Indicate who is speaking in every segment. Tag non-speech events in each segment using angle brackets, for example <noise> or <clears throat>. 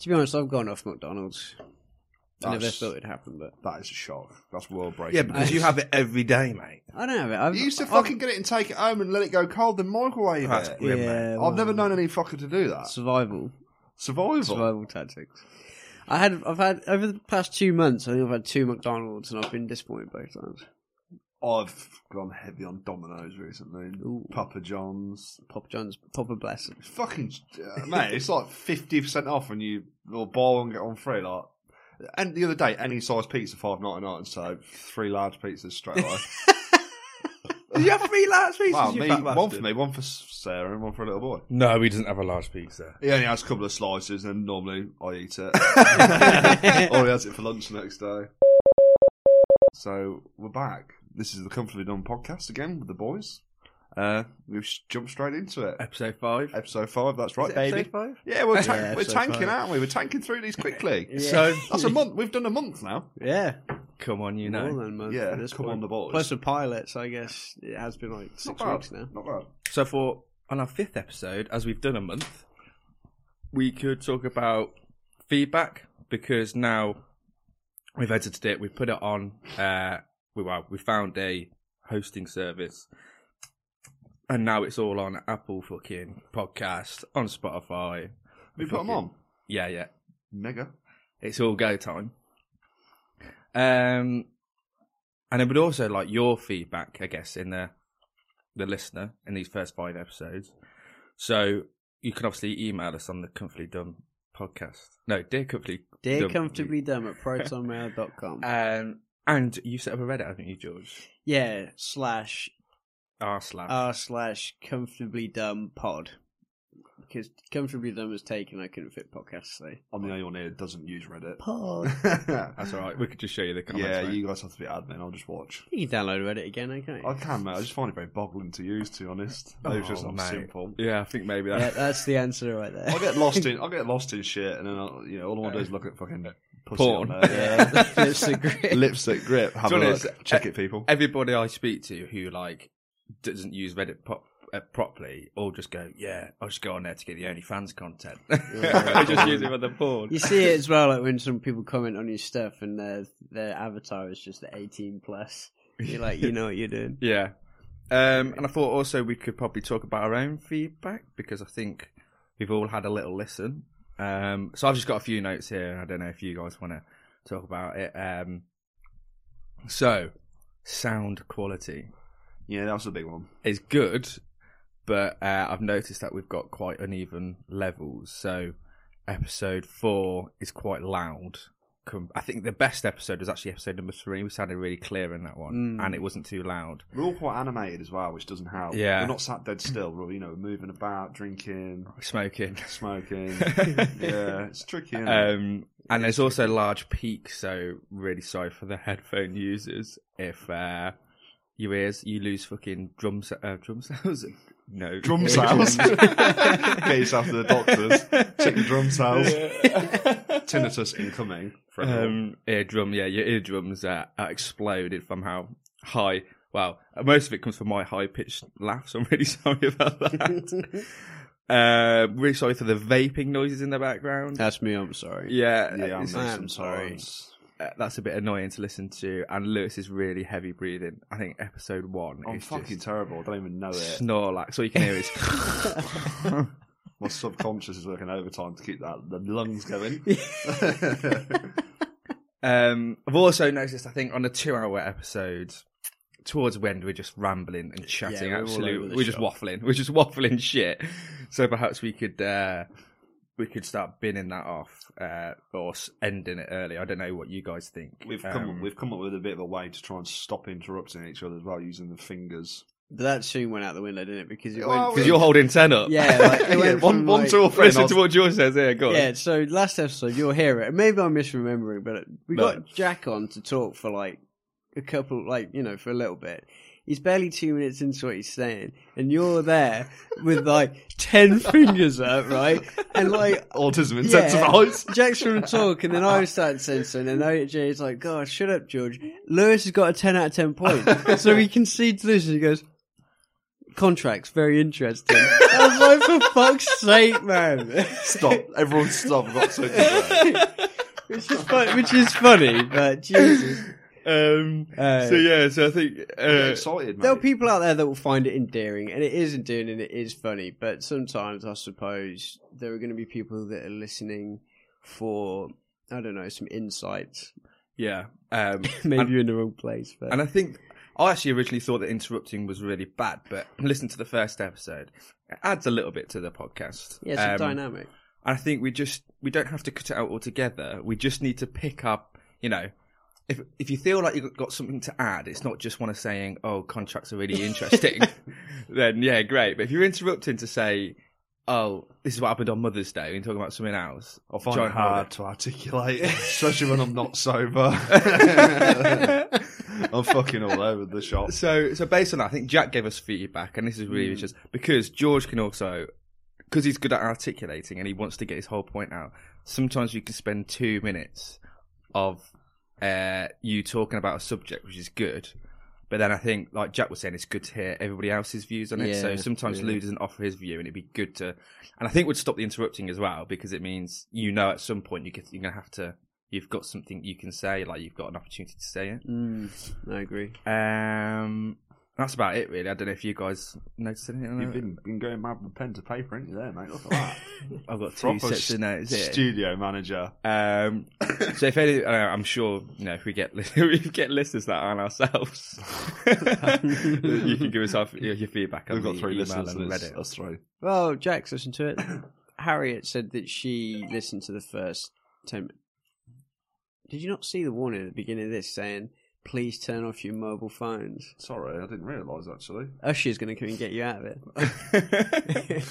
Speaker 1: To be honest, I've gone off McDonald's. I never
Speaker 2: That's-
Speaker 1: thought it'd happen, but
Speaker 2: That is a shock. That's world breaking.
Speaker 3: Yeah, because you have it every day, mate.
Speaker 1: I don't have it. I've,
Speaker 2: You used to
Speaker 1: I've-
Speaker 2: fucking get it and take it home and let it go cold, then microwave
Speaker 3: That's
Speaker 2: it.
Speaker 3: grim, mate.
Speaker 1: Yeah,
Speaker 2: I've
Speaker 1: well,
Speaker 2: never known any fucker to do that.
Speaker 1: survival.
Speaker 2: Survival.
Speaker 1: survival tactics. I had, I've had over the past two months. I think I've had two McDonald's, and I've been disappointed both times.
Speaker 2: I've gone heavy on Domino's recently.
Speaker 1: Ooh.
Speaker 2: Papa John's.
Speaker 1: Papa John's, Papa Bless.
Speaker 2: It's fucking uh, mate, it's like fifty percent off when you or buy one get one free. Like, and the other day, any size pizza five ninety nine, so three large pizzas straight away.
Speaker 3: <laughs> you have three large pizzas?
Speaker 2: wow,
Speaker 3: <laughs> you
Speaker 2: me,
Speaker 3: fat
Speaker 2: one
Speaker 3: bastard?
Speaker 2: for me, one for Sarah, and one for a little boy.
Speaker 3: No, he doesn't have a large pizza.
Speaker 2: He only has a couple of slices, and normally I eat it. or he has it for lunch the next day. So we're back. This is the Comfortably Done podcast again with the boys. Uh, we've s- jumped straight into it.
Speaker 3: Episode five.
Speaker 2: Episode five. That's right,
Speaker 3: Is it
Speaker 2: baby.
Speaker 3: Episode five.
Speaker 2: Yeah, we're, ta-
Speaker 1: Yeah,
Speaker 2: we're
Speaker 1: episode
Speaker 2: tanking,
Speaker 1: five.
Speaker 2: aren't we? We're tanking through these quickly. <laughs>
Speaker 3: So
Speaker 2: That's a month. We've done a month now.
Speaker 1: Yeah,
Speaker 3: come on, you know.
Speaker 1: more than a month
Speaker 2: Yeah,
Speaker 1: at this
Speaker 2: come
Speaker 1: point.
Speaker 2: on the boys.
Speaker 1: Plus the pilots, I guess it has been like
Speaker 2: Not
Speaker 1: six
Speaker 2: bad.
Speaker 1: weeks now.
Speaker 2: Not bad.
Speaker 3: So for on our fifth episode, as we've done a month, we could talk about feedback because now we've edited it, we've put it on. Uh, we well, we found a hosting service, and now it's all on Apple fucking podcast on Spotify.
Speaker 2: We put them on.
Speaker 3: Yeah, yeah,
Speaker 2: Mega.
Speaker 3: it's all go time. Um, and I would also like your feedback, I guess, in the the listener in these first five episodes. So you can obviously email us on the Comfortably Dumb podcast. No, dear Comfortably,
Speaker 1: Dear
Speaker 3: Dumb-
Speaker 1: comfortably
Speaker 2: <laughs>
Speaker 1: dumb at protonmail.com.
Speaker 2: Ah.
Speaker 3: Um, and you set up a Reddit, haven't you, George?
Speaker 1: yeah, slash
Speaker 3: R slash.
Speaker 1: r slash comfortably dumb pod. Because comfortably dumb was taken, I couldn't fit podcasts. So.
Speaker 2: I'm the only one here that doesn't use Reddit. <laughs>
Speaker 1: Pod.
Speaker 3: That's all right. We could just show you the comments.
Speaker 2: yeah,
Speaker 3: mate.
Speaker 2: you guys have to be admin. I'll just watch.
Speaker 1: You can download Reddit again, okay?
Speaker 2: I can, mate. I just find it very boggling to use, to be honest.
Speaker 3: <laughs> Oh,
Speaker 2: Maybe it's just not
Speaker 3: mate. <laughs>
Speaker 2: simple.
Speaker 3: Yeah, I think maybe
Speaker 1: Yeah,
Speaker 3: that.
Speaker 1: that's the answer right there.
Speaker 2: I get lost <laughs> in I get lost in shit, and then I, you know all I want to do is look at fucking pussy
Speaker 3: Porn.
Speaker 2: on there.
Speaker 1: Yeah, that's
Speaker 2: <laughs>
Speaker 3: <laughs>
Speaker 1: the great-
Speaker 2: Yeah. Lipstick grip. Have
Speaker 3: To
Speaker 2: a
Speaker 3: be
Speaker 2: look.
Speaker 3: honest,
Speaker 2: Check
Speaker 3: e-
Speaker 2: it, people.
Speaker 3: Everybody I speak to who like doesn't use Reddit pop, uh, properly, all just go, yeah, I'll just go on there to get the OnlyFans content. <laughs> I just use it for the porn.
Speaker 1: <laughs> You see it as well, like when some people comment on your stuff and their their avatar is just the eighteen plus. You're like, you know what you're
Speaker 2: <laughs>
Speaker 1: doing.
Speaker 3: Yeah. Um, and I thought also we could probably talk about our own feedback because I think we've all had a little listen. Um, so I've just got a few notes here, and I don't know if you guys want to talk about it. Um, so, sound quality
Speaker 2: Yeah, that was a big one.
Speaker 3: is good, but uh, I've noticed that we've got quite uneven levels. So, episode four is quite loud. Com- I think the best episode was actually episode number three. We sounded really clear in that one,
Speaker 1: Mm.
Speaker 3: and it wasn't too loud.
Speaker 2: We're all quite animated as well, which doesn't help.
Speaker 3: Yeah.
Speaker 2: we're not sat dead still. We're all, you know moving about, drinking,
Speaker 3: Smoking. <laughs>
Speaker 2: smoking.
Speaker 3: yeah.
Speaker 2: yeah, it's tricky. Isn't it?
Speaker 3: Um, and there's also large peaks, so really sorry for the <laughs> headphone users if uh, your ears you lose fucking drum se- uh, drum sounds. <laughs> No
Speaker 2: Drum
Speaker 3: <laughs>
Speaker 2: sounds. <laughs> Get yourself to the doctors. Check your drum sounds. Tinnitus incoming. for everyone.
Speaker 3: um, eardrum. Yeah, your eardrums uh, are exploded from how high. Well, most of it comes from my high pitched laughs. I'm really <laughs> sorry about
Speaker 2: <laughs>
Speaker 3: that. uh, really sorry for the vaping noises in the background.
Speaker 1: That's me. I'm sorry.
Speaker 3: yeah,
Speaker 2: Uh, yeah, I'm
Speaker 3: it's-
Speaker 1: I
Speaker 2: there
Speaker 1: am sorry.
Speaker 2: sometimes.
Speaker 3: uh, that's a bit annoying to listen to. And Lewis is really heavy breathing. I think episode one
Speaker 2: I'm
Speaker 3: is
Speaker 2: fucking
Speaker 3: just
Speaker 2: terrible. I don't even know
Speaker 3: <laughs>
Speaker 2: it.
Speaker 3: Snorlax. All you can hear is
Speaker 2: <laughs>
Speaker 3: <laughs>
Speaker 2: My subconscious is working overtime to keep that the lungs
Speaker 3: <laughs>
Speaker 2: going. <laughs>
Speaker 3: Um, I've also noticed, I think, on the two-hour episode, towards the end, we're just rambling and chatting.
Speaker 1: we're all over
Speaker 3: absolutely,
Speaker 1: the
Speaker 3: we're just
Speaker 1: shop.
Speaker 3: waffling. <laughs> We're just waffling shit. So perhaps we could uh, we could start binning that off uh, or s- ending it early. I don't know what you guys think.
Speaker 2: We've come
Speaker 3: Um,
Speaker 2: we've come up with a bit of a way to try and stop interrupting each other as well using the fingers.
Speaker 1: But that soon went out the window, didn't it? Because it
Speaker 2: Well,
Speaker 1: went.
Speaker 3: 'cause you're holding ten up.
Speaker 1: yeah, like,
Speaker 3: <laughs>
Speaker 1: it went
Speaker 2: one
Speaker 1: from,
Speaker 2: one
Speaker 1: like-
Speaker 2: to a friend. I
Speaker 3: Listen
Speaker 2: was-
Speaker 3: to what George says. Here, go on.
Speaker 1: Yeah, so last episode you'll hear it. Maybe I'm misremembering, but we
Speaker 3: No.
Speaker 1: got Jack on to talk for like a couple, like you know, for a little bit. He's barely two minutes into what he's saying, and you're there with like <laughs>
Speaker 3: <laughs>
Speaker 1: ten fingers up, right? And like
Speaker 2: Autism
Speaker 1: Yeah.
Speaker 2: intensifies.
Speaker 1: Jack's from talk, and then I
Speaker 3: <laughs>
Speaker 1: started saying something, and OJ's like, God, shut up, George. Lewis has got a 10 out of
Speaker 3: <laughs>
Speaker 1: 10 point. so we concede to this, and he goes, Contracts, very interesting. I was like, for fuck's sake, man.
Speaker 3: <laughs>
Speaker 2: Stop. Everyone stop. I've got so good
Speaker 1: which is fun, which is funny, but Jesus. <laughs>
Speaker 3: Um,
Speaker 1: Uh,
Speaker 3: so yeah, so I think
Speaker 2: there.
Speaker 3: uh,
Speaker 2: excited,
Speaker 1: There are
Speaker 2: mate.
Speaker 1: people out there that will find it endearing, and it is endearing and it is funny, but sometimes I suppose there are going to be people that are listening for, I don't know, some insights.
Speaker 3: yeah, um,
Speaker 1: <laughs> Maybe
Speaker 3: And-
Speaker 1: you're in the wrong place, but.
Speaker 3: and I think I actually originally thought that interrupting was really bad, but listen to the first episode. It adds a little bit to the podcast.
Speaker 1: yeah, it's a
Speaker 3: Um,
Speaker 1: dynamic.
Speaker 3: And I think we just we don't have to cut it out altogether. We just need to pick up, you know, if if you feel like you've got something to add, it's not just one of saying, "Oh, contracts are really
Speaker 1: <laughs>
Speaker 3: interesting." then yeah, great. But if you're interrupting to say, "Oh, this is what happened on Mother's Day," and talking about something else,
Speaker 2: I find
Speaker 3: John
Speaker 2: it hard
Speaker 3: Howard.
Speaker 2: to articulate, especially when I'm not
Speaker 3: <laughs>
Speaker 2: sober. I'm fucking all over the shop.
Speaker 3: So, so based on that, I think Jack gave us feedback, and this is really just because George can also, because he's good at articulating and he wants to get his whole point out. Sometimes you can spend two minutes of uh, you talking about a subject, which is good, but then I think, like Jack was saying, it's good to hear everybody else's views on it. so
Speaker 1: Yeah,
Speaker 3: sometimes
Speaker 1: really.
Speaker 3: Lou doesn't offer his view, and it'd be good to, and I think we'd stop the interrupting as well because it means you know at some point you could, you're gonna have to. You've got something you can say, like you've got an opportunity to say it.
Speaker 1: Mm, I agree.
Speaker 3: Um, that's about it, really. I don't know if you guys noticed anything.
Speaker 2: You've been, been going mad with pen to paper, ain't you there, mate? Look at that.
Speaker 3: I've got <laughs> two
Speaker 2: Proper
Speaker 3: sets of notes here.
Speaker 2: Studio manager.
Speaker 3: um, so if any, uh, I'm sure you know if we get <laughs> if we get listeners that aren't ourselves, <laughs> you can give us our, your, your feedback. on
Speaker 2: We've got
Speaker 3: the
Speaker 2: three
Speaker 3: email
Speaker 2: listeners
Speaker 3: and
Speaker 2: and it's
Speaker 3: Reddit.
Speaker 2: us three.
Speaker 1: Well, Jack's listened to it. <coughs> Harriet said that she listened to the first ten. Did you not see the warning at the beginning of this saying, "Please turn off your mobile phones"?
Speaker 2: Sorry, I didn't realise actually.
Speaker 1: Usher's going to Oh, come and get you out of
Speaker 2: <laughs>
Speaker 1: it.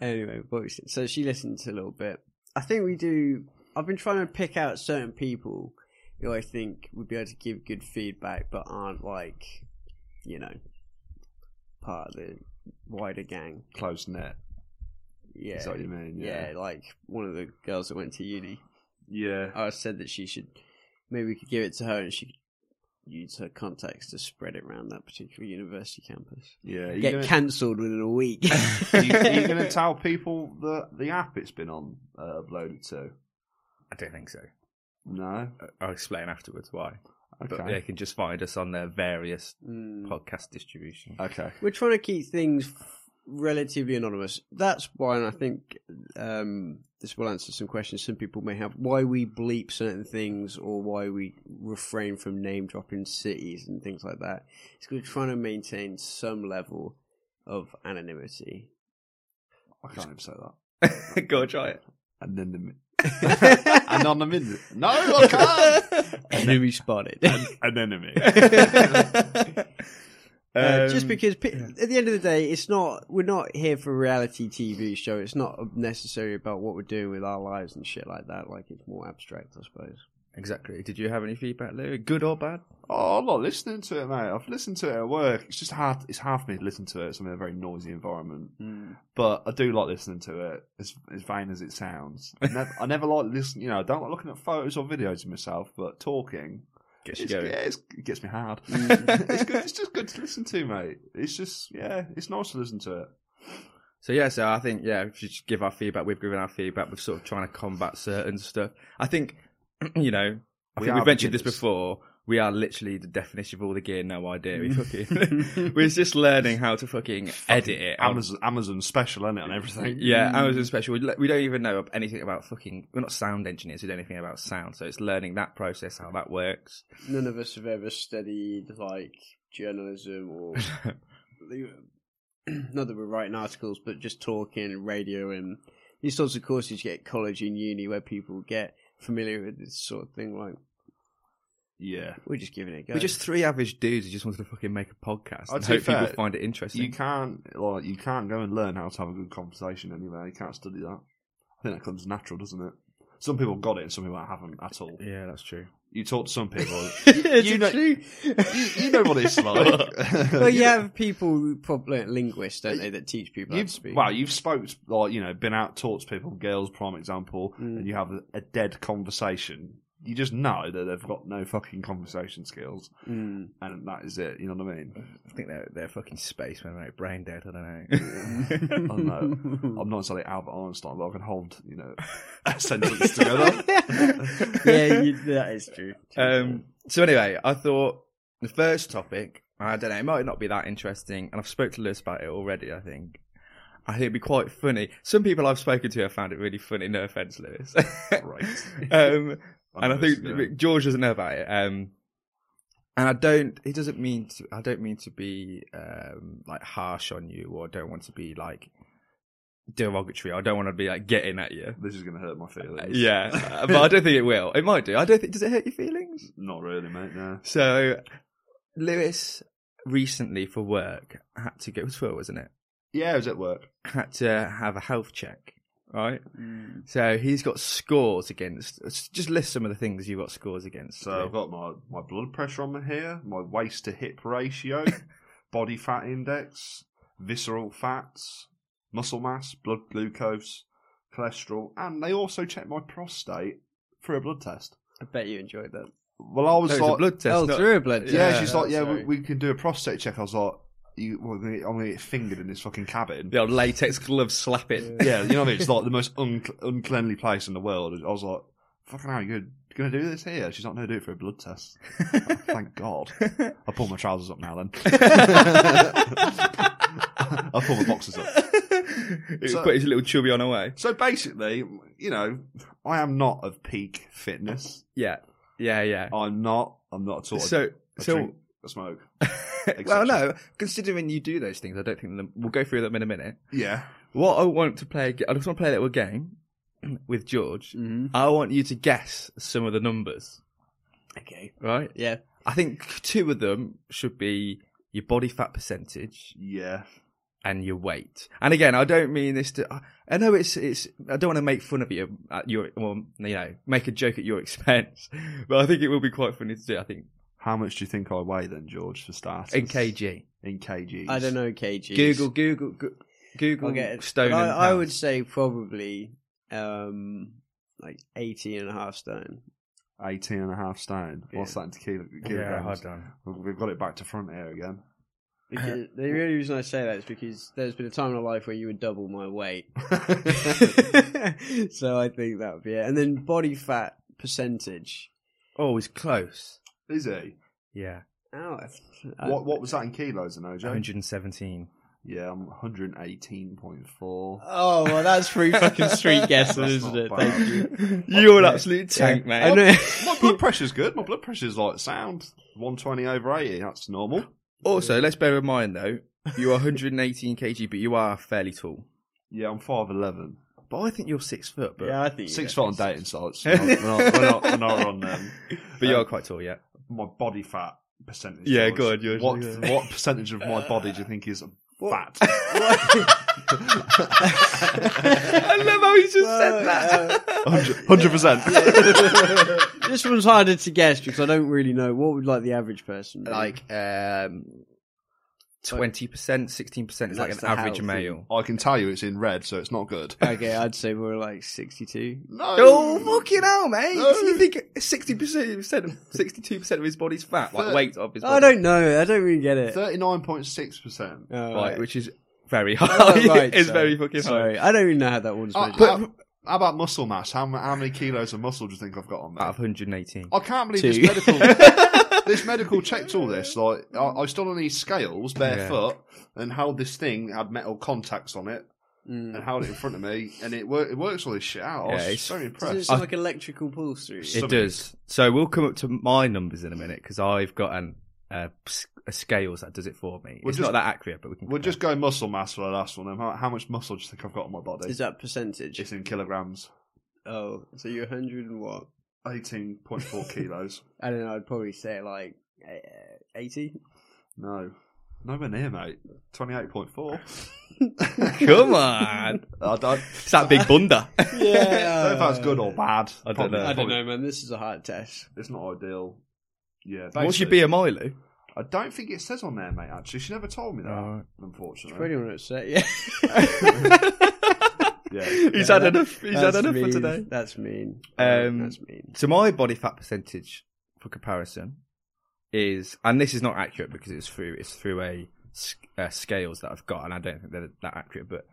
Speaker 1: anyway, but so she listened to a little bit. I think we do. I've been trying to pick out certain people who I think would be able to give good feedback, but aren't like, you know, part of the wider gang.
Speaker 2: Close net.
Speaker 1: Yeah.
Speaker 2: Is that what you mean?
Speaker 1: Yeah. like one of the girls that went to uni.
Speaker 2: Yeah.
Speaker 1: I said that she should maybe we could give it to her and she could use her contacts to spread it around that particular university campus.
Speaker 2: Yeah. Are you
Speaker 1: Get
Speaker 2: gonna-
Speaker 1: cancelled within a
Speaker 2: <laughs>
Speaker 1: week.
Speaker 2: are you,
Speaker 1: <laughs>
Speaker 2: are you going to tell people the the app it's been on uh, uploaded to?
Speaker 3: <laughs> I don't think so.
Speaker 2: No.
Speaker 3: I'll explain afterwards why. But
Speaker 2: Okay.
Speaker 3: they can just find us on their various
Speaker 1: Mm.
Speaker 3: podcast distribution.
Speaker 2: Okay.
Speaker 1: We're trying to keep things relatively anonymous. That's why, and I think um, this will answer some questions some people may have. Why we bleep certain things, or why we refrain from name dropping cities and things like that. It's 'cause we're trying to maintain some level of anonymity.
Speaker 2: I can't even say that.
Speaker 3: <laughs> Go try it.
Speaker 2: And then
Speaker 1: <laughs>
Speaker 2: the anonymity. No, <laughs> I
Speaker 1: <laughs>
Speaker 2: can't.
Speaker 1: Enemy spotted.
Speaker 2: Anonymity. <laughs>
Speaker 1: Uh, just
Speaker 3: Um,
Speaker 1: because pe- at the end of the day, it's not we're not here for a reality TV show. It's not necessarily about what we're doing with our lives and shit like that. Like it's more abstract, I suppose.
Speaker 3: <laughs> Exactly. Did you have any feedback, Lou? Good or bad?
Speaker 2: Oh, I'm not listening to it, mate. I've listened to it at work. It's just hard. It's hard for me to listen to it. It's in a very noisy environment, but I do like listening to it. As as vain as it sounds, I never, I never like listen. You know, I don't like looking at photos or videos of myself, but talking,
Speaker 3: Gets you
Speaker 2: it's,
Speaker 3: going.
Speaker 2: yeah, it's, it gets me hard. <laughs> it's good. It's just good to listen to, mate. It's just yeah, it's nice to listen to it.
Speaker 3: So yeah, so I think yeah, we should just give our feedback. We've given our feedback. We're sort of trying to combat certain stuff. I think, <clears throat> you know, I
Speaker 2: We
Speaker 3: think
Speaker 2: are
Speaker 3: we've mentioned this
Speaker 2: beginners.
Speaker 3: before. We are literally the definition of all the gear, no
Speaker 2: <laughs>
Speaker 3: idea. We fucking, <laughs> we're just learning how to fucking, edit it. on-
Speaker 2: Amazon, Mm. Amazon special, is it, on everything?
Speaker 3: um, yeah, Amazon special. We le- We don't even know anything about fucking. We're not sound engineers. We don't know anything about sound. So it's learning that process, how that works.
Speaker 1: None of us have ever studied like journalism <laughs> or <clears throat> not that we're writing articles, but just talking radio and these sorts of courses you get at college and uni where people get familiar with this sort of thing. Like
Speaker 2: yeah.
Speaker 1: we're just giving it a go. <laughs>
Speaker 3: We're just three average dudes who just wanted to fucking make a podcast.
Speaker 2: Oh,
Speaker 3: and
Speaker 2: to be
Speaker 3: hope people
Speaker 2: fair,
Speaker 3: find it interesting.
Speaker 2: You can't like you can't go and learn how to have a good conversation anywhere. You can't study that. I think that comes natural, doesn't it? Some people got it, and some people haven't at all.
Speaker 3: yeah, that's true.
Speaker 2: You talk to some
Speaker 3: <laughs>
Speaker 2: people,
Speaker 1: <laughs> It's
Speaker 2: you know-
Speaker 1: actually-
Speaker 2: you, you know what it's like. <laughs>
Speaker 3: <laughs>
Speaker 1: well, you have people who probably aren't linguists, don't they, that teach people how to
Speaker 2: You've,
Speaker 1: speak.
Speaker 2: well, you've spoke to- like you know, been out, talked to people. Girls, prime example,
Speaker 1: Mm.
Speaker 2: and you have a, a dead conversation you just know that they've got no fucking conversation skills,
Speaker 1: Mm.
Speaker 2: and that is it. You know what I mean?
Speaker 3: I think they're they're fucking spacemen, mate. Brain dead. I don't <laughs> know.
Speaker 1: <laughs>
Speaker 2: I know. I'm not necessarily Albert Einstein, but I can hold you
Speaker 3: <laughs>
Speaker 2: know a sentence together.
Speaker 1: <laughs> yeah, you, that is true.
Speaker 3: <laughs> Um, so anyway, I thought the first topic, I don't know, it might not be that interesting, and I've spoke to Lewis about it already. I think I think it'd be quite funny. Some people I've spoken to have found it really funny. No offense, Lewis. <laughs>
Speaker 2: Right. <laughs>
Speaker 3: um, and I
Speaker 2: know this
Speaker 3: think
Speaker 2: is gonna-
Speaker 3: George doesn't know about it. Um, and I don't. He doesn't mean to. I don't mean to be um, like harsh on you, or don't want to be like derogatory. I don't want to be like getting at you.
Speaker 2: this is going to hurt my feelings. <laughs>
Speaker 3: <laughs> Yeah, but I don't think it will. It might do. I don't think. Does it hurt your feelings?
Speaker 2: Not really, mate. No.
Speaker 3: So, Lewis recently for work had to go. It was for, wasn't it?
Speaker 2: Yeah, I was at work.
Speaker 3: Had to have a health check, right?
Speaker 1: Mm.
Speaker 3: So he's got scores against. Just list some of the things you've got scores against.
Speaker 2: So I've got my, my blood pressure on my here, my waist to hip
Speaker 3: <laughs>
Speaker 2: ratio, body fat index, visceral fats, muscle mass, blood glucose, cholesterol, and they also checked my prostate for a blood test.
Speaker 1: I bet you enjoyed that.
Speaker 2: Well, I was
Speaker 3: No, it's a
Speaker 2: like,
Speaker 3: blood test.
Speaker 1: oh,
Speaker 3: not-
Speaker 1: through a blood test.
Speaker 2: yeah,
Speaker 3: yeah,
Speaker 2: she's like, yeah,
Speaker 3: sorry.
Speaker 2: we, we can do a prostate check. I was like, you, well, I'm going to get fingered in this fucking cabin.
Speaker 3: the old latex glove slap <laughs> it.
Speaker 2: yeah, you know what I mean? It's like the most un- uncleanly place in the world. I was like, fucking hell, you're going to do this here? She's like, no, do it for a blood
Speaker 3: <laughs>
Speaker 2: test. Thank God. I pull my trousers up now then. I pull my boxes up.
Speaker 3: it
Speaker 2: So-
Speaker 3: put his little chubby on away.
Speaker 2: So basically, you know, I am not of peak fitness.
Speaker 3: Yeah, yeah, yeah.
Speaker 2: I'm not. I'm not at all.
Speaker 3: so,
Speaker 2: I
Speaker 3: so <laughs>
Speaker 2: drink, I smoke.
Speaker 3: well, no. Considering you do those things, I don't think them, we'll go through them in a minute.
Speaker 2: Yeah.
Speaker 3: What I want to play, I just want to play a little game <clears throat> with George.
Speaker 1: Mm-hmm.
Speaker 3: I want you to guess some of the numbers,
Speaker 1: Okay.
Speaker 3: right?
Speaker 1: Yeah.
Speaker 3: I think two of them should be your body fat percentage
Speaker 2: Yeah.
Speaker 3: and your weight. And again, I don't mean this to. I- I know it's it's. I don't want to make fun of you at your, well, you know, make a joke at your <laughs> expense. But I think it will be quite funny to do. I think
Speaker 2: How much do you think I weigh then, George, for starters?
Speaker 3: in kg.
Speaker 2: In kgs.
Speaker 1: I don't know, KG.
Speaker 3: Google, Google, Go- Google.
Speaker 1: I'll get it.
Speaker 3: Stone.
Speaker 1: But
Speaker 3: and
Speaker 1: I, I
Speaker 3: pounds.
Speaker 1: would say probably um, like 80 and a half stone.
Speaker 2: 18 and a half stone. What's that in kilo-
Speaker 3: Yeah,
Speaker 2: kilograms?
Speaker 3: hold on.
Speaker 2: We've got it back to front here again.
Speaker 1: Because the only reason I say that is because there's been a time in my life where you were double my weight. <laughs> so I think that would be it. And then body fat percentage.
Speaker 3: Oh, it's close.
Speaker 2: Is he?
Speaker 3: Yeah,
Speaker 1: Oh,
Speaker 2: What what was that in kilos, in OJ?
Speaker 3: 117.
Speaker 2: Yeah, I'm 118.4.
Speaker 1: Oh, well, that's <laughs> pretty fucking street guessing,
Speaker 2: That's
Speaker 1: isn't
Speaker 2: not
Speaker 1: it?
Speaker 2: bad.
Speaker 1: Thank you. <laughs>
Speaker 3: You're an absolute tank,
Speaker 1: Yeah.
Speaker 3: mate.
Speaker 1: I <laughs> know.
Speaker 2: My blood pressure's good. My blood pressure's like sound. 120 over 80. That's normal.
Speaker 3: Also, let's bear in mind though, you are 118 kg, but you are fairly tall.
Speaker 2: Yeah, I'm 5'11.
Speaker 3: But I think you're six foot. But
Speaker 1: yeah, I think you get
Speaker 2: Six foot on
Speaker 1: this.
Speaker 2: dating sites. We're not, we're not, we're not, we're not on them. Um,
Speaker 3: but
Speaker 1: Uh,
Speaker 3: you are quite
Speaker 1: <laughs>
Speaker 3: tall, yeah.
Speaker 2: My body fat percentage.
Speaker 3: Yeah,
Speaker 2: George.
Speaker 3: go on, yours,
Speaker 2: What,
Speaker 3: yeah.
Speaker 2: what percentage of my body do you think is fat?
Speaker 1: <laughs>
Speaker 3: I love how he just
Speaker 1: Well, uh, <laughs>
Speaker 2: 100%.
Speaker 1: this one's harder to guess because I don't really know what would like the average person be?
Speaker 3: Like um, twenty percent, sixteen percent is like an
Speaker 1: That's the
Speaker 3: average
Speaker 1: healthy.
Speaker 3: male.
Speaker 2: I can tell you it's in red, so it's not good.
Speaker 1: okay, I'd say we're like sixty-two.
Speaker 2: No.
Speaker 3: Oh fucking hell, mate!
Speaker 2: No.
Speaker 3: So you think sixty percent, sixty-two percent of his body's fat, like
Speaker 2: Thir-
Speaker 3: weight of his. Body.
Speaker 1: I don't know. I don't really get it.
Speaker 2: 39.6%.
Speaker 1: Oh, <laughs>
Speaker 3: Right, which is very high. <laughs>
Speaker 1: Oh, right,
Speaker 3: it's
Speaker 1: sorry.
Speaker 3: very fucking high.
Speaker 1: Sorry, I don't even know how that one's
Speaker 2: Uh,
Speaker 1: measured.
Speaker 2: how, how about muscle mass? How, m- how many kilos of muscle do you think I've got on
Speaker 3: Out
Speaker 2: there?
Speaker 3: of 118.
Speaker 2: I can't believe
Speaker 1: Two.
Speaker 2: this medical
Speaker 3: <laughs>
Speaker 2: this medical checked all this. Like I, I stood on these scales barefoot and held this thing had metal contacts on it
Speaker 1: Mm.
Speaker 2: and held it in front of me and it wor- it works all this shit out. I
Speaker 3: Yeah,
Speaker 2: was
Speaker 3: it's-
Speaker 2: so
Speaker 1: Does it
Speaker 2: impressed.
Speaker 1: sound like electrical pulse through?
Speaker 3: It does. So we'll come up to my numbers in a minute because I've got an uh, s- a scales that does it for me.
Speaker 2: We're
Speaker 3: it's
Speaker 2: just-
Speaker 3: not that accurate, but we can.
Speaker 2: We'll
Speaker 3: compare.
Speaker 2: just go muscle mass for the last one. How, how much muscle do you think I've got on my body?
Speaker 1: Is that percentage?
Speaker 2: it's in kilograms.
Speaker 1: Oh, so you're hundred and what?
Speaker 2: Eighteen point
Speaker 3: <laughs>
Speaker 2: four kilos.
Speaker 1: I don't know. I'd probably say like eh, eighty.
Speaker 2: No, nowhere near, mate. Twenty eight point four.
Speaker 3: <laughs> come on.
Speaker 2: I
Speaker 3: <laughs>
Speaker 2: don't. <laughs>
Speaker 3: It's that big <laughs> bunda.
Speaker 2: I don't know if that's good or bad.
Speaker 3: I don't know.
Speaker 1: I
Speaker 2: Probably-
Speaker 1: don't know, man. This is a hard test.
Speaker 2: It's not ideal. Yeah.
Speaker 3: What's your
Speaker 2: basically.
Speaker 3: BMI, Lou?
Speaker 2: I don't think it says on there, mate. Actually, she never told me that.
Speaker 3: Alright.
Speaker 2: Unfortunately.
Speaker 3: <laughs>
Speaker 1: Pretty upset, yeah.
Speaker 2: Yeah.
Speaker 3: He's
Speaker 1: Yeah, that-
Speaker 3: had enough. He's had
Speaker 1: that's
Speaker 3: enough for
Speaker 1: mean.
Speaker 3: today.
Speaker 1: That's mean.
Speaker 3: Um,
Speaker 1: that's mean.
Speaker 3: So my body fat percentage for comparison is, and this is not accurate because it's through it's through a, s- uh scales that I've got, and I don't think they're that accurate, but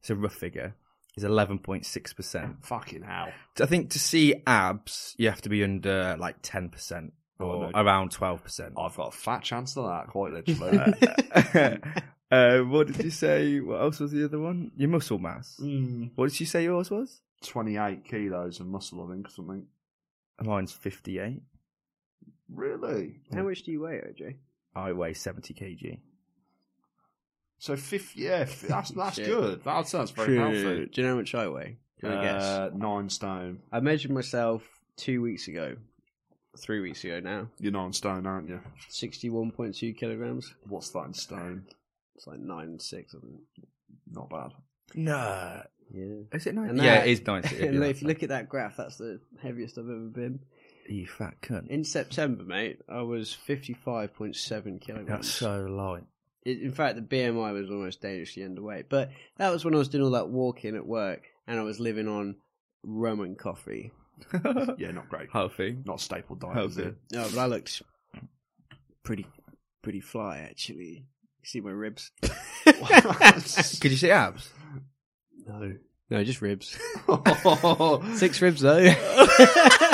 Speaker 3: it's a rough figure. Is eleven point six percent.
Speaker 2: Fucking hell.
Speaker 3: I think to see abs, you have to be under like ten percent or
Speaker 2: Oh, no.
Speaker 3: around twelve percent.
Speaker 2: I've got a fat chance of that, quite literally.
Speaker 3: <laughs> uh, what did you say? What else was the other one? Your muscle mass.
Speaker 2: Mm,
Speaker 3: What did you say yours was?
Speaker 2: 28 kilos of muscle, I think, or something.
Speaker 3: Mine's fifty-eight.
Speaker 2: Really?
Speaker 1: How much do you weigh, OJ?
Speaker 3: I weigh seventy kg.
Speaker 2: So, fifth, yeah, f- that's, that's
Speaker 1: Shit.
Speaker 2: good. That sounds very healthy.
Speaker 1: Do you know how much I weigh? Can I guess?
Speaker 2: Uh, nine stone.
Speaker 1: I measured myself two weeks ago, three weeks ago now.
Speaker 2: You're nine stone, aren't you?
Speaker 1: Sixty-one point two kilograms.
Speaker 2: What's that in stone?
Speaker 1: It's like nine and six. I think.
Speaker 2: Not bad.
Speaker 3: No,
Speaker 1: Yeah. <laughs>
Speaker 3: is it nice?
Speaker 1: And
Speaker 3: Yeah,
Speaker 1: that-
Speaker 3: it
Speaker 1: <laughs>
Speaker 3: is nice. Yeah,
Speaker 1: and
Speaker 3: that's
Speaker 1: if you look at that graph, that's the heaviest I've ever been.
Speaker 3: nice. you fat cunt.
Speaker 1: In September, mate, I was fifty-five point seven kilograms.
Speaker 3: That's uh, so light.
Speaker 1: It- in fact, the BMI was almost dangerously underweight. But that was when I was doing all that walking at work, and I was living on rum and coffee.
Speaker 2: Yeah, not great.
Speaker 3: Healthy.
Speaker 2: Not a staple diet, is
Speaker 3: Healthy.
Speaker 2: it?
Speaker 1: No, but I looked pretty, pretty fly actually. You see my ribs?
Speaker 3: Could you see abs?
Speaker 1: no, no, just ribs.
Speaker 2: Fucking
Speaker 1: Six ribs though.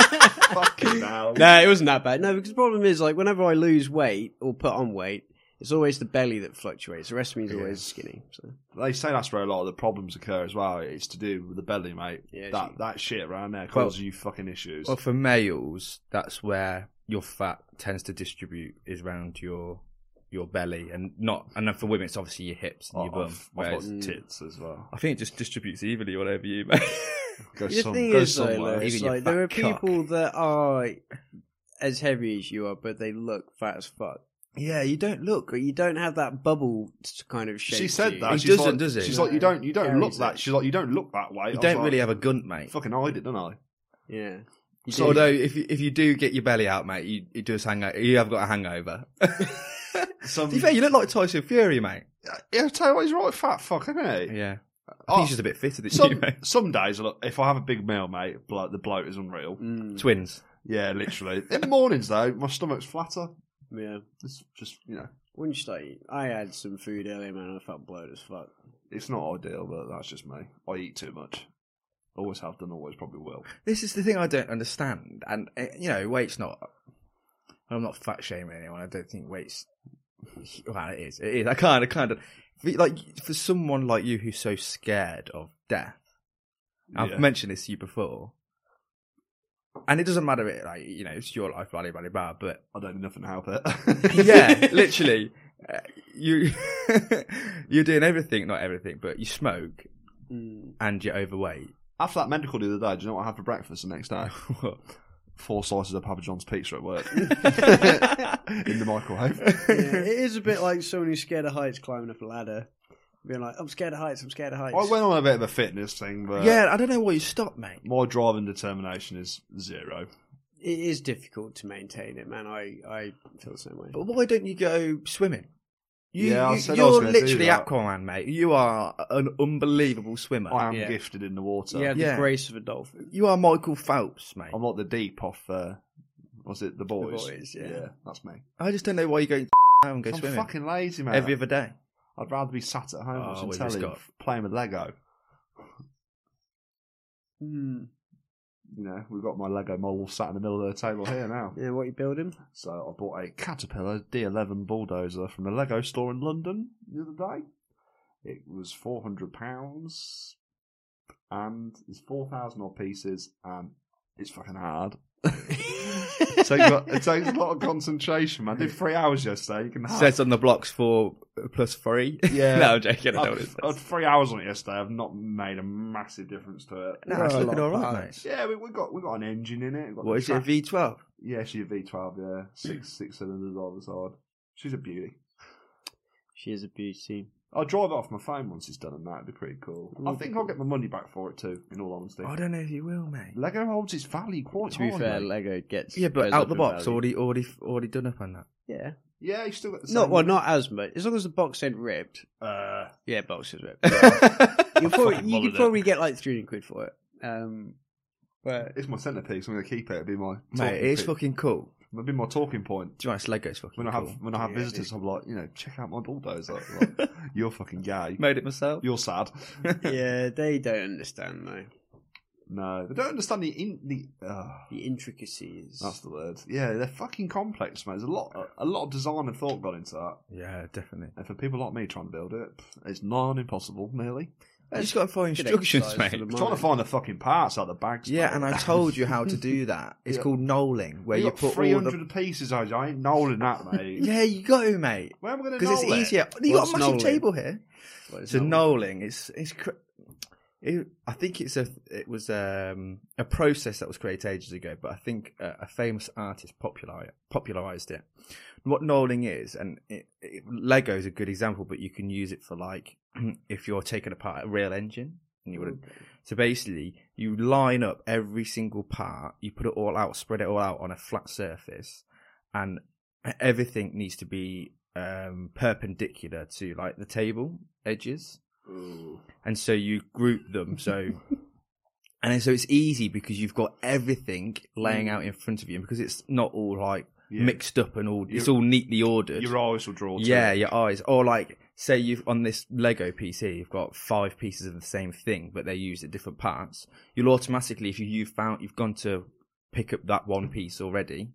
Speaker 2: hell.
Speaker 1: no, it wasn't that bad. No, because the problem is like whenever I lose weight or put on weight, it's always the belly that fluctuates. The rest of me is always skinny. So
Speaker 2: They say that's where a lot of the problems occur as well. It's to do with the belly, mate.
Speaker 1: Yeah,
Speaker 2: that that shit around there causes you fucking issues.
Speaker 3: Well, for males, that's where your fat tends to distribute is around your your belly, and not. And then for women, it's obviously your hips and
Speaker 2: Oh,
Speaker 3: your bum.
Speaker 2: I've, I've
Speaker 3: whereas-
Speaker 2: got tits as well.
Speaker 3: I think it just distributes evenly all over you, <laughs> mate.
Speaker 2: Go
Speaker 1: the
Speaker 2: some,
Speaker 1: thing
Speaker 2: go
Speaker 1: is though,
Speaker 2: somewhere.
Speaker 1: like, it's
Speaker 3: Even your
Speaker 1: like, there are
Speaker 3: fat cock.
Speaker 1: people that are as heavy as you are, but they look fat as fuck.
Speaker 3: yeah, you don't look.
Speaker 1: But you don't have that bubble kind of shape.
Speaker 2: she
Speaker 1: to
Speaker 2: said
Speaker 1: you.
Speaker 2: that.
Speaker 3: It
Speaker 2: she's
Speaker 3: doesn't,
Speaker 2: like,
Speaker 3: does it?
Speaker 2: She's
Speaker 1: No.
Speaker 2: like, you don't, you don't look
Speaker 1: Carries
Speaker 2: that.
Speaker 1: it.
Speaker 2: She's like, you don't look that way. I
Speaker 3: You
Speaker 2: was
Speaker 3: don't
Speaker 2: like,
Speaker 3: really have a gunt, mate.
Speaker 2: Fucking hide it, don't I?
Speaker 1: Yeah. You
Speaker 3: So,
Speaker 1: do.
Speaker 3: although if you, if you do get your belly out, mate, you, it does hang. o- You have got a hangover. <laughs>
Speaker 2: Some,
Speaker 3: to be fair, you look like Tyson Fury, mate.
Speaker 2: yeah, I tell you what, he's a right fat fuck, isn't he?
Speaker 3: Yeah, I
Speaker 2: Oh,
Speaker 3: think he's just a bit fitter than <laughs> you,
Speaker 2: some,
Speaker 3: mate.
Speaker 2: some days, I look, if I have a big meal, mate, blo- the bloat is unreal.
Speaker 1: Mm,
Speaker 3: Twins.
Speaker 2: Yeah, literally. In the mornings, though, my stomach's flatter.
Speaker 1: yeah.
Speaker 2: It's just, you know,
Speaker 1: When you start eating, I had some food earlier, man. and I felt bloated as fuck.
Speaker 2: it's not ideal, but that's just me. I eat too much. Always have done, always probably will.
Speaker 3: This is the thing I don't understand, and eh, you know, weight's not. I'm not fat shaming anyone. I don't think weight's. Well, it is. It is. I kind of, kind of, like for someone like you who's so scared of death. I've
Speaker 2: Yeah.
Speaker 3: mentioned this to you before, and it doesn't matter. It like you know, it's your life, blah blah blah, blah but
Speaker 2: I don't do nothing to help it.
Speaker 3: <laughs> yeah, literally. Uh, you <laughs> you're doing everything, not everything, but you smoke
Speaker 1: Mm.
Speaker 3: and you're overweight.
Speaker 2: <laughs> After that medical the other day, do you know what I had for breakfast the next
Speaker 3: <laughs>
Speaker 2: day? Four slices of Papa John's pizza at work in the microwave.
Speaker 1: Yeah, it is a
Speaker 3: <laughs>
Speaker 1: bit like someone who's scared of heights climbing up a ladder, being like, "I'm scared of heights. I'm scared of heights."
Speaker 2: I went on a bit of a fitness thing, but
Speaker 3: yeah, I don't know why you stopped, mate.
Speaker 2: my driving determination is zero.
Speaker 1: It is difficult to maintain it, man. I I feel the same way.
Speaker 3: But why don't you go swimming? You,
Speaker 2: Yeah, I
Speaker 3: you,
Speaker 2: said I
Speaker 3: you're
Speaker 2: was gonna do
Speaker 3: literally
Speaker 2: that.
Speaker 3: Aquaman, mate. You are an unbelievable swimmer.
Speaker 2: I am
Speaker 1: Yeah.
Speaker 2: gifted in the water.
Speaker 1: you have
Speaker 3: yeah.
Speaker 1: the grace of a dolphin.
Speaker 3: You are Michael Phelps, mate.
Speaker 2: I'm like the deep off, uh, was it The Boys?
Speaker 1: Boys, yeah.
Speaker 2: that's me.
Speaker 3: I just don't know why you go to town and <laughs> go
Speaker 2: I'm
Speaker 3: swimming
Speaker 2: fucking lazy, man.
Speaker 3: every other day.
Speaker 2: I'd rather be sat at home
Speaker 3: Oh,
Speaker 2: watching
Speaker 3: well,
Speaker 2: telly,
Speaker 3: you've got-
Speaker 2: playing with Lego.
Speaker 3: Hmm.
Speaker 1: Mm.
Speaker 2: You know, we've got my Lego model sat in the middle of the table here
Speaker 3: <laughs>
Speaker 2: now.
Speaker 1: Yeah, what you building?
Speaker 2: So I bought a Caterpillar D11 bulldozer from the Lego store in London the other day. It was four hundred pounds, and it's four thousand odd pieces, and it's fucking hard. <laughs> it, takes a lot, it takes a lot of concentration, man. I did three hours yesterday. You can have
Speaker 3: Says on the blocks for plus three.
Speaker 2: Ah.
Speaker 3: <laughs>
Speaker 2: Yeah.
Speaker 3: no, I'm joking. I don't know
Speaker 2: I've,
Speaker 3: what it says.
Speaker 2: I've three hours on it yesterday. I've not made a massive difference to it.
Speaker 3: No, it's
Speaker 1: Well,
Speaker 3: looking
Speaker 1: a
Speaker 3: all
Speaker 1: lot of
Speaker 3: right, mate.
Speaker 1: parts.
Speaker 2: Yeah, we, we got we got an engine in it. We've Got
Speaker 3: What
Speaker 2: the
Speaker 3: is it?
Speaker 2: track-
Speaker 3: V twelve.
Speaker 2: Yeah, she's a V12.
Speaker 3: <clears throat>
Speaker 2: Yeah, six six cylinders on the side. She's a beauty.
Speaker 1: She is a beauty.
Speaker 2: I'll drive it off my phone once it's done, and that'd be pretty cool. I
Speaker 1: Ooh.
Speaker 2: think I'll get my money back for it too. In all honesty,
Speaker 3: I don't know if you will, mate.
Speaker 2: Lego holds its value quite
Speaker 1: To be
Speaker 2: high,
Speaker 1: fair,
Speaker 2: mate.
Speaker 1: Lego gets
Speaker 3: Yeah, but
Speaker 1: goes
Speaker 3: out
Speaker 1: up
Speaker 3: the
Speaker 1: in
Speaker 3: box,
Speaker 1: value.
Speaker 3: already, already, already done up on that.
Speaker 1: Yeah,
Speaker 2: Yeah, you still got the same.
Speaker 1: Not well, not as much. As long as the box said ripped.
Speaker 2: Uh,
Speaker 1: Yeah, box is
Speaker 3: <laughs>
Speaker 1: ripped.
Speaker 3: yeah,
Speaker 1: You'll probably, you
Speaker 4: mullered
Speaker 1: could
Speaker 4: it.
Speaker 1: probably get like 300 quid for it. Um, but
Speaker 2: it's my centerpiece. I'm going to keep it. It'll be my
Speaker 3: mate, it's
Speaker 2: talking
Speaker 3: fucking cool.
Speaker 2: pi- It'll be my talking point.
Speaker 3: Do you want Lego? It's fucking
Speaker 2: When I
Speaker 3: cool.
Speaker 2: have when I have
Speaker 1: Yeah,
Speaker 2: visitors, I'm like, you know, check out my
Speaker 3: <laughs>
Speaker 2: bulldozer. Like, you're fucking gay.
Speaker 3: made it myself.
Speaker 2: You're sad.
Speaker 3: <laughs>
Speaker 1: yeah, they don't understand though
Speaker 2: No, they don't understand the in, the. Uh,
Speaker 1: the intricacies.
Speaker 2: that's the word. Yeah, they're fucking complex, mate. There's a lot a lot of design and thought gone into that.
Speaker 3: Yeah, definitely.
Speaker 2: And for people like me trying to build it, pff, it's non impossible, nearly.
Speaker 3: You just got to follow
Speaker 1: Good
Speaker 3: instructions,
Speaker 1: exercise
Speaker 3: mate.
Speaker 1: for the
Speaker 2: I'm trying to
Speaker 1: mind.
Speaker 2: find the fucking parts out of the bags.
Speaker 3: Yeah,
Speaker 2: mate. <laughs>
Speaker 3: and I told you how to do that. It's
Speaker 2: Yeah.
Speaker 3: called knolling, where
Speaker 2: you,
Speaker 3: you,
Speaker 2: got
Speaker 3: put all
Speaker 2: 300
Speaker 3: the.
Speaker 2: pieces, I I ain't knowing that,
Speaker 3: <laughs>
Speaker 2: mate.
Speaker 3: Yeah, you got to, mate,
Speaker 2: Where am I going to know
Speaker 3: because it's easier. You
Speaker 1: What's
Speaker 3: got a massive
Speaker 1: knolling?
Speaker 3: table here.
Speaker 1: What is
Speaker 3: So
Speaker 1: that?
Speaker 3: knolling, it's it's. Cr- it, I think it's a it was um, a process that was created ages ago, but I think uh, a famous artist popularized popularized it. What knolling is, and it, it, Lego is a good example, but you can use it for like <clears throat> if you're taking apart a real engine and you would so basically, you line up every single part, you put it all out, spread it all out on a flat surface, and everything needs to be um, perpendicular to like the table edges. And so you group them. So, and so it's easy because you've got everything laying out in front of you because it's not all like
Speaker 2: Yeah.
Speaker 3: mixed up and all, it's
Speaker 2: Your-
Speaker 3: all neatly ordered.
Speaker 2: Your eyes will draw to
Speaker 3: Yeah,
Speaker 2: it.
Speaker 3: your eyes. Or like, say you've on this Lego PC, you've got five pieces of the same thing, but they're used at different parts. You'll automatically, if you, you've found you've gone to pick up that one piece already,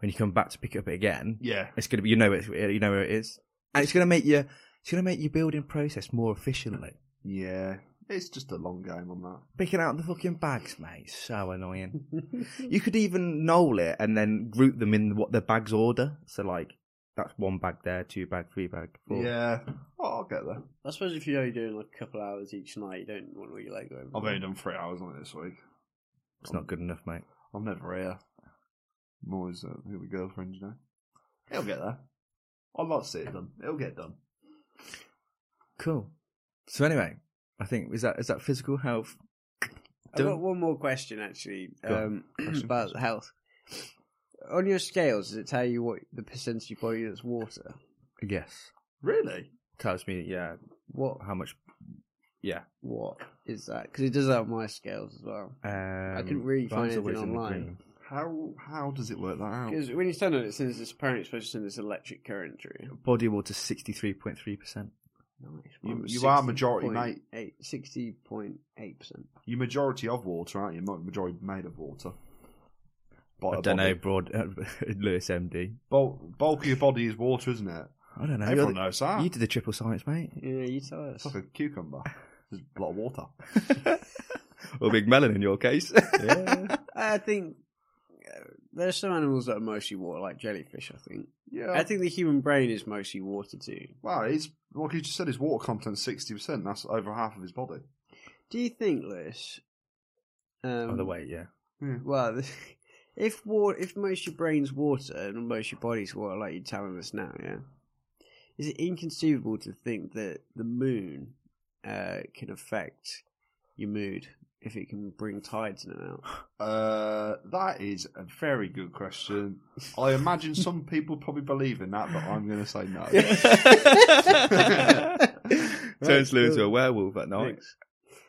Speaker 3: when you come back to pick up it again,
Speaker 2: Yeah.
Speaker 3: it's gonna be you know it, you know where it is, and it's gonna make your it's gonna make your building process more efficiently.
Speaker 2: Yeah. It's just a long game on that.
Speaker 3: Picking out the fucking bags, mate, is
Speaker 2: <laughs>
Speaker 3: so annoying. you could even knoll it and then group them in what the bags order. So like, that's one bag there, two bag, three bag, four.
Speaker 2: Yeah. Oh, I'll get there.
Speaker 1: I suppose if you're only doing like a couple hours each night, you don't want all your Lego. everywhere.
Speaker 2: I've only done three hours on it this week.
Speaker 3: It's not good enough, mate.
Speaker 2: I'm never here. I'm always uh, with my girlfriend, you know. It'll get there. I'd like to see it done. It'll get done.
Speaker 3: Cool. So anyway, I think is that is that physical health?
Speaker 1: I've got
Speaker 3: Don't-
Speaker 1: one more question actually
Speaker 3: Go on.
Speaker 1: um, <clears throat>
Speaker 2: Question.
Speaker 1: about health. On your scales, does it tell you what the percentage of body that's water?
Speaker 3: Yes.
Speaker 2: Really?
Speaker 3: Tells me, yeah,
Speaker 1: What
Speaker 3: how much?
Speaker 1: what is that? Because it does that on my scales as well.
Speaker 3: Um, I
Speaker 1: couldn't really find anything online.
Speaker 2: How how does it work that out?
Speaker 1: Because when you stand on it, it says it's apparently supposed to send this electric current through.
Speaker 3: Body water sixty three point three percent.
Speaker 1: Nice.
Speaker 2: You-
Speaker 1: Mine was
Speaker 2: you are majority, mate.
Speaker 1: 60.8%.
Speaker 2: You're majority of water, aren't you? Not majority made of water. By
Speaker 3: I
Speaker 2: a
Speaker 3: don't know,
Speaker 2: body.
Speaker 3: broad uh, <laughs> Lewis MD.
Speaker 2: Bulk, bulk of your body is water, isn't it?
Speaker 3: I don't know. You're
Speaker 2: Everyone
Speaker 3: the- Ah.
Speaker 2: knows that.
Speaker 3: You did the triple science, mate,
Speaker 1: Yeah, you tell us.
Speaker 2: It's like a cucumber. There's a lot of water.
Speaker 3: <laughs> or big melon in your case. <laughs>
Speaker 1: Yeah. <laughs> I think uh, there's some animals that are mostly water, like jellyfish, I think.
Speaker 2: Yeah.
Speaker 1: I think the human brain is mostly water too.
Speaker 2: Wow, he's like you just said, his water content sixty percent. That's over half of his body.
Speaker 1: Do you think, Lewis? Um, hmm,
Speaker 3: By the way, <laughs> yeah.
Speaker 1: Well, <laughs> if water, if most of your brain's water and most of your body's water, like you're telling us now, yeah, is it inconceivable to think that the moon uh, can affect your mood if it can bring tides in and out?
Speaker 2: Uh, that is a very good question. I
Speaker 1: <laughs>
Speaker 2: imagine some people probably believe in that, but I'm going to say no.
Speaker 3: Turns Lewis into a werewolf at night.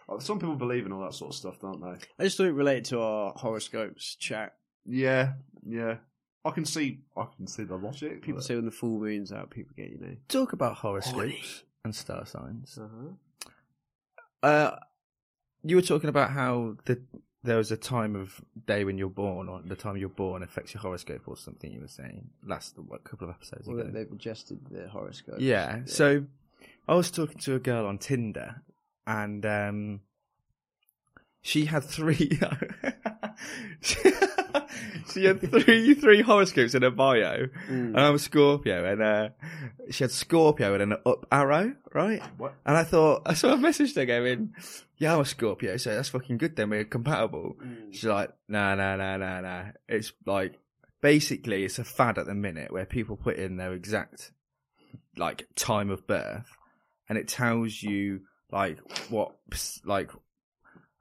Speaker 2: Uh, Some people believe in all that sort of stuff, don't they?
Speaker 1: I just thought it related to our horoscopes chat.
Speaker 2: Yeah, yeah. I can see, I can see the logic.
Speaker 1: People say when the full moon's out, people get you know.
Speaker 3: Talk about horoscopes and star signs.
Speaker 1: Uh-huh.
Speaker 3: Uh, you were talking about how the there was a time of day when you're born, or the time you're born affects your horoscope, or something. You were saying last what, couple of episodes
Speaker 1: Well,
Speaker 3: ago.
Speaker 1: they've adjusted the horoscope.
Speaker 3: yeah. So I was talking to a girl on Tinder, and um, she had three. <laughs> she had three three horoscopes in her bio, and I'm a Scorpio, and uh, she had Scorpio and an up arrow, right?
Speaker 2: What?
Speaker 3: And I thought, so I messaged her going, yeah, I'm a Scorpio, so that's fucking good then, we're compatible.
Speaker 1: Mm.
Speaker 3: She's like, nah, nah, nah, nah, nah. It's like, basically, it's a fad at the minute where people put in their exact, like, time of birth, and it tells you, like, what, like,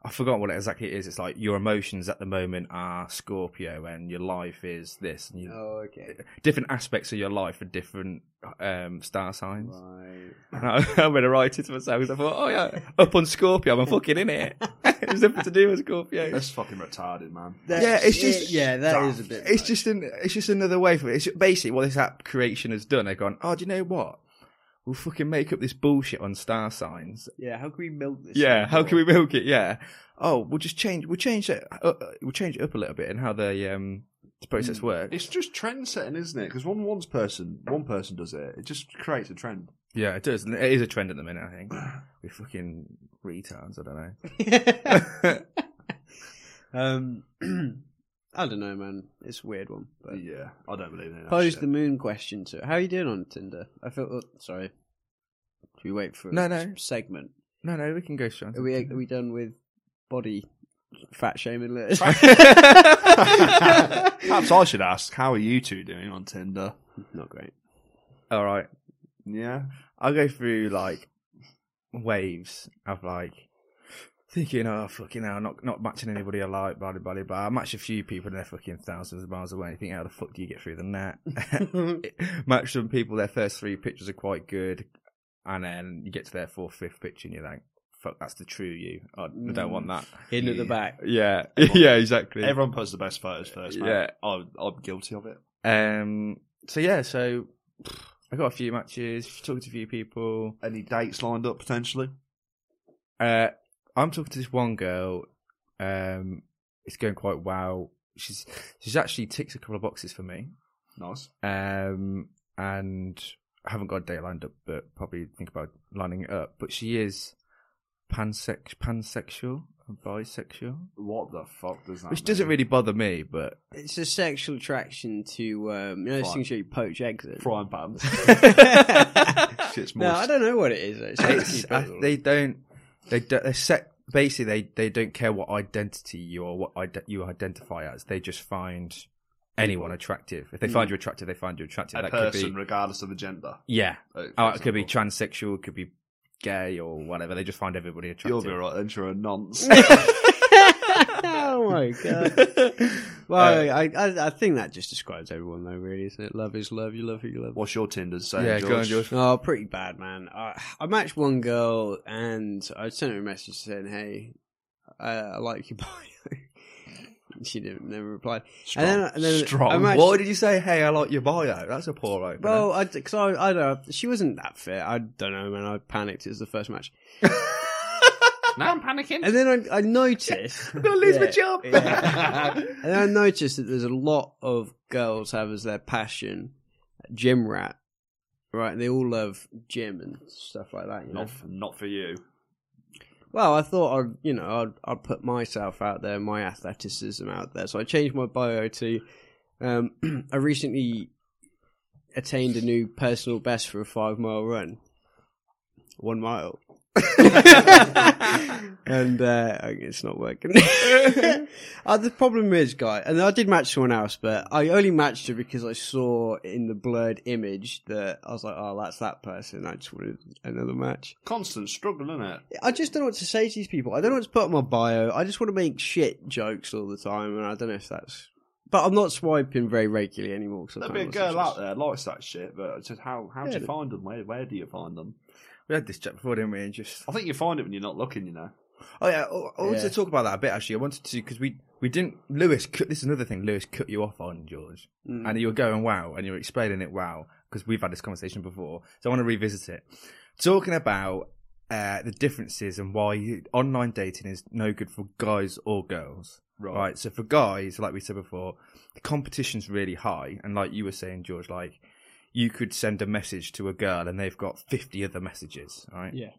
Speaker 3: I forgot what it exactly is. It's like your emotions at the moment are Scorpio, and your life is this, and you,
Speaker 1: Oh, okay.
Speaker 3: different aspects of your life are different um, star signs.
Speaker 1: Right.
Speaker 3: And I, <laughs> I'm gonna write it to myself because I thought, oh yeah, up on Scorpio, I'm fucking in it. <laughs> There's nothing to do with Scorpio.
Speaker 2: That's fucking retarded, man.
Speaker 3: Yeah, it's just-
Speaker 1: yeah, that is a bit.
Speaker 3: It's just an, it's just another way for it. It's basically what this app creation has done. They've gone, oh, do you know what? We'll fucking make up this bullshit on star signs.
Speaker 1: yeah. How can we milk this?
Speaker 3: Yeah, how can we milk it? Yeah. Oh, we'll just change. We'll change it. Uh, uh, we'll change it up a little bit in how the um the process
Speaker 1: Hmm.
Speaker 3: works.
Speaker 2: It's just trend setting, isn't it? Because one one's person, one person does it. It just creates a trend.
Speaker 3: Yeah, it does. and It is a trend at the minute. I <clears throat> think we fucking retards. I don't know.
Speaker 1: <laughs> um, <clears throat> I don't know, man. It's a weird one. But
Speaker 2: yeah, I don't believe in it.
Speaker 1: pose the <laughs> moon question to. How are you doing on Tinder? I feel. Oh, sorry. Should we wait for a
Speaker 3: No, no.
Speaker 1: s- segment?
Speaker 3: No, no, we can go straight. on to-
Speaker 1: Are we are we done with body fat shaming? Liz?
Speaker 2: <laughs>
Speaker 1: <laughs>
Speaker 2: Perhaps I should ask, how are you two doing on Tinder?
Speaker 1: Not great.
Speaker 3: All right.
Speaker 2: Yeah,
Speaker 3: I'll go through like waves of like thinking, oh fucking hell, not not matching anybody I like, blah blah blah. blah. I match a few people and they're fucking thousands of miles away. And you think, how the fuck do you get through the net? <laughs> match some people, their first three pictures are quite good, and then you get to their fourth, fifth picture and you're like, fuck, that's the true you. I don't want that.
Speaker 1: Hidden at the back.
Speaker 3: Mm. <laughs> Yeah, yeah, exactly.
Speaker 2: everyone posts the best photos first. Man.
Speaker 3: Yeah.
Speaker 2: I'm, I'm guilty of it.
Speaker 3: Um. So yeah, so <sighs> I got a few matches, talked to a few people.
Speaker 2: Any dates lined up potentially?
Speaker 3: Uh, I'm talking to this one girl. Um, it's going quite well. She's she's actually ticks a couple of boxes for me.
Speaker 2: Nice.
Speaker 3: Um, and I haven't got a date lined up, but probably think about lining it up. But she is pansex pansexual and bisexual,
Speaker 2: What the fuck does that?
Speaker 3: which doesn't
Speaker 2: mean?
Speaker 3: really bother me. But
Speaker 1: It's a sexual attraction to um, you know those
Speaker 2: Fine.
Speaker 1: things where you poach eggs in. <laughs>
Speaker 2: frying <laughs> pans. Shit's
Speaker 1: no, I
Speaker 2: moist.
Speaker 1: don't know what it is. Though. It's
Speaker 3: it's,
Speaker 1: sexy,
Speaker 3: I,
Speaker 1: but- <laughs>
Speaker 3: they don't they don't they're set. Basically, they, they don't care what identity you or what ide- you identify as. They just find anyone attractive. If they find you attractive, they find you attractive.
Speaker 2: Hmm. a
Speaker 3: that
Speaker 2: person,
Speaker 3: could be
Speaker 2: regardless of the gender.
Speaker 3: yeah,
Speaker 2: Uh,
Speaker 3: Oh,
Speaker 2: for
Speaker 3: it could be
Speaker 2: example.
Speaker 3: transsexual, it could be gay or whatever. They just find everybody
Speaker 2: You'll
Speaker 3: attractive.
Speaker 2: be alright then, you're
Speaker 1: <laughs>
Speaker 2: a <laughs> nonce.
Speaker 1: oh
Speaker 2: <laughs>
Speaker 1: my god!
Speaker 2: Uh,
Speaker 1: Well, I, I I think that just describes everyone, though. Really, isn't it? Love is love. You love who you love.
Speaker 2: What's your Tinder saying,
Speaker 3: Yeah,
Speaker 2: George?
Speaker 3: go on, George.
Speaker 1: Oh, pretty bad, man. I, I matched one girl and I sent her a message saying, "Hey, I, I like your bio." <laughs> she didn't never replied.
Speaker 2: Strong.
Speaker 1: And then, and then
Speaker 2: Strong.
Speaker 1: I matched-
Speaker 3: Why did you say, hey, I like your bio? That's a poor opener.
Speaker 1: Well, I because I, I don't. know, She wasn't that fit. I don't know, man. I panicked. It was the first match,
Speaker 2: <laughs> Now I'm panicking.
Speaker 1: and then I, I
Speaker 3: <laughs>
Speaker 1: noticed. I'm
Speaker 3: gonna lose my job.
Speaker 1: and then I noticed that there's a lot of girls have as their passion gym rat, right? And they all love gym and stuff like that. You know?
Speaker 2: <laughs> Not, for, not for you.
Speaker 1: Well, I thought I'd, you know, I'd, I'd put myself out there, my athleticism out there. So I changed my bio to, um, <clears throat> I recently attained a new personal best for a five mile run, one mile. and uh, it's not working. <laughs> uh, the problem is, guy, and I did match someone else, but I only matched her because I saw in the blurred image that I was like, oh, that's that person. I just wanted another match.
Speaker 2: Constant struggle, isn't it?
Speaker 1: I just don't know what to say to these people. I don't know what to put on my bio. I just want to make shit jokes all the time, and I don't know if that's. But I'm not swiping very regularly anymore. Cause I
Speaker 2: There'll
Speaker 1: can't
Speaker 2: be a
Speaker 1: be honest,
Speaker 2: girl
Speaker 1: I
Speaker 2: out
Speaker 1: just-
Speaker 2: there likes that shit, but it's just how how do
Speaker 1: Yeah.
Speaker 2: you find them? Where where do you find them?
Speaker 3: we had this chat before, didn't we? And just
Speaker 2: I think you find it when you're not looking, you know.
Speaker 3: Oh yeah, I I wanted
Speaker 1: Yeah.
Speaker 3: to talk about that a bit actually. I wanted to because we we didn't. Lewis, cut, this is another thing. Lewis cut you off on George,
Speaker 1: Mm.
Speaker 3: and you were going wow, and you were explaining it wow because we've had this conversation before. So I want to revisit it, talking about uh, the differences and why you- online dating is no good for guys or girls.
Speaker 2: Right.
Speaker 3: Right. So for guys, like we said before, the competition's really high, and like you were saying, George, like you could send a message to a girl and they've got fifty other messages. Right.
Speaker 1: Yeah.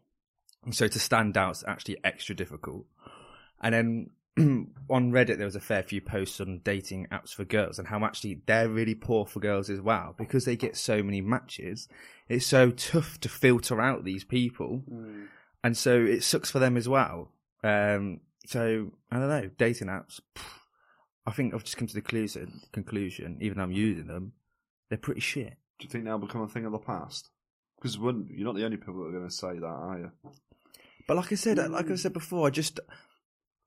Speaker 3: So to stand out's actually extra difficult. And then <clears throat> on Reddit, there was a fair few posts on dating apps for girls and how actually they're really poor for girls as well because they get so many matches. It's so tough to filter out these people,
Speaker 1: Mm.
Speaker 3: and so it sucks for them as well. Um, so I don't know dating apps. pff, I think I've just come to the clues- conclusion, even though I'm using them, they're pretty shit.
Speaker 2: Do you think that'll become a thing of the past? Because when you're not the only people that are going to say that, are you?
Speaker 3: uh,
Speaker 1: Mm.
Speaker 3: But like I said, like I said before, I just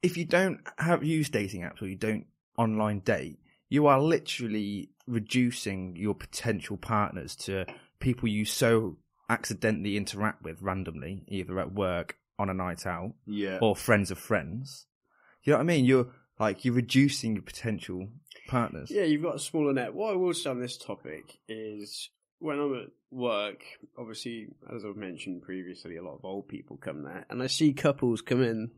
Speaker 3: if you don't have use dating apps or you don't online date, you are literally reducing your potential partners to people you so accidentally interact with randomly, either at work, on a night out,
Speaker 2: Yeah.
Speaker 3: or friends of friends. You know what I mean? You're like you're reducing your potential partners.
Speaker 1: Yeah, you've got a smaller net. What I will say on this topic is when I'm at work, obviously, as I've mentioned previously, a lot of old people come there, and I see couples come in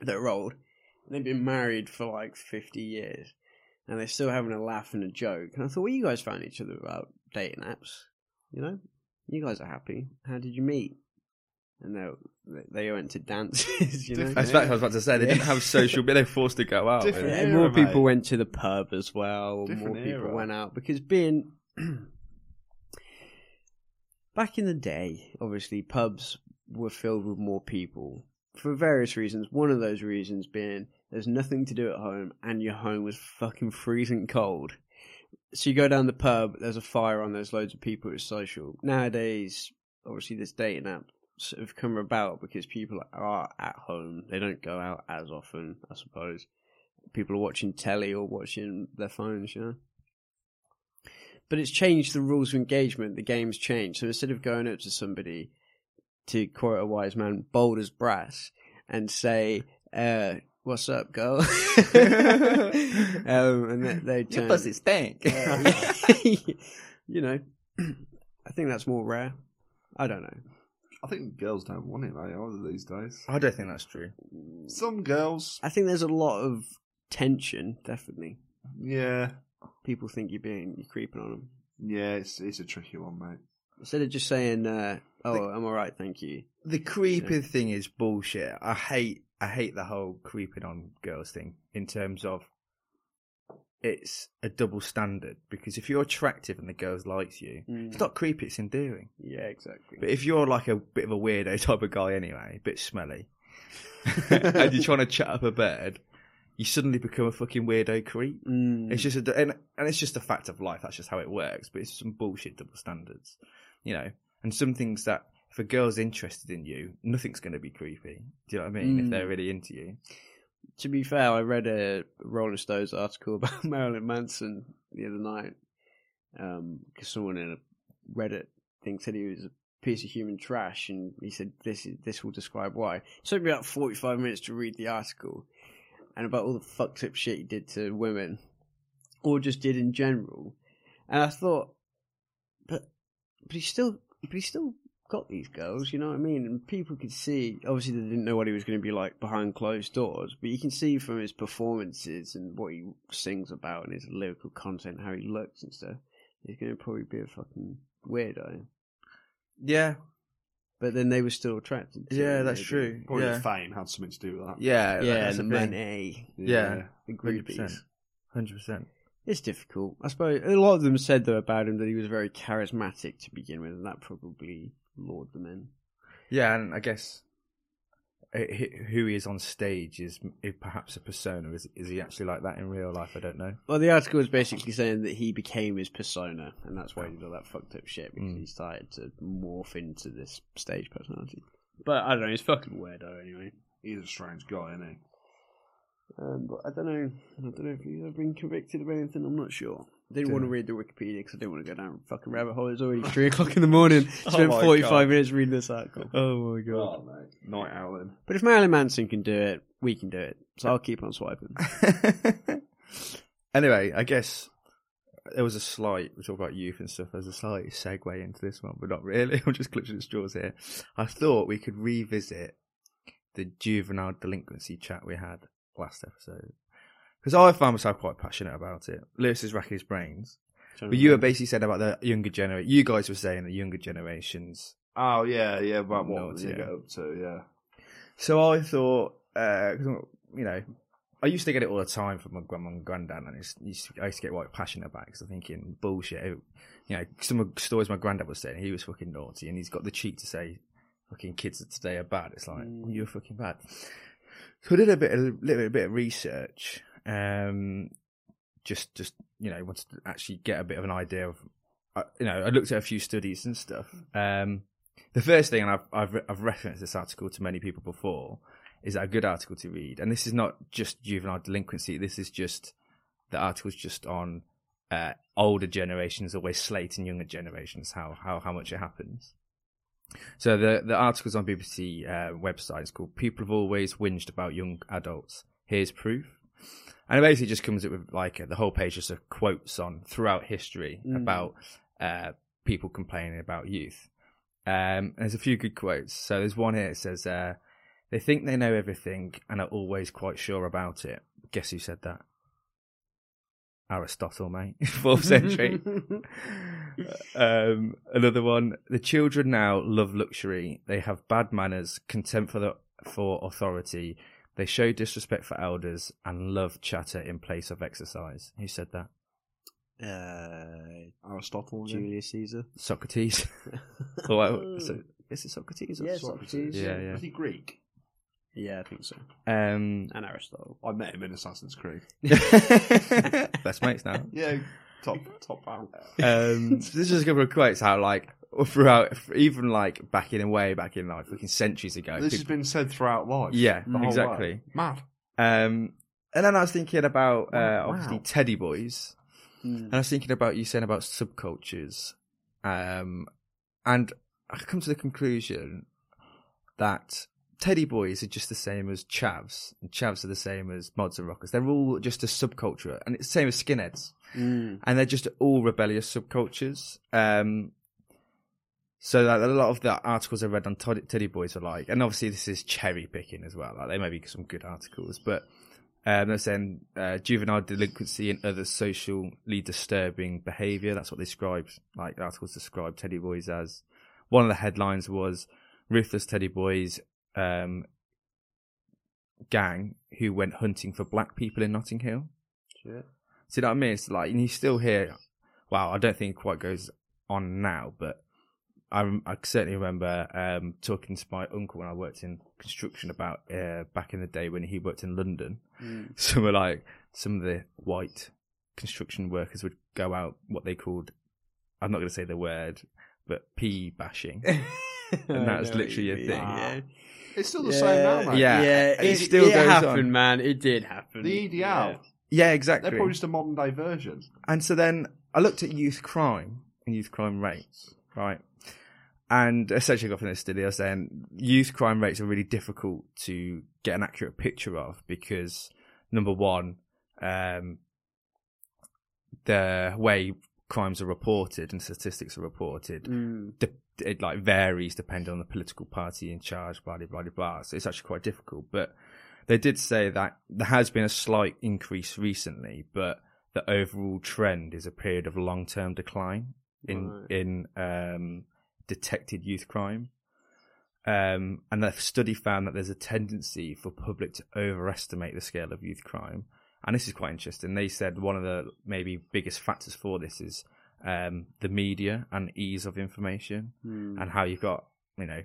Speaker 1: that are old, and they've been married for like 50 years, and they're still having a laugh and a joke. And I thought, well, you guys found each other about dating apps, you know? You guys are happy. How did you meet? And they they went to <laughs> dances, you know.
Speaker 2: Different
Speaker 4: That's what I was about to say. They didn't
Speaker 1: Yeah.
Speaker 4: have social media. They were forced to go out.
Speaker 2: Different.
Speaker 1: Yeah,
Speaker 2: era,
Speaker 1: more people
Speaker 2: mate.
Speaker 1: went to the pub as well. more
Speaker 2: Different
Speaker 1: people
Speaker 2: era.
Speaker 1: went out because being <clears throat> back in the day, obviously pubs were filled with more people for various reasons. One of those reasons being there's nothing to do at home, and your home was fucking freezing cold. So you go down the pub, there's a fire on, there's loads of people, it's social. Nowadays, obviously, this dating app sort of come about because people are at home, they don't go out as often, I suppose people are watching telly or watching their phones, you know. But it's changed the rules of engagement. The game's changed. So instead of going up to somebody, to quote a wise man, bold as brass, and say, uh, "What's up, girl?" <laughs> um, and they, they turn, <laughs>
Speaker 3: stank.
Speaker 1: you know, <clears throat> I think that's more rare. I don't know.
Speaker 2: I think girls don't want it, mate, either these days.
Speaker 3: <laughs> I don't think that's true.
Speaker 2: Some girls,
Speaker 1: I think there's a lot of tension. Definitely,
Speaker 2: yeah,
Speaker 1: people think you're being you're creeping on them.
Speaker 2: yeah, it's it's a tricky one, mate.
Speaker 1: Instead of just saying, uh, "Oh, I'm all right, thank you."
Speaker 3: The creeping thing is bullshit. I hate I hate the whole creeping on girls thing in terms of it's a double standard because if you're attractive and the girls likes you,
Speaker 1: Mm.
Speaker 3: it's not creepy, it's endearing.
Speaker 1: Yeah, exactly.
Speaker 3: But if you're like a bit of a weirdo <laughs> type of guy anyway, a bit smelly, <laughs> and you're trying to chat up a bed, you suddenly become a fucking weirdo creep.
Speaker 1: Mm.
Speaker 3: It's just a, and, and it's just a fact of life. That's just how it works. But it's some bullshit double standards, you know. And some things that if a girl's interested in you, nothing's going to be creepy. Do you know what I mean?
Speaker 1: Mm.
Speaker 3: If they're really into you,
Speaker 1: to be fair, I read a Rolling Stones article <laughs> about Marilyn Manson the other night because someone in a Reddit thing said he was a piece of human trash, and he said this is, this will describe why. It took me about forty five minutes to read the article and about all the fucked up shit he did to women or just did in general, and I thought, but but he still but he still got these girls, you know what I mean? And people could see obviously they didn't know what he was going to be like behind closed doors, but you can see from his performances and what he sings about and his lyrical content, how he looks and stuff, he's going to probably be a fucking weirdo.
Speaker 3: yeah,
Speaker 1: But then they were still attracted. To
Speaker 3: yeah,
Speaker 1: him,
Speaker 3: that's
Speaker 1: maybe.
Speaker 3: true.
Speaker 2: Probably
Speaker 3: yeah.
Speaker 2: fame had something to do with that.
Speaker 3: yeah,
Speaker 1: Yeah,
Speaker 3: that's
Speaker 1: the
Speaker 3: a thing.
Speaker 1: money,
Speaker 3: Yeah.
Speaker 1: eh? the
Speaker 3: 100%.
Speaker 1: groupies.
Speaker 3: hundred percent.
Speaker 1: It's difficult, I suppose. A lot of them said though about him that he was very charismatic to begin with, and that probably lured them in.
Speaker 3: Yeah, and I guess uh, wh- who he is on stage is is perhaps a persona. Is is he actually like that in real life? I don't know.
Speaker 1: Well, the article was basically saying that he became his persona, and that's why he did all that fucked up shit because
Speaker 3: Mm.
Speaker 1: he started to morph into this stage personality. But I don't know, he's fucking weirdo anyway.
Speaker 2: He's a strange guy, isn't he?
Speaker 1: Um, but I don't know, I don't know if he's ever been convicted of anything. I'm not sure. I didn't
Speaker 3: Don't
Speaker 1: want to
Speaker 3: know.
Speaker 1: read the Wikipedia because I didn't want to go down a fucking rabbit hole. It's already
Speaker 3: <laughs>
Speaker 1: three o'clock in the morning.
Speaker 3: Oh
Speaker 1: Spent
Speaker 3: my
Speaker 1: 45
Speaker 3: God.
Speaker 1: minutes reading this article.
Speaker 3: Oh my god.
Speaker 2: Oh, mate. Night owl then.
Speaker 1: But if Marilyn Manson can do it, we can do it. So I'll keep on swiping.
Speaker 3: <laughs> anyway, I guess there was a slight. We talk about youth and stuff. There's a slight segue into this one, but not really. <laughs> I'm just clutching at straws here. I thought we could revisit the juvenile delinquency chat we had last episode because I found myself quite passionate about it. Lewis is racking his brains, but you were basically saying about the younger generation. You guys were saying the younger generations
Speaker 2: Oh yeah, yeah. About what
Speaker 3: Nuts,
Speaker 2: did you
Speaker 3: yeah.
Speaker 2: get up to? Yeah.
Speaker 3: So I thought, uh 'cause I'm you know, I used to get it all the time from my grandma and granddad, and it's, used to, I used to get quite passionate about it because I'm thinking, bullshit. it- you know, some of the stories my granddad was saying, he was fucking naughty, and he's got the cheek to say, fucking kids of today are bad. It's like,
Speaker 1: Mm.
Speaker 3: you're fucking bad. So I did a bit, a little bit of research, um, just, just, you know, wanted to actually get a bit of an idea of, uh, you know, I looked at a few studies and stuff. Um, the first thing, and I've, I've, I've referenced this article to many people before, is that a good article to read? And this is not just juvenile delinquency. This is just the article's just on uh, older generations always slating younger generations. How how how much it happens. So the the article's on BBC uh, website. It's called "People Have Always Whinged About Young Adults." Here's proof, and it basically just comes up with like uh, the whole page just of quotes on throughout history about uh, people complaining about youth. Um, and there's a few good quotes. So there's one here. It says, uh, "They think they know everything and are always quite sure about it." Guess who said that? Aristotle, mate, <laughs> fourth century. um, another one. The children now love luxury. They have bad manners, contempt for the, for authority. They show disrespect for elders and love chatter in place of exercise. Who said that?
Speaker 1: <laughs> Uh,
Speaker 2: Aristotle. again?
Speaker 1: Julius Caesar.
Speaker 3: Socrates. <laughs> Or what- so- is it Socrates? Or
Speaker 1: Mm. Yeah,
Speaker 3: Soc-
Speaker 1: Socrates.
Speaker 3: Yeah, yeah.
Speaker 2: Was he Greek?
Speaker 1: Yeah, I think so. <laughs>
Speaker 3: Um, <laughs>
Speaker 1: And Aristotle.
Speaker 2: I met him in Assassin's Creed.
Speaker 3: best mates now.
Speaker 2: Yeah,
Speaker 1: <laughs>
Speaker 2: top top out. <laughs>
Speaker 3: Um, so this is a couple of quotes how like throughout even like back in a way back in like fucking centuries ago.
Speaker 2: This has
Speaker 3: people-
Speaker 2: been said throughout life.
Speaker 3: yeah,
Speaker 2: the whole
Speaker 3: exactly.
Speaker 2: way. Mad.
Speaker 3: Um, and then I was thinking about uh,
Speaker 2: Oh, Wow.
Speaker 3: obviously teddy boys,
Speaker 1: Mm.
Speaker 3: and I was thinking about you saying about subcultures, um, and I come to the conclusion that teddy boys are just the same as chavs, and chavs are the same as mods and rockers. They're all just a subculture, and it's the same as skinheads, <laughs>
Speaker 1: Mm.
Speaker 3: and they're just all rebellious subcultures. Um, so that a lot of the articles I read on Toddy, Teddy Boys are like, and obviously this is cherry picking as well. Like they may be some good articles, but um, they're saying uh, juvenile delinquency and other socially disturbing behaviour. That's what they described. Like the articles describe Teddy Boys as. One of the headlines was ruthless Teddy Boys um, gang who went hunting for black people in Notting Hill.
Speaker 1: Shit.
Speaker 3: See what I mean? It's like, and you still hear, wow, I don't think it quite goes on now, but I, rem- I certainly remember um, talking to my uncle when I worked in construction about uh, back in the day when he worked in London. <laughs> Some of like, some of the white construction workers would go out what they called, I'm not going to say the word, but pee bashing.
Speaker 1: I
Speaker 3: that's
Speaker 1: know what
Speaker 3: literally
Speaker 1: you
Speaker 3: a
Speaker 1: mean,
Speaker 3: thing.
Speaker 1: Yeah.
Speaker 2: It's still the same now, mate.
Speaker 3: Yeah.
Speaker 1: yeah.
Speaker 3: it
Speaker 1: It,
Speaker 3: still
Speaker 1: it
Speaker 3: goes
Speaker 1: happened,
Speaker 3: on.
Speaker 1: man. It did happen.
Speaker 2: The E EDL.
Speaker 1: Yeah.
Speaker 3: <laughs> yeah, exactly.
Speaker 2: They're probably just a modern day version.
Speaker 3: And so then I looked at youth crime and youth crime rates, right? And essentially got from this study, I was saying youth crime rates are really difficult to get an accurate picture of because number one, um, the way crimes are reported and statistics are reported
Speaker 1: Mm.
Speaker 3: de- it like varies depending on the political party in charge, blah, blah, blah, blah, blah. So it's actually quite difficult. But they did say that there has been a slight increase recently, but the overall trend is a period of long term decline in,
Speaker 1: Right.
Speaker 3: in, um, detected youth crime. Um, and the study found that there's a tendency for public to overestimate the scale of youth crime. And this is quite interesting. They said one of the maybe biggest factors for this is um, the media and ease of information
Speaker 1: Mm.
Speaker 3: and how you've got, you know,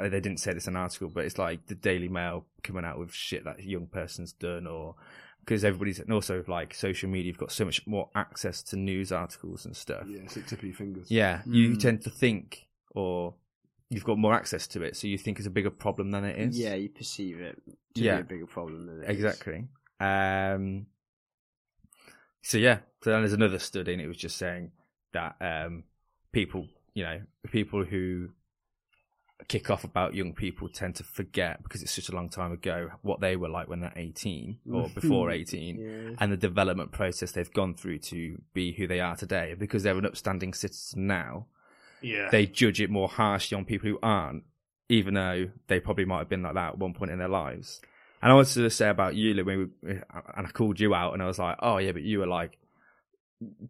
Speaker 3: uh, they didn't say this in an article, but it's like the Daily Mail coming out with shit that a young person's done or because everybody's, and also like social media, you've got so much more access to news articles and stuff.
Speaker 2: Yeah, it's like tip of your fingers.
Speaker 3: Yeah, you
Speaker 1: Mm.
Speaker 3: tend to think or you've got more access to it, so you think it's a bigger problem than it is.
Speaker 1: Yeah, you perceive it to
Speaker 3: Yeah.
Speaker 1: be a bigger problem than it is.
Speaker 3: exactly. Um, so yeah, so then there's another study, and it was just saying that um, people, you know, people who kick off about young people tend to forget because it's such a long time ago what they were like when they're 18 or before 18
Speaker 1: Yeah.
Speaker 3: and the development process they've gone through to be who they are today because they're an upstanding citizen now
Speaker 2: Yeah.
Speaker 3: they judge it more harshly on people who aren't, even though they probably might have been like that at one point in their lives. And I wanted to say about you, Lou, when we, and I called you out, and I was like, oh yeah, but you were like,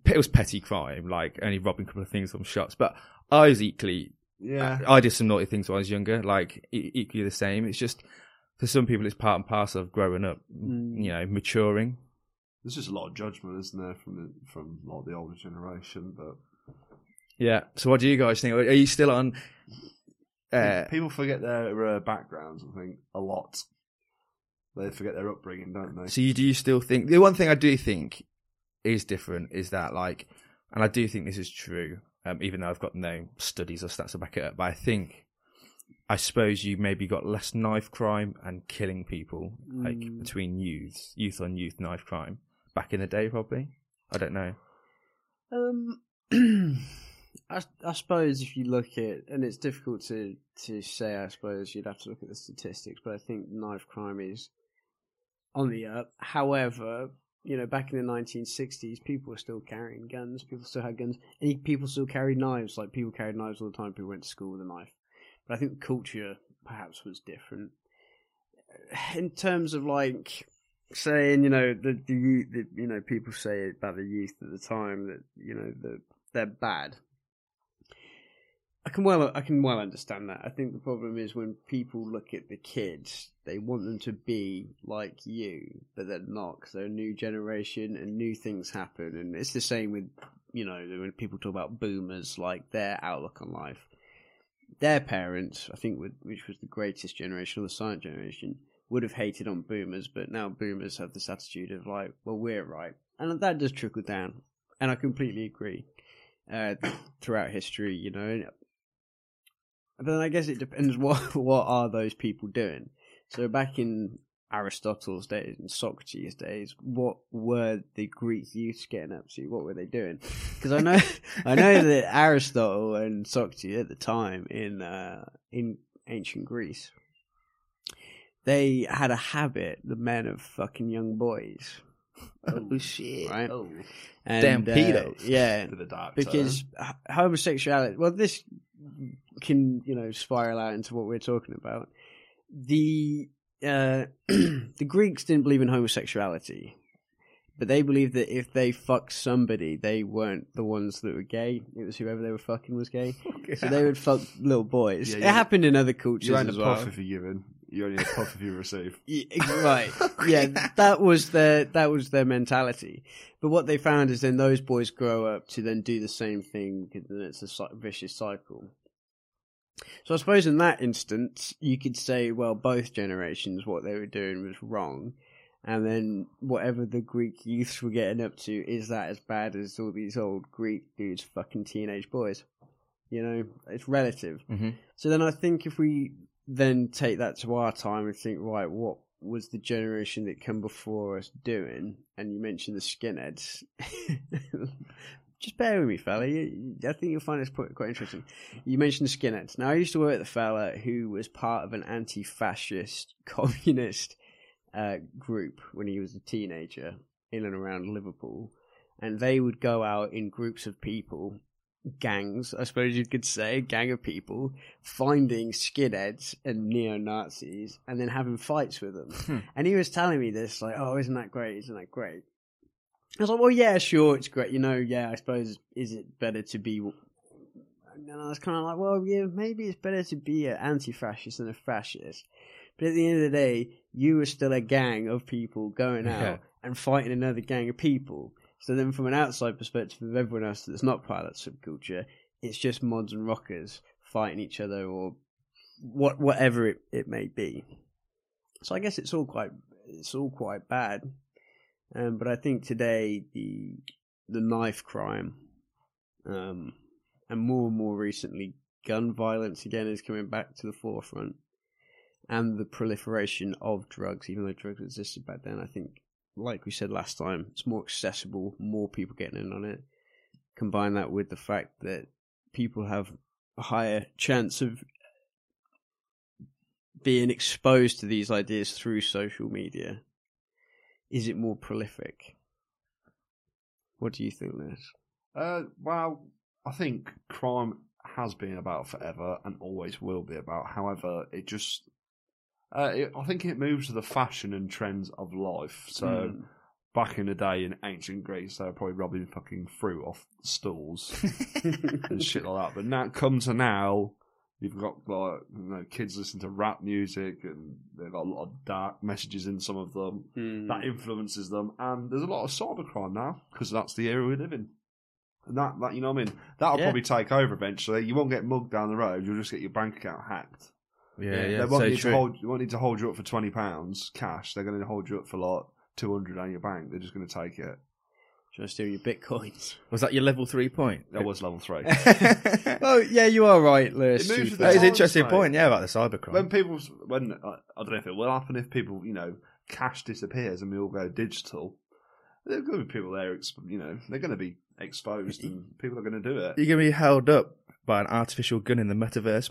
Speaker 3: it was petty crime, like only robbing a couple of things from shops. But I was equally,
Speaker 2: yeah.
Speaker 3: I did some naughty things when I was younger, like e- equally the same. It's just for some people, it's part and parcel of growing up,
Speaker 1: Mm.
Speaker 3: you know, maturing.
Speaker 2: There's just a lot of judgment, isn't there, from the, from like the older generation? But
Speaker 3: Yeah. So what do you guys think? Are you still on? Uh,
Speaker 2: people forget their uh, backgrounds. I think a lot. They forget their upbringing, don't they?
Speaker 3: So you do you still think the one thing I do think is different is that like, and I do think this is true, um, even though I've got no studies or stats to back it up, but I think I suppose you maybe got less knife crime and killing people, like
Speaker 1: Mm.
Speaker 3: between youths, youth on youth knife crime back in the day, probably. I don't know.
Speaker 1: Um, <clears throat> I, I suppose if you look at, and it's difficult to, to say, I suppose you'd have to look at the statistics, but I think knife crime is on the up. However, you know, back in the 1960s, people were still carrying guns, people still had guns, and people still carried knives. Like, people carried knives all the time, people went to school with a knife. But I think the culture perhaps was different. <sighs> In terms of like, saying, you know, the, the youth, the, you know, people say about the youth at the time that you know that they're bad. I can well, I can well understand that. I think the problem is when people look at the kids, they want them to be like you, but they're not because they're a new generation and new things happen. And it's the same with, you know, when people talk about boomers, like their outlook on life. Their parents, I think, would, which was the greatest generation or the silent generation, would have hated on boomers, but now boomers have this attitude of like, well, we're right, and that does trickle down. And I completely agree. Uh, <coughs> throughout history, you know, and- but then I guess it depends <laughs> what what are those people doing. So back in Aristotle's days and Socrates' days, what were the Greek youths getting up to? What were they doing? Because I know I know that Aristotle and Socrates at the time in uh, in ancient Greece they had a habit, the men of fucking young boys.
Speaker 3: Oh shit!
Speaker 1: Right?
Speaker 3: Oh.
Speaker 1: And, uh,
Speaker 3: Damn pedos.
Speaker 1: yeah.
Speaker 2: To the dark
Speaker 1: Because h- homosexuality, well, this can, you know, spiral out into what we're talking about. The, uh, <clears throat> the Greeks didn't believe in homosexuality, but they believed that if they fucked somebody, they weren't the ones that were gay. It was whoever they were fucking was gay. So they would fuck little boys.
Speaker 2: Yeah,
Speaker 1: it
Speaker 2: yeah.
Speaker 1: happened in other
Speaker 2: side.
Speaker 1: cultures
Speaker 2: You ain't a
Speaker 1: as well.
Speaker 2: puff if you give in. You only a puff <laughs> if you receive.
Speaker 1: Yeah, ex- right. Yeah, that was their that was their mentality. But what they found is then those boys grow up to then do the same thing because then it's a cy- vicious cycle. So I suppose in that instance, you could say, well, both generations, what they were doing was wrong. And then whatever the Greek youths were getting up to, is that as bad as all these old Greek dudes fucking teenage boys? You know, it's relative.
Speaker 3: Mhm.
Speaker 1: So then I think if we then take that to our time and think, right, what was the generation that come before us doing? And you mentioned the skinheads. <laughs> Just bear with me, fella. You- you- I think you'll find this quite quite interesting. You mentioned the skinheads. Now, I used to work with a fella who was part of an anti-fascist <laughs> communist uh, group when he was a teenager in and around Liverpool, and they would go out in groups of people, gangs, I suppose you could say, gang of people, finding skinheads and neo Nazis and then having fights with them. And he was telling me this, like, oh, isn't that great? Isn't that great? I was like, well, yeah, sure, it's great. You know, yeah, I suppose, is it better to be. And I was kind of like, well, yeah, maybe it's better to be an anti fascist than a fascist. But at the end of the day, you were still a gang of people going out
Speaker 3: Yeah.
Speaker 1: and fighting another gang of people. So then, from an outside perspective of everyone else that's not part of that subculture, it's just mods and rockers fighting each other or what whatever it, it may be. So I guess it's all quite it's all quite bad. Um, but I think today the the knife crime, um, and more and more recently gun violence again is coming back to the forefront, and the proliferation of drugs, even though drugs existed back then. I think, like we said last time, it's more accessible, more people getting in on it. Combine that with the fact that people have a higher chance of being exposed to these ideas through social media, is it more prolific? What do you think, Lewis?
Speaker 2: Uh, well, I think crime has been about forever and always will be about. However, it just, uh, it, I think it moves to the fashion and trends of life. So
Speaker 1: Hmm.
Speaker 2: back in the day in ancient Greece, they were probably robbing fucking fruit off stalls
Speaker 1: Hmm. <laughs>
Speaker 2: and shit like that. But now, come to now, you've got like you know, kids listen to rap music and they've got a lot of dark messages in some of them
Speaker 1: Hmm.
Speaker 2: that
Speaker 3: Hmm.
Speaker 2: influences them. And there's a lot of cybercrime now because that's the era we live in. And that, that you know what I mean? That'll
Speaker 1: Yeah.
Speaker 2: probably take over eventually. You won't get mugged down the road. You'll just get your bank account hacked.
Speaker 3: <laughs> yeah,
Speaker 2: they
Speaker 3: yeah.
Speaker 2: won't
Speaker 3: So
Speaker 2: need
Speaker 3: true.
Speaker 2: to hold. You won't need to hold you up for twenty pounds cash. They're going to hold you up for like two hundred on your bank. They're just going to take it.
Speaker 1: Trying to steal your bitcoins.
Speaker 3: Was that your level three point? <laughs>
Speaker 2: That was level three.
Speaker 1: oh yeah, you are right, Lewis.
Speaker 2: It moves
Speaker 1: to be fair.
Speaker 2: with
Speaker 3: That is an
Speaker 2: Times,
Speaker 3: interesting
Speaker 2: mate.
Speaker 3: point, yeah, about the cybercrime.
Speaker 2: when people, when I, I don't know if it will happen, if people, you know, cash disappears and we all go digital, there are going to be people there, exp- you know, they're going to be exposed and people are going to do it.
Speaker 3: You're gonna be held up by an artificial gun in the metaverse,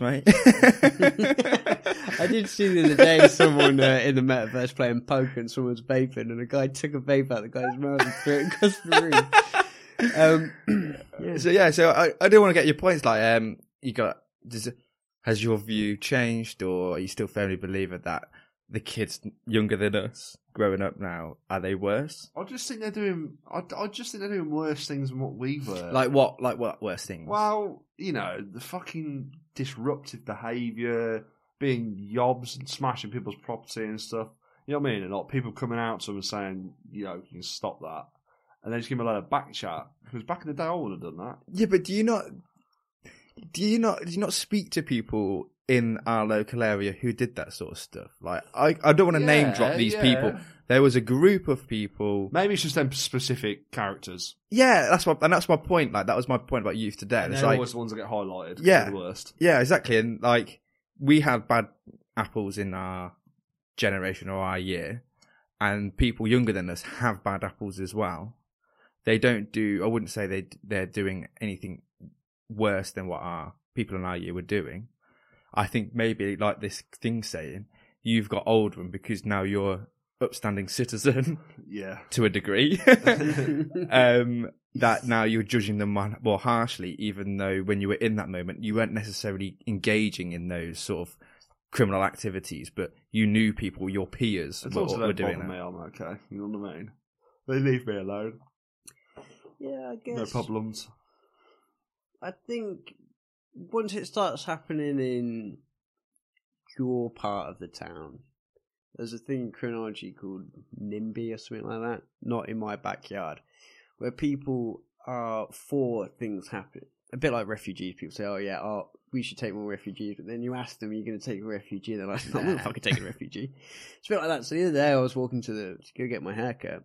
Speaker 1: <laughs>
Speaker 3: mate.
Speaker 1: I did see the other day someone uh, in the metaverse playing poker and someone's vaping and a guy took a vape out of the guy's mouth and threw it across the room. Um, <clears throat> yeah.
Speaker 3: so yeah, so I, I do want to get your points. Like, um, you got does, has your view changed, or are you still firmly believer that the kids younger than us, growing up now, are they worse?
Speaker 2: I just think they're doing, I, I just think they're doing worse things than what we were.
Speaker 3: Like what? Like what worse things?
Speaker 2: well, you know, the fucking disruptive behaviour, being yobs and smashing people's property and stuff. You know what I mean? And like people coming out to them and saying, you know, you can stop that. And they just give me a lot of back chat. Because back in the day, I would have done that.
Speaker 3: yeah, but do you not? Do you not? Do you not speak to people in our local area who did that sort of stuff? Like, I I don't want to name drop
Speaker 2: Yeah,
Speaker 3: these
Speaker 2: yeah.
Speaker 3: people. There was a group of people
Speaker 2: Maybe it's just them specific characters.
Speaker 3: Yeah, that's my and that's my point. Like that was my point about youth today.
Speaker 2: And
Speaker 3: It's
Speaker 2: they're
Speaker 3: like
Speaker 2: always the ones that get highlighted. They're
Speaker 3: Yeah.
Speaker 2: The worst.
Speaker 3: yeah, exactly. And like we had bad apples in our generation or our year, and people younger than us have bad apples as well. They don't do. I wouldn't say they they're doing anything worse than what our people in our year were doing. I think maybe like this thing saying you've got older and because now you're upstanding citizen <laughs>
Speaker 2: Yeah. <laughs>
Speaker 3: to a degree. um, that now you're judging them mon- more harshly, even though when you were in that moment, you weren't necessarily engaging in those sort of criminal activities, but you knew people, your peers,
Speaker 2: It's
Speaker 3: were,
Speaker 2: also
Speaker 3: were
Speaker 2: don't
Speaker 3: doing
Speaker 2: bother me.
Speaker 3: that.
Speaker 2: I'm okay. You know what I mean? They leave me alone.
Speaker 1: yeah, I guess.
Speaker 2: No problems.
Speaker 1: I think once it starts happening in your part of the town, there's a thing in criminology called NIMBY or something like that, not in my backyard, where people are for things happening. A bit like refugees, people say, oh yeah, oh, we should take more refugees, but then you ask them, are you going to take a refugee? And they're like, <laughs> no, I'm not fucking taking a refugee. It's a bit like that. So the other day I was walking to the, to go get my haircut,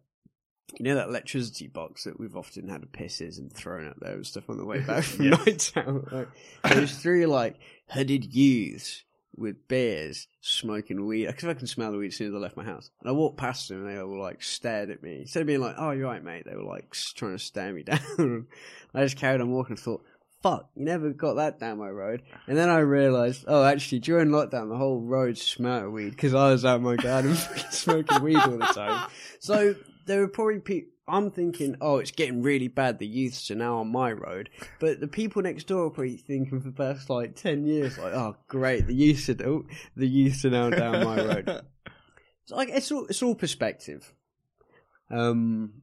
Speaker 1: you know that electricity box that we've often had pisses and thrown up there and stuff on the way back from <laughs> nights out. Like, there's three like hooded youths with beers smoking weed. I could fucking smell the weed as soon as I left my house. And I walked past them and they all like stared at me. Instead of being like, "Oh, you're right, mate," they were like s- trying to stare me <laughs> down. I just carried on walking and thought. Fuck, you never got that down my road. And then I realised, oh, actually, during lockdown, the whole road smelled of weed because I was out my garden <laughs> fucking smoking weed all the time. So there were probably people. I'm thinking, oh, it's getting really bad. The youths are now on my road, but the people next door are probably thinking for the past like ten years, like, oh, great, the youths are oh, the youths are now down my road. It's like it's all it's all perspective. Um,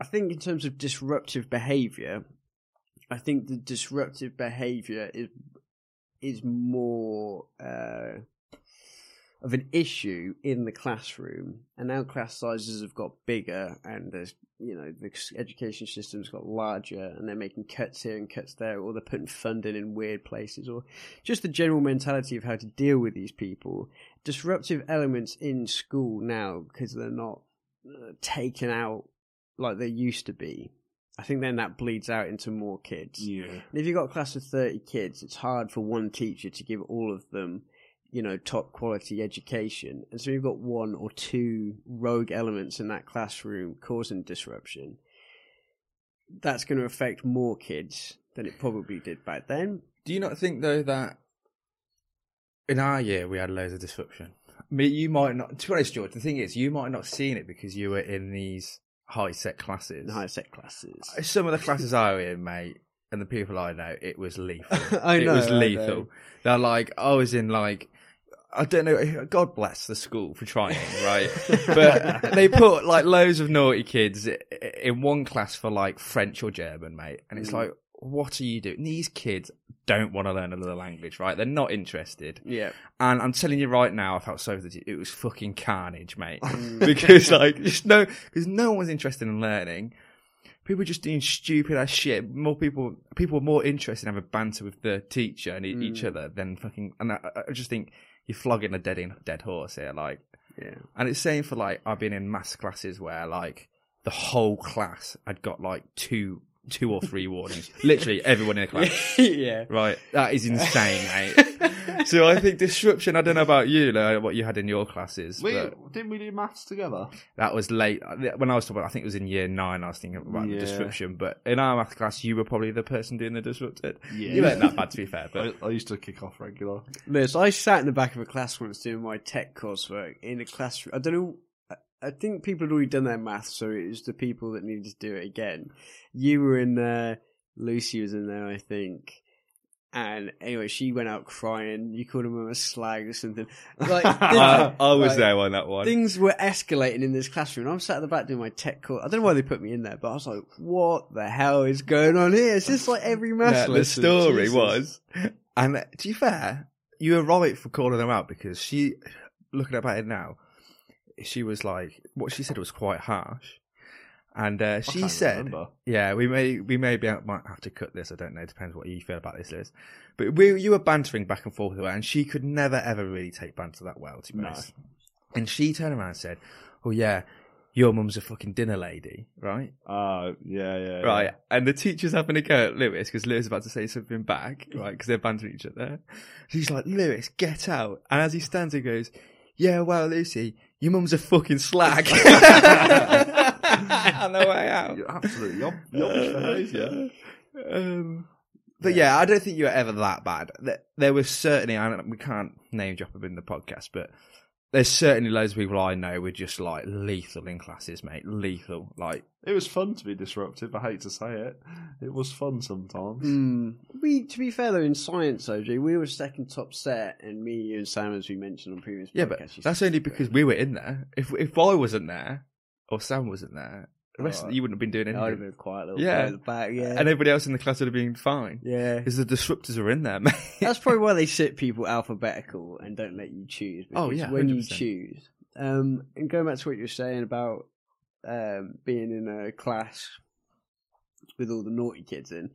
Speaker 1: I think in terms of disruptive behaviour, I think the disruptive behaviour is is more. Uh, of an issue in the classroom, and now class sizes have got bigger, and there's you know the s- education system's got larger, and they're making cuts here and cuts there, or they're putting funding in weird places, or just the general mentality of how to deal with these people. Disruptive elements in school now because they're not uh, taken out like they used to be. I think then that bleeds out into more kids.
Speaker 2: Yeah.
Speaker 1: And if you've got a class of 30 kids, it's hard for one teacher to give all of them, you know, top quality education. And so you've got one or two rogue elements in that classroom causing disruption. That's going to affect more kids than it probably did back then.
Speaker 3: Do you not think though that in our year we had loads of disruption? I mean, you might not. To be honest, George, the thing is, you might not seen it because you were in these high set classes.
Speaker 1: In higher set classes.
Speaker 3: Some of the classes I were in, mate, and the people I know, it was lethal.
Speaker 1: <laughs> I
Speaker 3: it
Speaker 1: know,
Speaker 3: was
Speaker 1: I know.
Speaker 3: lethal. They're like, I was in like, I don't know. God bless the school for trying,
Speaker 1: <laughs>
Speaker 3: right? but they put like loads of naughty kids i- in one class for like French or German, mate. And
Speaker 1: Mm.
Speaker 3: it's like, what are you doing? These kids don't want to learn another language, right? They're not interested.
Speaker 1: Yeah.
Speaker 3: And I'm telling you right now, I felt so that it was fucking carnage, mate. <laughs> because like, just no, because no one's interested in learning. People were just doing stupid ass shit. More people, people were more interested in having banter with the teacher and e- each other than fucking. And I, I just think you're flogging a dead in, dead horse here, like.
Speaker 1: Yeah.
Speaker 3: And it's same for like I've been in maths classes where like the whole class had got like two, two or three warnings. Literally everyone in
Speaker 1: <laughs>
Speaker 3: the class.
Speaker 1: <laughs> yeah.
Speaker 3: Right, that is insane, <laughs> mate. so I think disruption. I don't know about you, like, what you had in your classes,
Speaker 2: We,
Speaker 3: but
Speaker 2: didn't we do maths together?
Speaker 3: that was late. uh, When I was talking, about, I think it was in year nine. I was thinking about
Speaker 2: Yeah.
Speaker 3: the disruption, but in our math class, you were probably the person doing the disrupted.
Speaker 2: Yeah. <laughs>
Speaker 3: you weren't that bad, to be fair. But
Speaker 2: I, I used to kick off regular.
Speaker 1: Liz, I sat in the back of a class once doing my tech coursework in a classroom. I don't know. I- I think people had already done their maths, so it was the people that needed to do it again. You were in there. Lucy was in there, I think. And anyway, she went out crying. You called her mum a slag or something.
Speaker 3: <laughs>
Speaker 1: Like,
Speaker 3: I, I was
Speaker 1: like,
Speaker 3: there on that one.
Speaker 1: Things were escalating in this classroom. I'm sat at the back doing my tech course. I don't know why they put me in there, but I was like, "What the hell is going on here?" It's just like every maths
Speaker 3: Yeah, the
Speaker 1: lesson.
Speaker 3: story
Speaker 1: Jesus.
Speaker 3: was, and to be fair, you were right for calling her out because she, looking about it now, she was like, what she said was quite harsh. And uh,
Speaker 2: I
Speaker 3: she
Speaker 2: can't
Speaker 3: said,
Speaker 2: remember.
Speaker 3: "Yeah, we may we may be might have to cut this. I don't know. Depends what you feel about this, Liz. But we you were bantering back and forth with her, and she could never ever really take banter that well, to be
Speaker 2: No.
Speaker 3: honest. And she turned around and said, "Oh yeah, your mum's a fucking dinner lady, right?
Speaker 2: Oh, yeah, yeah.
Speaker 3: Right. And the teacher's having a go at Lewis because Lewis is about to say
Speaker 2: <laughs>
Speaker 3: something back, right? Because they're bantering each other. She's like, Lewis, get out. And as he stands he goes, Yeah, well, Lucy, your mum's a
Speaker 2: <laughs>
Speaker 3: fucking slag. <laughs> On the way
Speaker 2: yeah.
Speaker 3: out.
Speaker 2: You're absolutely yob- yobbish behaviour.
Speaker 3: <laughs> Um, but yeah. I don't think you were ever that bad. There- There was certainly, I don't, we can't name drop them in the podcast, but there's certainly loads of people I know were just like lethal in classes, mate. Lethal. Like,
Speaker 2: It was fun to be disruptive. I hate to say it. It was fun sometimes.
Speaker 1: Mm. We, to be fair though, in science, OJ, we were second top set, and me, you, and Sam, as we mentioned on previous
Speaker 3: Yeah, but
Speaker 1: podcasts, used
Speaker 3: that's
Speaker 1: to-
Speaker 3: only because we were in there. If if I wasn't there or Sam wasn't there, the rest of
Speaker 1: Alright.
Speaker 3: you wouldn't have been doing
Speaker 1: I would have
Speaker 3: anything.
Speaker 1: been a quiet little
Speaker 3: Yeah.
Speaker 1: yeah. at the back. Yeah,
Speaker 3: And everybody else in the class would have been fine
Speaker 1: yeah.
Speaker 3: because the disruptors are in there, mate.
Speaker 1: that's probably why they sit people alphabetical and don't let you choose.
Speaker 3: Oh,
Speaker 1: because
Speaker 3: yeah,
Speaker 1: when you
Speaker 3: 100%.
Speaker 1: choose, um, and going back to what you were saying about um, being in a class with all the naughty kids in,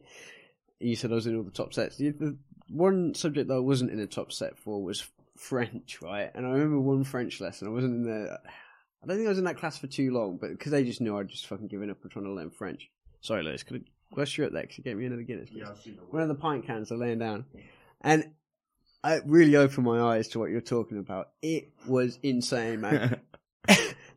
Speaker 1: you said I was in all the top sets. The, the one subject that I wasn't in a top set for was French, right? And I remember one French lesson. I wasn't in the. I don't think I was in that class for too long, but because they just knew I'd just fucking given up on trying to learn French. Sorry, Lewis. Could I whilst you're up there? Could you get me another Guinness? please? one of the pint cans are laying down, and it really opened my eyes to what you're talking about. It was insane,
Speaker 3: <laughs>
Speaker 1: man.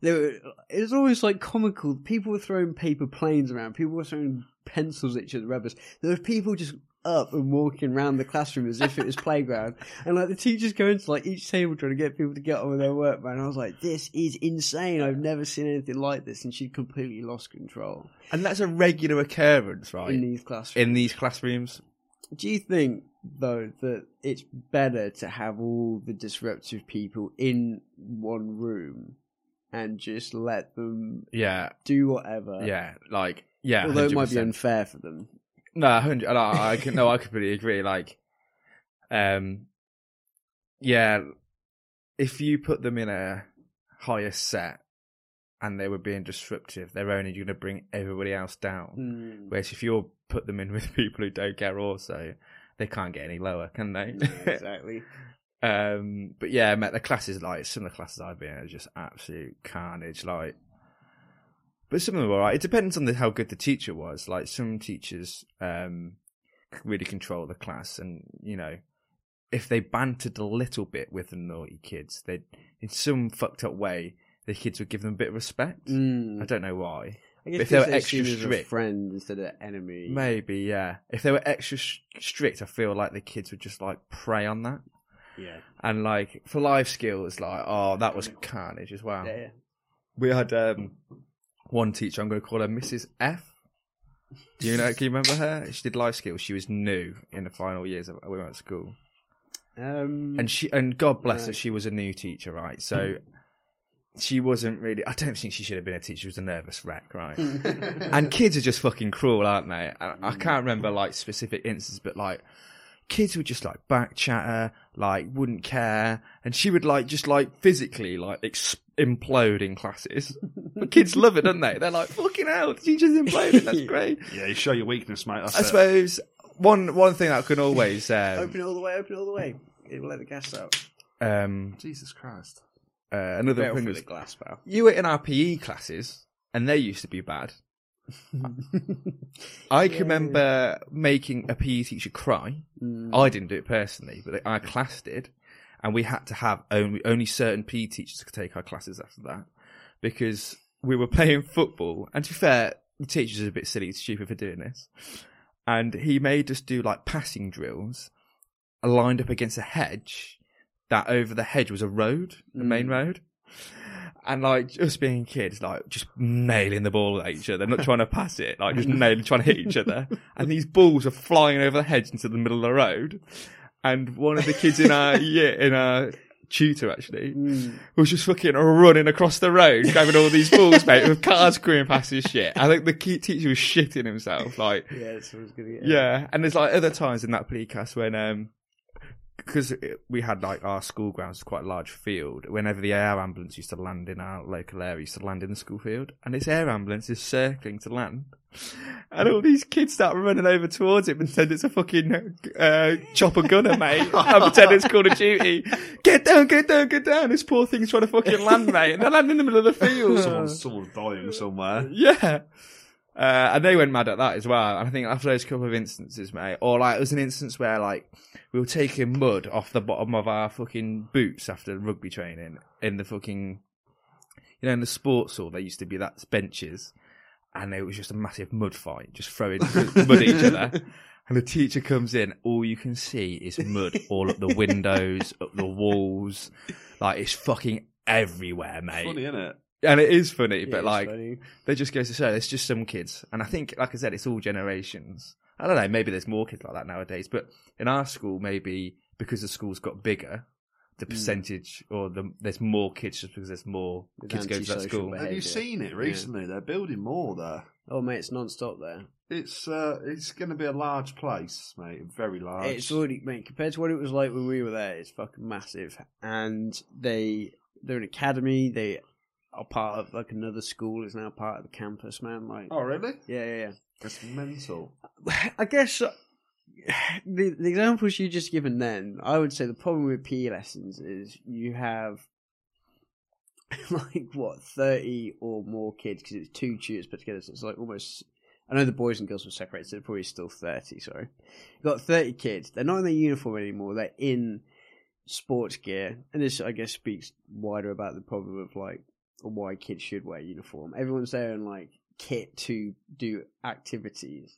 Speaker 1: There were, it was always like comical. People were throwing paper planes around. People were throwing pencils at each other, rubbers. There were people just up and walking around the classroom as if it was playground. And like the teachers going to like each table trying to get people to get on with their work, man. I was like, this is insane. I've never seen anything like this. And she completely lost control
Speaker 3: and that's a regular occurrence, right?
Speaker 1: in these classrooms.
Speaker 3: in these classrooms.
Speaker 1: Do you think though that it's better to have all the disruptive people in one room and just let them
Speaker 3: Yeah,
Speaker 1: do whatever?
Speaker 3: yeah, like yeah.
Speaker 1: Although it might be
Speaker 3: 100%.
Speaker 1: unfair for them.
Speaker 3: No, hundred. No, I can. No, I completely agree. Like, um, yeah, if you put them in a higher set and they were being disruptive, they're only going to bring everybody else
Speaker 1: Mm.
Speaker 3: down.
Speaker 1: Hmm.
Speaker 3: Whereas if you put them in with <laughs> people who don't care, also, they can't get any lower, can they?
Speaker 1: Yeah,
Speaker 3: <laughs>
Speaker 1: exactly.
Speaker 3: Um, but yeah, mate, the classes like some of the classes I've been in are just absolute carnage. Like, but some of them were alright. It depends on the, how good the teacher was. Like some teachers um c- really control the class, and you know, if they bantered a little bit with the naughty kids, they in some fucked up way the kids would give them a bit of respect.
Speaker 1: Mm.
Speaker 3: I don't know why.
Speaker 1: I guess
Speaker 3: if they were
Speaker 1: 'cause they're
Speaker 3: extra
Speaker 1: seen as a
Speaker 3: strict-
Speaker 1: friend instead of enemy.
Speaker 3: Maybe yeah. If they were extra sh- strict, I feel like the kids would just like prey on that.
Speaker 1: Yeah.
Speaker 3: and like for life skills, like oh, that was carnage as well.
Speaker 1: Yeah.
Speaker 3: We had um, one teacher. I'm going to call her Mrs. F. Do you know? Can you remember her? She did life skills. She was new in the final years of we were at school,
Speaker 1: Um, <laughs>
Speaker 3: and she and God bless her,
Speaker 1: Right. Mm.
Speaker 3: she was a new teacher, right? So she wasn't really. I don't think she should have been a teacher. She was a nervous wreck, right? and kids are just fucking cruel, aren't they? And I can't remember like specific instances, but like kids would just like back chatter, like wouldn't care, and she would like just like physically like ex- implode in classes. But kids love it, don't they? They're like fucking hell, the teacher's imploding. That's great.
Speaker 2: Yeah, you show your weakness, mate. That's
Speaker 3: I
Speaker 2: it.
Speaker 3: suppose one one thing that can always um,
Speaker 1: open it all the way. Open it all the
Speaker 3: <laughs>
Speaker 1: way. It will let the gas out.
Speaker 3: um
Speaker 2: Jesus Christ.
Speaker 3: uh, another <laughs>
Speaker 1: Better
Speaker 3: thing
Speaker 1: through
Speaker 3: was <laughs>
Speaker 1: glass, pal.
Speaker 3: you were in our PE E classes. and they used to be bad.
Speaker 1: Hmm.
Speaker 3: I can remember making a PE teacher cry. I didn't do it personally, but our class did, and we had to have only only certain PE teachers could take our classes after that because we were playing football. And to be fair, the teachers are a bit silly, stupid for doing this. And he made us do like passing drills, lined up against a hedge. That over the hedge was a road, the main road. And like just being kids, like just nailing the ball at each other, not trying to pass it, like just nailing, trying to hit each other. And these balls are flying over the hedge into the middle of the road. And one of the kids in our year, in our tutor actually,
Speaker 1: Hmm.
Speaker 3: was just fucking running across the road, grabbing all these balls, mate, with cars screaming past his shit. I think the key teacher was shitting himself, like.
Speaker 1: Yeah, that's what I was gonna get. at.
Speaker 3: Yeah, and there's like other times in that podcast when um 'cause because we had like our school grounds quite a large field. Whenever the air ambulance used to land in our local area, it used to land in the school field, and this air ambulance is circling to land, and all these kids start running over towards it and pretend it's a fucking uh, chopper gunner, mate, and pretend it's Call of Duty. Get down, get down, get down! This poor thing's trying to fucking land, mate, and they land in the middle of
Speaker 2: <laughs>
Speaker 3: the field.
Speaker 2: Someone's, someone's dying somewhere.
Speaker 3: <laughs> Yeah. Uh, and they went mad at that as well. And I think after those couple of instances, mate, or like it was an instance where like we were taking mud off the bottom of our fucking boots after rugby training in the fucking, you know, in the sports hall, there used to be that benches and it was just a massive mud fight, just throwing <laughs> mud at each other. And the teacher comes in, all you can see is mud all up the windows, up the walls. Like it's fucking everywhere, mate.
Speaker 2: Funny, isn't it?
Speaker 3: And it is funny,
Speaker 1: Yeah,
Speaker 3: but
Speaker 1: it's
Speaker 3: like,
Speaker 1: funny.
Speaker 3: they just goes to show there's just some kids, and I think, like I said, it's all generations. I don't know, maybe there's more kids like that nowadays, but in our school, maybe because the school's got bigger, the
Speaker 1: Hmm.
Speaker 3: percentage or the there's more kids just because there's more
Speaker 1: With
Speaker 3: kids go to that
Speaker 1: antisocial
Speaker 3: school.
Speaker 1: behaviour.
Speaker 2: Have you
Speaker 1: Behaviour.
Speaker 2: seen it recently? They're building more there.
Speaker 1: oh mate, it's non-stop there.
Speaker 2: It's uh, it's going to be a large place, mate. Very large.
Speaker 1: It's already mate compared to what it was like when we were there. It's fucking massive, and they they're an academy. They are part of like another school. Is now part of the campus, man. Like,
Speaker 2: oh, really?
Speaker 1: yeah, yeah,
Speaker 2: That's <laughs> mental.
Speaker 1: yeah. <sighs> I guess uh, the the examples you just given then, I would say the problem with PE lessons is you have <laughs> like what thirty or more kids because it's two tutors put together, so it's like almost. I know the boys and girls were separated, so they're probably still thirty. Sorry, You've got thirty kids. They're not in their uniform anymore. They're in sports gear, and this I guess speaks wider about the problem of like why kids should wear uniform. Everyone's there in like kit to do activities.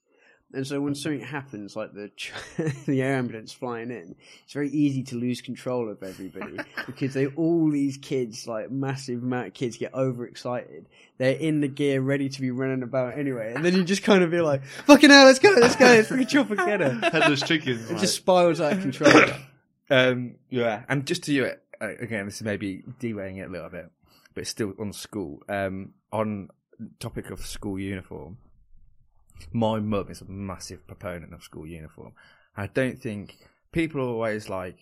Speaker 1: And so when something happens, like the tr- <laughs> the air ambulance flying in, it's very easy to lose control of everybody because they all these kids, like massive amount of kids, get overexcited. They're in the gear, ready to be running about anyway, and then you just kind of be like, "Fucking hell, let's go, let's go, let's fucking chop and get <laughs> her."
Speaker 2: Headless chickens.
Speaker 1: It just
Speaker 2: <laughs>
Speaker 1: spirals out of
Speaker 3: <coughs>
Speaker 1: control.
Speaker 3: Um, yeah, and just to you uh, again, this is maybe derailing it a little bit, but it's still on school. Um, on topic of school uniform, my mum is a massive proponent of school uniform. I don't think people are always like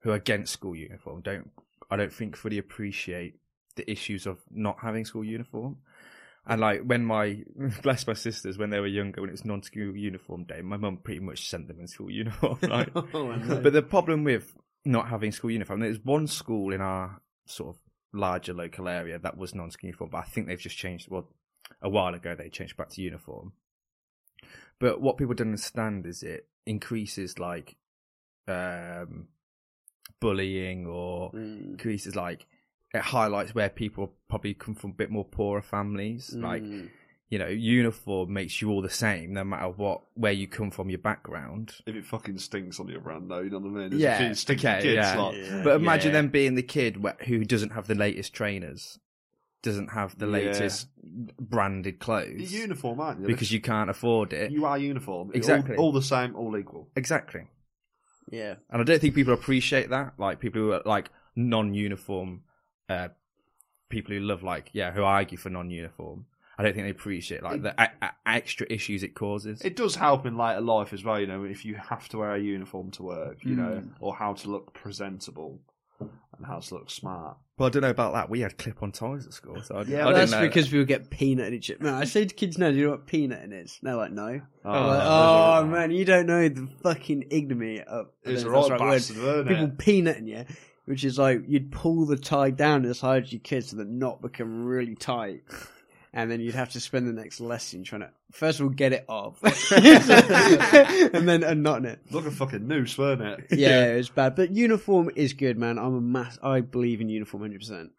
Speaker 3: who are against school uniform don't. I don't think fully appreciate the issues of not having school uniform. And like when my <laughs> bless my sisters when they were younger when it was non-school uniform day, my mum pretty much sent them in school uniform. <laughs> Like, but the problem with not having school uniform, there's one school in our sort of larger local area that was non-school uniform, but I think they've just changed. Well, a while ago they changed back to uniform. But what people don't understand is it increases like um, bullying or
Speaker 1: Mm.
Speaker 3: increases like it highlights where people probably come from a bit more poorer families. Like
Speaker 1: Mm.
Speaker 3: you know, uniform makes you all the same, no matter what where you come from, your background.
Speaker 2: if it fucking stinks on your brand, though, you know what I mean? It's
Speaker 3: Yeah,
Speaker 2: a few stinky
Speaker 3: okay,
Speaker 2: kids,
Speaker 3: yeah.
Speaker 2: like-
Speaker 3: But imagine
Speaker 1: Yeah.
Speaker 3: them being the kid wh- who doesn't have the latest trainers, doesn't have the
Speaker 2: Yeah.
Speaker 3: latest branded
Speaker 2: You're
Speaker 3: clothes
Speaker 2: uniform, aren't you?
Speaker 3: because you can't afford it.
Speaker 2: you are uniform. You're
Speaker 3: Exactly.
Speaker 2: All, all the same, all equal.
Speaker 3: Exactly.
Speaker 1: yeah.
Speaker 3: And I don't think people appreciate that. Like people who are like non-uniform, uh, people who love like yeah, who argue for non-uniform. I don't think they appreciate like the a- a- extra issues it causes.
Speaker 2: It does help in later life as well, you know, if you have to wear a uniform to work, you know, or how to look presentable and how to look smart.
Speaker 3: well, I don't know about that. We had clip-on ties at school, so I,
Speaker 1: Yeah,
Speaker 3: I
Speaker 1: well,
Speaker 3: didn't
Speaker 1: that's
Speaker 3: know.
Speaker 1: because we would get peanut in each other. Man, I say to kids now, do you know what peanut is? And they're like, no.
Speaker 2: Oh,
Speaker 1: I'm like, oh, man, you don't know the fucking ignominy of
Speaker 2: It's a
Speaker 1: that's
Speaker 2: right
Speaker 1: the word.
Speaker 2: bastard, isn't
Speaker 1: people
Speaker 2: it?
Speaker 1: peanutting you, which is like you'd pull the tie down as high as you could so that knot become really tight. and then you'd have to spend the next lesson trying to first of all get it
Speaker 3: <laughs>
Speaker 1: off, <laughs> and then unknotting it.
Speaker 2: Look a fucking noose, weren't <laughs> it?
Speaker 1: Yeah, it was bad. But uniform is good, man. I'm a mass. I believe in uniform 100. percent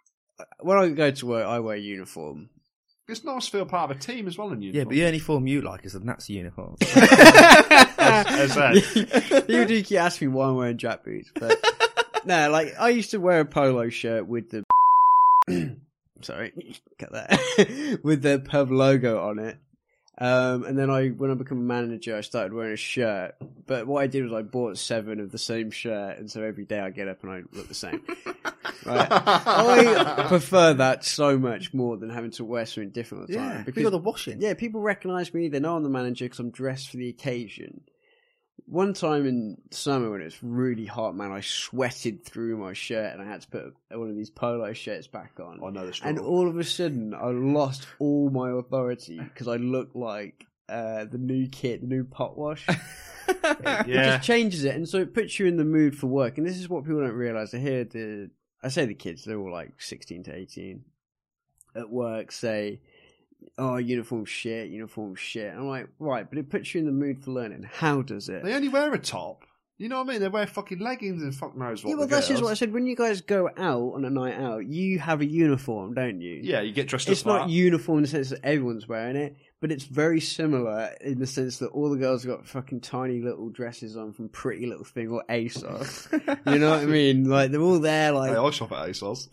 Speaker 1: When I go to work, I wear uniform. <laughs>
Speaker 2: It's nice to feel part of a team as well in
Speaker 3: Yeah,
Speaker 2: uniform.
Speaker 3: but the only form you like is the Nazi uniform.
Speaker 2: <laughs>
Speaker 3: <laughs>
Speaker 1: <laughs>
Speaker 2: As said.
Speaker 1: you do keep asking me why I'm wearing jack boots,
Speaker 2: <laughs>
Speaker 1: but no, like I used to wear a polo shirt with the <clears throat> sorry, <laughs> cut that <laughs> with the pub logo on it. Um, and then I, when I became a manager, I started wearing a shirt. But what I did was I bought seven of the same shirt, and so every day I get up and I look the
Speaker 2: <laughs>
Speaker 1: same. Right. I prefer that so much more than having to wear something different all the time.
Speaker 3: we got the washing.
Speaker 1: Yeah, people recognise me. They know I'm the manager because I'm dressed for the occasion. One time in summer when it was really hot, man, I sweated through my shirt and I had to put one of these polo shirts back on.
Speaker 2: I know the
Speaker 1: and
Speaker 2: struggle.
Speaker 1: all of a sudden, I lost all my authority because I looked like uh, the new kid, the new pot wash. It
Speaker 2: yeah.
Speaker 1: just changes it, and so it puts you in the mood for work. And this is what people don't realize. I hear the, I say the kids, they're all like sixteen to eighteen, at work say, "Oh, uniform shit, uniform shit." I'm like, right, but it puts you in the mood for learning. How does it?
Speaker 2: They only wear a top. You know what I mean? They wear fucking leggings and fuck knows what.
Speaker 1: yeah, well,
Speaker 2: the
Speaker 1: that's just what I
Speaker 2: girls.
Speaker 1: said. When you guys go out on a night out, you have a uniform, don't you?
Speaker 2: Yeah, you get dressed
Speaker 1: It's
Speaker 2: up.
Speaker 1: not uniform in the sense that everyone's wearing it, but it's very similar in the sense that all the girls got fucking tiny little dresses on from Pretty Little Thing or ASOS. you know what I mean? Like they're all there,
Speaker 2: Hey,
Speaker 1: like
Speaker 2: I shop at ASOS.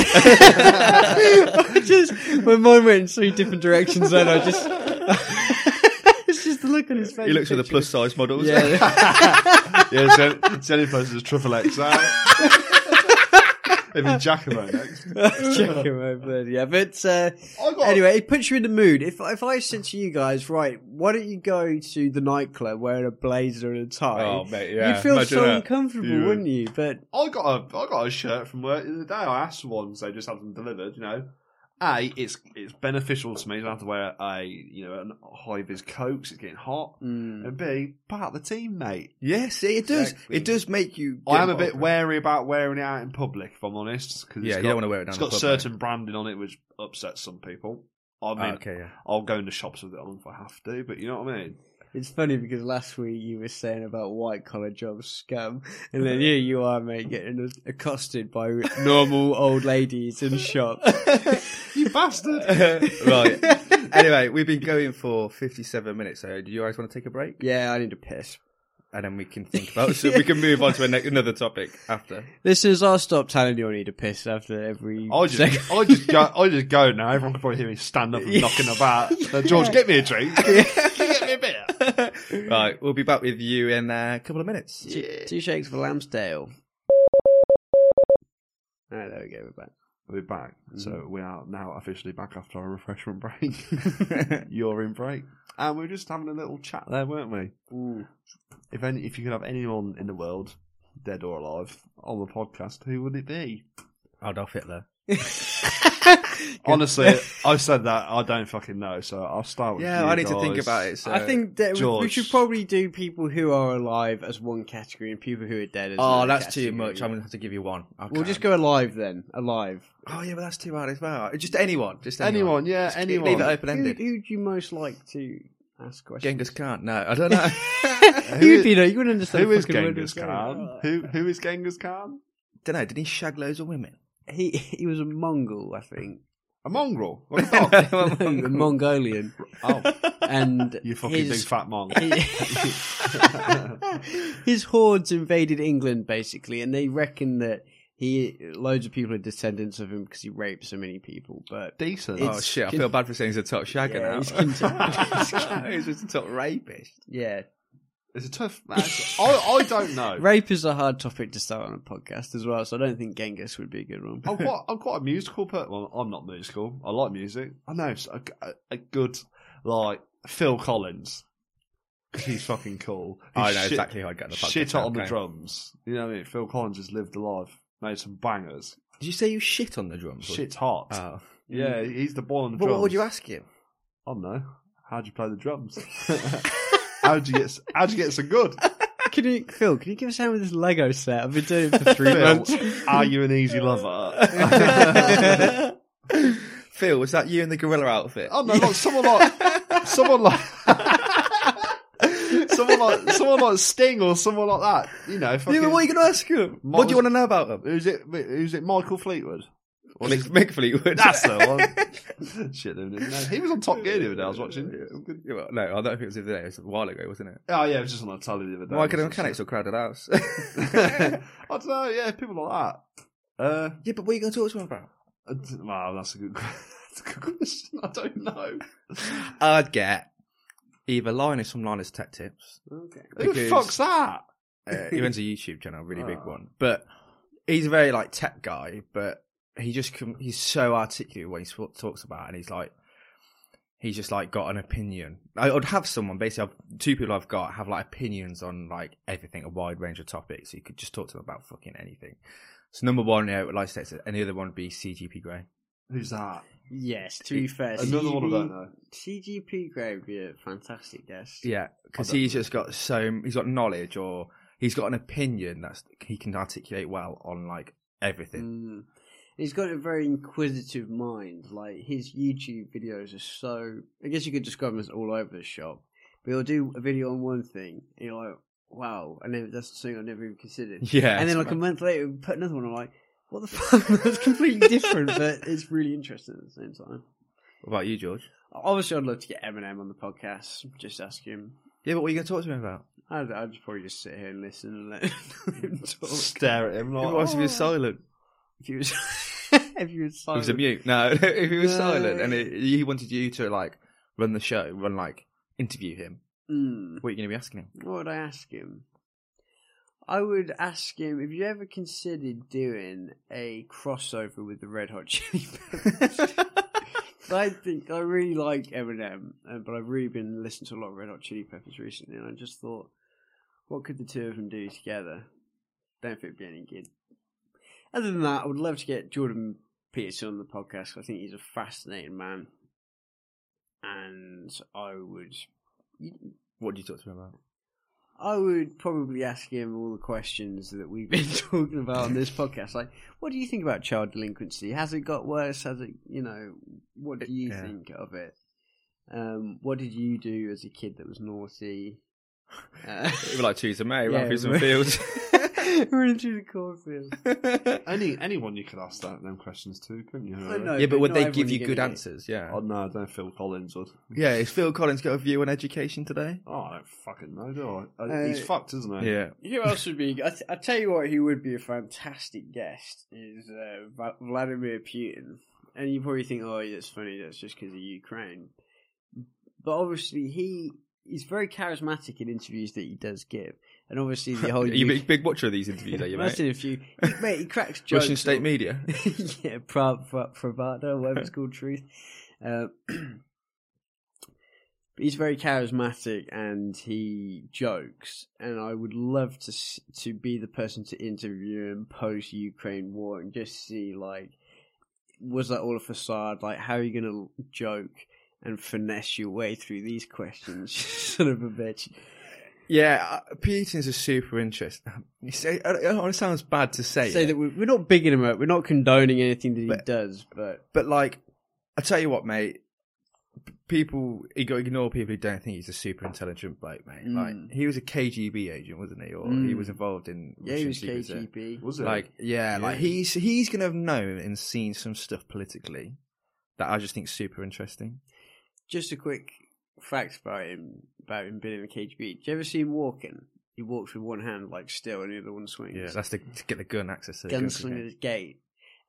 Speaker 1: I <laughs> just my mind went in three different directions, and I just <laughs> it's just the look on his face.
Speaker 3: He looks at the
Speaker 1: picture.
Speaker 3: plus size models. <laughs>
Speaker 1: Yeah,
Speaker 2: yeah, it's the- it's the only place is Triple XL. Maybe Giacomo next.
Speaker 1: <laughs> check him over. Yeah, but uh,
Speaker 2: I got
Speaker 1: anyway, it puts you in the mood. If if I said to you guys, right, why don't you go to the nightclub wearing a blazer and a tie?
Speaker 4: Oh, mate, yeah.
Speaker 1: You'd feel
Speaker 4: Imagine
Speaker 1: so
Speaker 4: that.
Speaker 1: uncomfortable,
Speaker 2: You would.
Speaker 1: wouldn't you? But
Speaker 2: I got a I got a shirt from work the other day. I asked for one, so I just had them delivered. You know, a it's it's beneficial to me. I don't have to wear a you know a high vis coat. 'cause It's getting hot.
Speaker 1: mm.
Speaker 2: And B part of the team, mate.
Speaker 3: Yeah, see, it does.
Speaker 4: Exactly.
Speaker 3: It does make you.
Speaker 2: I am a bit wary about wearing it out in public, if I'm honest. Cause
Speaker 4: Yeah,
Speaker 2: it's
Speaker 4: you
Speaker 2: got,
Speaker 4: don't wanna wear it down
Speaker 2: It's
Speaker 4: the
Speaker 2: got
Speaker 4: pub,
Speaker 2: certain branding on it, which upsets some people. I
Speaker 4: Ah,
Speaker 2: mean,
Speaker 3: okay, yeah.
Speaker 2: I'll go into shops with it on if I have to, but you know what I mean.
Speaker 1: It's funny because last week you were saying about white collar jobs scam, and then here you are, mate, getting accosted by <laughs> normal old ladies in shops.
Speaker 2: You <laughs> bastard!
Speaker 3: <laughs> right. <laughs> Anyway, we've been going for 57 minutes, so do you guys want to take a break?
Speaker 1: <laughs> Yeah, I need to piss.
Speaker 3: And then we can think
Speaker 1: <laughs>
Speaker 3: about so we can move on to a ne- another topic after.
Speaker 1: Listeners, I'll stop telling you I need to piss after every.
Speaker 2: I
Speaker 3: <laughs>
Speaker 2: just, I just go, I just go now. Everyone can probably hear me stand up and knocking
Speaker 4: <laughs>
Speaker 2: about. So, George, get me a drink. get me a beer.
Speaker 3: Right, we'll be back with you in uh, a couple of minutes.
Speaker 1: Two- Two shakes for <laughs>
Speaker 3: <laughs>
Speaker 1: Lambsdale. Oh, there we go. We're back.
Speaker 2: We're back, Mm-hmm. so we are now officially back after our refreshment break. <laughs> You're in break, and we were just having a little chat there, weren't we? Mm. If any, if you could have anyone in the world, dead or alive, on the podcast, who would it be?
Speaker 3: Adolf Hitler.
Speaker 2: <laughs> <laughs> Honestly, I said that I don't fucking know, so I'll start with
Speaker 3: Yeah,
Speaker 2: you
Speaker 3: I need to
Speaker 2: guys.
Speaker 3: think about it. So.
Speaker 1: I think that we- we
Speaker 2: George.
Speaker 1: should probably do people who are alive as one category and people who are dead as
Speaker 3: Oh,
Speaker 1: another
Speaker 3: that's
Speaker 1: category.
Speaker 3: too much. I'm going to have to give you one. I
Speaker 1: We'll just
Speaker 3: can't.
Speaker 1: go alive then. Alive.
Speaker 3: Oh, yeah, but that's too hard as well. Just anyone. Just
Speaker 2: Anyone,
Speaker 3: anyone.
Speaker 2: yeah, anyone.
Speaker 3: Leave it open
Speaker 1: Who,
Speaker 3: ended.
Speaker 1: who'd you most like to ask questions?
Speaker 3: Genghis Khan. No, I <laughs> don't know.
Speaker 1: <laughs> You'd be there. You wouldn't understand.
Speaker 2: Who is
Speaker 1: fucking word
Speaker 2: Genghis
Speaker 1: I'm saying.
Speaker 2: Khan? Who who is Genghis Khan?
Speaker 3: don't know. Did he shag loads of women?
Speaker 1: Uh, He he was a Mongol, I think. Oh.
Speaker 2: A mongrel. <laughs> Like a dog.
Speaker 1: <laughs> a Mongolian.
Speaker 2: oh,
Speaker 1: And
Speaker 2: you fucking
Speaker 1: his,
Speaker 2: big fat monk.
Speaker 1: <laughs> his hordes invaded England basically, and they reckon that he loads of people are descendants of him because he raped so many people. But
Speaker 2: Decent.
Speaker 1: It's-
Speaker 3: Oh shit! I feel bad for saying he's a top shagger
Speaker 1: Yeah, he's
Speaker 3: <laughs> now. he's just a top rapist.
Speaker 1: yeah,
Speaker 2: It's a
Speaker 3: <laughs>
Speaker 2: tough. That's, I I don't know.
Speaker 1: rape is a hard topic to start on a podcast as well. So I don't think Genghis would be a good one.
Speaker 2: I'm quite, I'm quite a musical person. Well, I'm not musical. I like music. I know it's a, a, a good like Phil Collins. 'Cause He's fucking cool.
Speaker 3: I
Speaker 2: He's
Speaker 3: know
Speaker 2: shit-
Speaker 3: exactly how I get the podcast
Speaker 2: Shit
Speaker 3: now,
Speaker 2: on the
Speaker 3: okay.
Speaker 2: drums. You know what I mean? Phil Collins has lived a life, made some bangers.
Speaker 3: Did you say you shit on the drums?
Speaker 2: Shit's hot.
Speaker 3: Oh.
Speaker 2: Yeah, he's the boy on the
Speaker 3: But
Speaker 2: drums.
Speaker 3: what would you ask <laughs> him?
Speaker 2: I don't know. How'd you play the
Speaker 3: <laughs>
Speaker 2: drums? how'd you get? How'd you get so good?
Speaker 1: Can you, Phil? Can you give us a hand with this Lego set? I've been doing it for three
Speaker 2: Phil,
Speaker 1: months.
Speaker 3: <laughs>
Speaker 2: are you an easy lover?
Speaker 3: Phil, was that you in the gorilla outfit?
Speaker 2: Oh no, like someone like someone like <laughs> someone like someone like Sting or someone like that. You know,
Speaker 3: yeah,
Speaker 2: fucking,
Speaker 3: but what are you going to ask him?
Speaker 2: What
Speaker 3: What, do you
Speaker 2: was-
Speaker 3: want to know about him?
Speaker 2: who's it? Who's it? Michael Fleetwood.
Speaker 3: Mick, Mick <laughs>
Speaker 2: <laughs>
Speaker 3: Fleetwood.
Speaker 2: That's the one. <laughs> Shit, they didn't know. he was on Top Gear the other day. I was watching.
Speaker 3: Yeah, well, No, I don't think it was the other day. It was a while ago, wasn't it?
Speaker 2: Oh yeah, it was just on the telly the other day.
Speaker 3: Why could a mechanics or crowded house? <laughs>
Speaker 2: <laughs> I don't <laughs> know. Yeah, people like that. Uh,
Speaker 3: Yeah, but what are you going to talk to him about?
Speaker 2: I d- wow, that's a good. <laughs> That's a good question. I don't know.
Speaker 3: I'd get either Linus from Linus Tech Tips.
Speaker 1: Okay.
Speaker 2: Who the
Speaker 3: Because-
Speaker 2: fuck's that?
Speaker 3: Uh, he runs a YouTube channel, a really big
Speaker 2: Ah.
Speaker 3: one. But he's a very like tech guy, but he just can, he's so articulate when he sw- talks about, it, and he's like. He's just like got an opinion. I would have someone basically. I've, two people I've got have like opinions on like everything, a wide range of topics. You could just talk to them about fucking anything. So number one, yeah, like I said, and the other one would be CGP Grey.
Speaker 2: Who's that?
Speaker 1: Yes, to be fair,
Speaker 2: Another one I don't know.
Speaker 1: CGP Grey would be a fantastic guest.
Speaker 3: Yeah, because he's just got so he's got knowledge or he's got an opinion that's he can articulate well on like everything.
Speaker 1: Mm. He's got a very inquisitive mind. Like his YouTube videos are so. I guess you could describe them as all over the shop. But he'll do a video on one thing, and you're like, "Wow!" And then that's something I never even considered.
Speaker 3: <laughs> <laughs> Yeah,
Speaker 1: and then like a month later, we put another one. I'm like, "What the <laughs> fuck?" that's completely different, but it's really interesting at the same time.
Speaker 3: what about you, George?
Speaker 1: Obviously, I'd love to get Eminem on the podcast. Just ask him.
Speaker 3: Yeah, but what are you going to talk to him about?
Speaker 1: I'd, I'd probably just sit here and listen and let <laughs> him talk.
Speaker 2: Stare at him like.
Speaker 3: What else if he was
Speaker 2: "Oh."
Speaker 3: silent?
Speaker 1: If he was, <laughs> if he was
Speaker 3: He
Speaker 1: silent,
Speaker 3: was a mute. No, <laughs> if he was
Speaker 1: No.
Speaker 3: silent and he, he wanted you to like run the show, run like interview him,
Speaker 1: Mm.
Speaker 3: what are you going to be asking him?
Speaker 1: What would I ask him? I would ask him if you ever considered doing a crossover with the Red Hot Chili Peppers. <laughs> I think I really like Eminem, uh, but I've really been listening to a lot of Red Hot Chili Peppers recently, and I just thought, what could the two of them do together? Don't think it'd be any good. Other than that, I would love to get Jordan Peterson on the podcast. 'cause I think he's a fascinating man, and I would
Speaker 3: What do you talk to him about?
Speaker 1: I would probably ask him all the questions that we've been <laughs> talking about on this podcast. Like, what do you think about child delinquency? Has it got worse? Has it, you know, what do you
Speaker 3: Yeah.
Speaker 1: think of it? Um, what did you do as a kid that was naughty? Uh, <laughs>
Speaker 3: It'd be like Theresa
Speaker 1: Yeah,
Speaker 3: May, yeah, Ralphie
Speaker 1: but- <laughs>
Speaker 3: Fields. <laughs>
Speaker 1: running through the cornfield.
Speaker 2: Any anyone you could ask that them questions to, couldn't you?
Speaker 1: I know.
Speaker 3: yeah, but would
Speaker 1: not
Speaker 3: they
Speaker 1: everyone
Speaker 3: give
Speaker 1: you're
Speaker 3: you good
Speaker 1: gonna get.
Speaker 3: answers? Yeah.
Speaker 2: Oh no, I don't. Phil Collins would.
Speaker 3: Yeah, is Phil Collins got a view on education today?
Speaker 2: Oh, I don't fucking know, do I?
Speaker 1: Uh,
Speaker 2: He's fucked, isn't he?
Speaker 3: Yeah.
Speaker 1: Who else would be? I, I tell you what, he would be a fantastic guest is uh, Va- Vladimir Putin. And you probably think, oh, that's funny. That's just because of Ukraine. But obviously, he he's very charismatic in interviews that he does give. And obviously,
Speaker 3: <laughs>
Speaker 1: the whole
Speaker 3: Are you a
Speaker 1: Uk-
Speaker 3: big, big watcher of these interviews, are you, mate?
Speaker 1: Imagine if you, mate, he cracks jokes.
Speaker 3: Russian state
Speaker 1: on- <laughs>
Speaker 3: media.
Speaker 1: yeah, pra- pra- Pravda, whatever it's called, truth. Uh, <clears throat> but he's very charismatic and he jokes, and I would love to s- to be the person to interview him post Ukraine war and just see like, was that all a facade? Like, how are you going to joke and finesse your way through these questions, <laughs> son of a bitch?
Speaker 3: Yeah, uh, Putin's a super interest. <laughs> You say, I don't know, it sounds bad to say,
Speaker 1: Say
Speaker 3: it,
Speaker 1: that we're, we're not bigging him up, we're not condoning anything that he
Speaker 3: But-
Speaker 1: does, but
Speaker 3: but like, I tell you what, mate. p- People, you got to ignore people who don't think he's a super intelligent bloke, mate.
Speaker 1: Mm.
Speaker 3: Like he was a KGB agent, wasn't he? Or he
Speaker 1: Mm.
Speaker 3: was involved in
Speaker 1: yeah, he
Speaker 3: Russian
Speaker 1: was
Speaker 3: secret service.
Speaker 1: KGB.
Speaker 2: Was it
Speaker 3: Like, yeah,
Speaker 2: Yeah.
Speaker 3: like he's he's gonna have known and seen some stuff politically that I just think super interesting.
Speaker 1: just a quick fact about him about him being in the KGB. Do you ever see him walking? He walks with one hand like still and the other one swings.
Speaker 3: Yeah, that's to, to get the gun access to the gun control.
Speaker 1: Gunslinger's gate.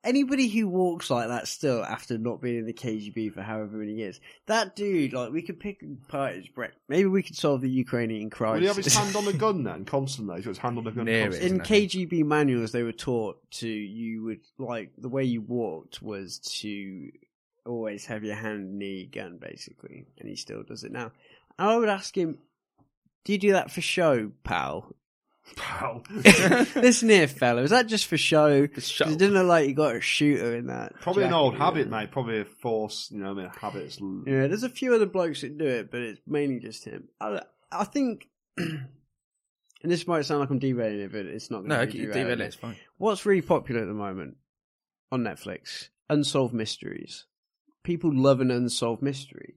Speaker 1: Anybody who walks like that still after not being in the KGB for however many years, that dude, like, we could pick apart his breath. Maybe we could solve the Ukrainian
Speaker 2: Would
Speaker 1: crisis. <laughs>
Speaker 2: he have
Speaker 3: <laughs>
Speaker 2: his hand on a gun then, constantly? He's got his hand on a gun
Speaker 3: Near it.
Speaker 2: constantly.
Speaker 1: in
Speaker 3: Isn't that
Speaker 1: KGB manuals, they were taught to you would like the way you walked was to always have your hand near your gun, basically, and he still does it now. And I would ask him, "Do you do that for show, pal?
Speaker 2: <laughs>
Speaker 3: <laughs>
Speaker 2: Pow.
Speaker 1: Listen here, fella, is that <laughs> just for show? 'Cause
Speaker 3: show.
Speaker 1: It didn't look like you got a shooter in that.
Speaker 2: Probably an
Speaker 1: jacket,
Speaker 2: old
Speaker 1: you
Speaker 2: habit,
Speaker 1: know?
Speaker 2: mate. Probably a force, you know, I mean, habits. l-
Speaker 1: Yeah, there's a few other blokes that do it, but it's mainly just him. I, I think, <clears throat> and this might sound like I'm derailing it, but it's not.
Speaker 3: No,
Speaker 1: gonna
Speaker 3: I
Speaker 1: be
Speaker 3: keep
Speaker 1: derailing
Speaker 3: it.
Speaker 1: it. <laughs>
Speaker 3: It's fine.
Speaker 1: What's really popular at the moment on Netflix? Unsolved mysteries. people love an unsolved mystery.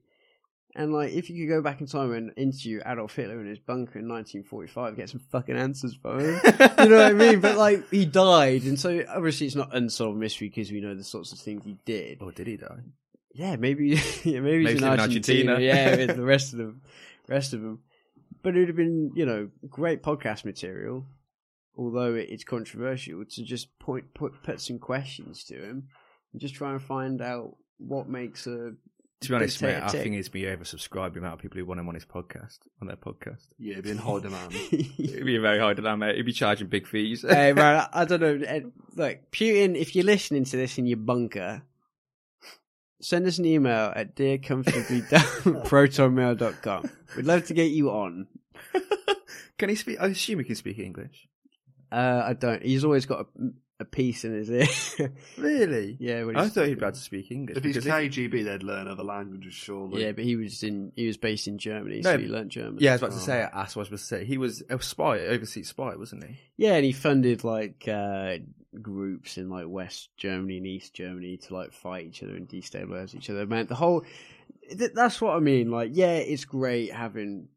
Speaker 1: And like, if you could go back in time and interview Adolf Hitler in his bunker in 1945, get some fucking answers from him. you know what I mean? But like, he died, and so obviously it's not unsolved mystery because we know the sorts of things he did.
Speaker 3: Or did he die?
Speaker 1: Yeah, maybe, <laughs> yeah, maybe,
Speaker 4: Maybe
Speaker 1: he's
Speaker 4: he's
Speaker 1: in
Speaker 4: in
Speaker 1: Argentina.
Speaker 4: Argentina.
Speaker 1: yeah, with
Speaker 3: <laughs>
Speaker 1: the rest of them, rest of them. But it would have been, you know, great podcast material, although it- it's controversial to just point, put, put some questions to him and just try and find out what makes a
Speaker 3: To be honest, mate,
Speaker 1: Dictator
Speaker 3: I
Speaker 1: tick.
Speaker 3: think it's be oversubscribed the amount of people who want him on his podcast, on their podcast.
Speaker 2: Yeah, it'd be in high
Speaker 3: <laughs>
Speaker 2: demand.
Speaker 4: It'd be very hard to that, mate. He'd be charging big fees.
Speaker 1: <laughs> hey man, I I don't know. Ed, Look, Putin, if you're listening to this in your bunker, send us an email at
Speaker 3: <laughs>
Speaker 1: dearcomfortablydown@protonmail.com. We'd love to get you on.
Speaker 3: Can he speak? I assume he can speak English.
Speaker 1: Uh, I don't. He's always got a, a piece in his ear. <laughs>
Speaker 3: Really?
Speaker 1: yeah, when
Speaker 3: I
Speaker 1: he's-
Speaker 3: thought he'd be able to speak English.
Speaker 2: if he's
Speaker 3: because if-
Speaker 2: KGB, they'd learn other languages, surely.
Speaker 1: yeah, but he was in. He was based in Germany, so
Speaker 3: No,
Speaker 1: he learnt German.
Speaker 3: yeah, I was about to say. That's what I was about to say. He was a spy, overseas spy, wasn't he?
Speaker 1: yeah, and he funded like uh, groups in like West Germany and East Germany to like fight each other and destabilize each other. Man, the whole th- that's what I mean. Like, yeah, it's great having.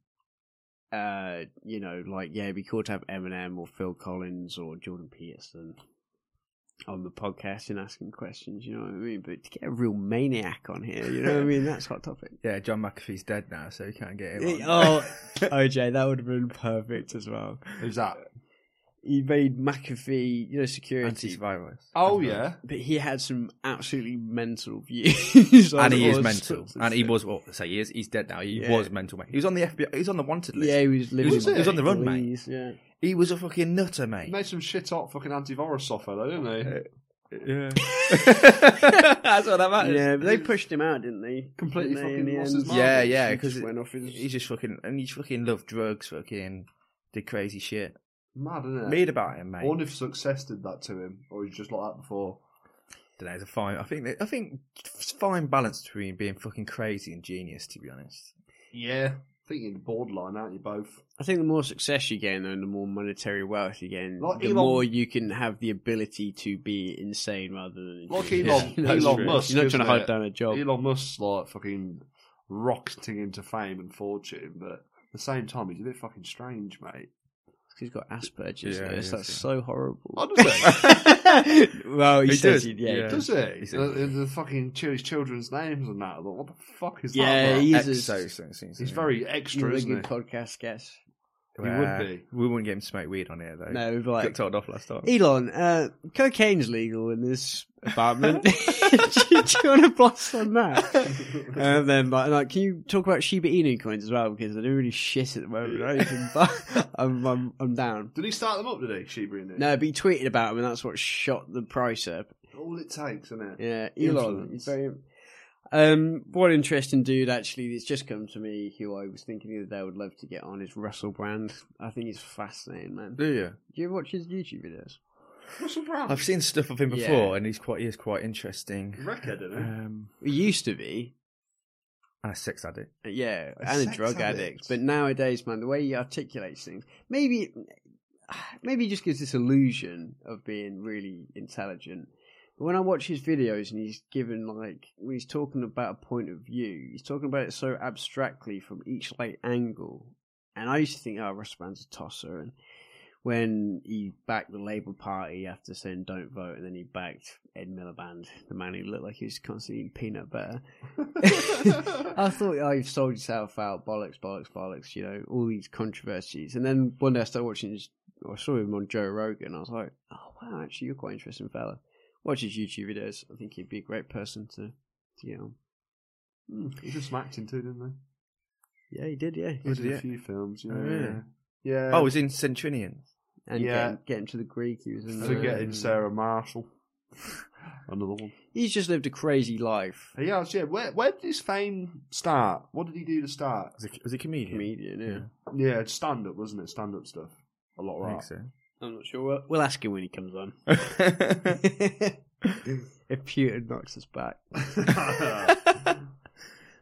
Speaker 1: Uh, you know, like yeah, it'd be cool to have Eminem or Phil Collins or Jordan Peterson on the podcast and asking questions. You know what I mean? But to get a real maniac on here, you know what I mean? That's hot topic.
Speaker 3: Yeah, John McAfee's dead now, so he can't get him.
Speaker 1: Yeah,
Speaker 3: on.
Speaker 1: <laughs> Oh, OJ, that would have been perfect as well.
Speaker 2: Who's that?
Speaker 1: He made McAfee, you know, security,
Speaker 3: antivirus.
Speaker 2: Oh, yeah.
Speaker 1: but he had some absolutely mental views. <laughs> on
Speaker 3: And he is
Speaker 1: all
Speaker 3: mental.
Speaker 1: sorts of
Speaker 3: And he
Speaker 1: stuff.
Speaker 3: was, well, say he is, he's dead now. He
Speaker 1: Yeah.
Speaker 3: was mental, mate. He was on the FBI, he was on the wanted list.
Speaker 1: Yeah, he was living.
Speaker 3: was- he was on the run, mate.
Speaker 1: Please, Yeah.
Speaker 3: He was a fucking nutter,
Speaker 2: He
Speaker 3: mate.
Speaker 2: made some shit up fucking antivirus software, though, didn't
Speaker 3: Uh,
Speaker 2: he?
Speaker 3: <laughs> Yeah. That's what that matters.
Speaker 1: yeah, but they pushed him out, didn't they?
Speaker 2: Completely
Speaker 1: Didn't they, in
Speaker 2: fucking
Speaker 1: the
Speaker 2: lost
Speaker 1: end?
Speaker 2: his mind.
Speaker 3: Yeah, yeah,
Speaker 1: He
Speaker 3: because
Speaker 1: just went off his.
Speaker 3: he just fucking, and he fucking loved drugs, fucking did crazy shit.
Speaker 2: Mad, isn't it?
Speaker 3: Read about him, mate.
Speaker 2: I wonder if success did that to him, or he's just like that before.
Speaker 3: Dunno, it's a fine. I think I think it's fine balance between being fucking crazy and genius. To be honest,
Speaker 2: Yeah. I think you're borderline, aren't you both?
Speaker 1: I think the more success you gain, and the more monetary wealth you gain,
Speaker 2: Like
Speaker 1: the
Speaker 2: Elon-
Speaker 1: more you can have the ability to be insane rather than
Speaker 2: Like
Speaker 1: Yeah,
Speaker 2: Elon,
Speaker 1: <laughs> that's
Speaker 2: Elon
Speaker 1: true.
Speaker 2: Musk.
Speaker 1: You're not
Speaker 2: isn't
Speaker 1: trying to hide
Speaker 2: it?
Speaker 1: down a job.
Speaker 2: Elon Musk's like fucking rocketing into fame and fortune, but at the same time, he's a bit fucking strange, mate.
Speaker 1: He's got Asperger's.
Speaker 4: Yeah,
Speaker 1: though.
Speaker 4: he
Speaker 1: It's
Speaker 4: has,
Speaker 1: like
Speaker 4: yeah.
Speaker 1: so horrible.
Speaker 2: Oh, does
Speaker 1: <laughs>
Speaker 2: he?
Speaker 1: well, he,
Speaker 4: He does,
Speaker 1: says he- yeah.
Speaker 4: yeah.
Speaker 2: does he?
Speaker 3: He's-
Speaker 2: The, the fucking his children's names and that. I thought, what the fuck is
Speaker 1: Yeah,
Speaker 2: that? about?
Speaker 1: he- He's a-
Speaker 3: Exo, so it seems to
Speaker 2: he's
Speaker 3: me.
Speaker 2: very
Speaker 1: You know,
Speaker 2: extra,
Speaker 1: like
Speaker 2: isn't
Speaker 1: in
Speaker 2: he?
Speaker 1: podcast guest.
Speaker 2: he would
Speaker 3: Well,
Speaker 2: be.
Speaker 3: We wouldn't get him to smoke weed on here though.
Speaker 1: No, we'd be
Speaker 3: got
Speaker 1: like
Speaker 3: told off last time.
Speaker 1: Elon. Uh, cocaine's legal in this apartment. do, you- do you want to blast on that?
Speaker 2: <laughs>
Speaker 3: <laughs>
Speaker 1: and then like, like, can you talk about Shiba Inu coins as well? Because they're doing really shit at the moment. I don't even buy- I'm, I'm I'm down.
Speaker 2: Did he start them up today, Shiba Inu?
Speaker 1: No, but he tweeted about them, and that's what shot the price up.
Speaker 2: All it takes, isn't it?
Speaker 1: Yeah, Elon.
Speaker 2: Influence.
Speaker 1: He's very. Um, one interesting dude actually that's just come to me, who I was thinking the other day I would love to get on, is Russell Brand. I think he's fascinating, man. Do
Speaker 3: Do you?
Speaker 1: you watch his YouTube videos?
Speaker 2: Russell Brand.
Speaker 3: I've seen stuff of him
Speaker 1: Yeah.
Speaker 3: before, and he's quite he is quite interesting.
Speaker 2: Wreckhead, isn't he?
Speaker 3: Um,
Speaker 1: He used to be,
Speaker 3: and a sex addict.
Speaker 1: yeah,
Speaker 2: A
Speaker 1: and a
Speaker 2: sex
Speaker 1: drug addict.
Speaker 2: addict.
Speaker 1: But nowadays, man, the way he articulates things, maybe, <sighs> maybe he just gives this illusion of being really intelligent. But when I watch his videos and he's given like when he's talking about a point of view, he's talking about it so abstractly from each like angle. And I used to think, oh, Russell Brand's a tosser, and when he backed the Labour Party after saying don't vote, and then he backed Ed Miliband, the man who looked like he was constantly eating peanut butter. I thought, oh, you've sold yourself out, bollocks, bollocks, bollocks, you know, all these controversies. And then one day I started watching his, I saw him on Joe Rogan, I was like, oh, wow, actually, you're quite an interesting fella. Watch his YouTube videos. I think he'd be a great person to, to get on.
Speaker 2: Mm, he just smacked him too, didn't
Speaker 1: Yeah, he did, yeah.
Speaker 2: he? He did
Speaker 3: did
Speaker 2: a
Speaker 3: he?
Speaker 2: few films, yeah.
Speaker 3: Oh, really?
Speaker 2: Yeah.
Speaker 3: Oh, he's in Centurion.
Speaker 1: And
Speaker 2: Yeah.
Speaker 1: getting, getting to the Greek, he was in the-
Speaker 2: forgetting Sarah Marshall. <laughs> Another one.
Speaker 1: He's just lived a crazy life.
Speaker 2: He has, yeah. Where, where did his fame start? What did he do to start?
Speaker 3: Was he, was he a comedian?
Speaker 1: Comedian, yeah.
Speaker 2: Yeah, stand up, wasn't it? Stand up stuff. A lot of
Speaker 3: I
Speaker 2: that.
Speaker 3: think so.
Speaker 1: I'm not sure. We'll, we'll ask him when he comes
Speaker 2: <laughs>
Speaker 1: on. <laughs> if Putin knocks us
Speaker 2: <laughs>
Speaker 1: back.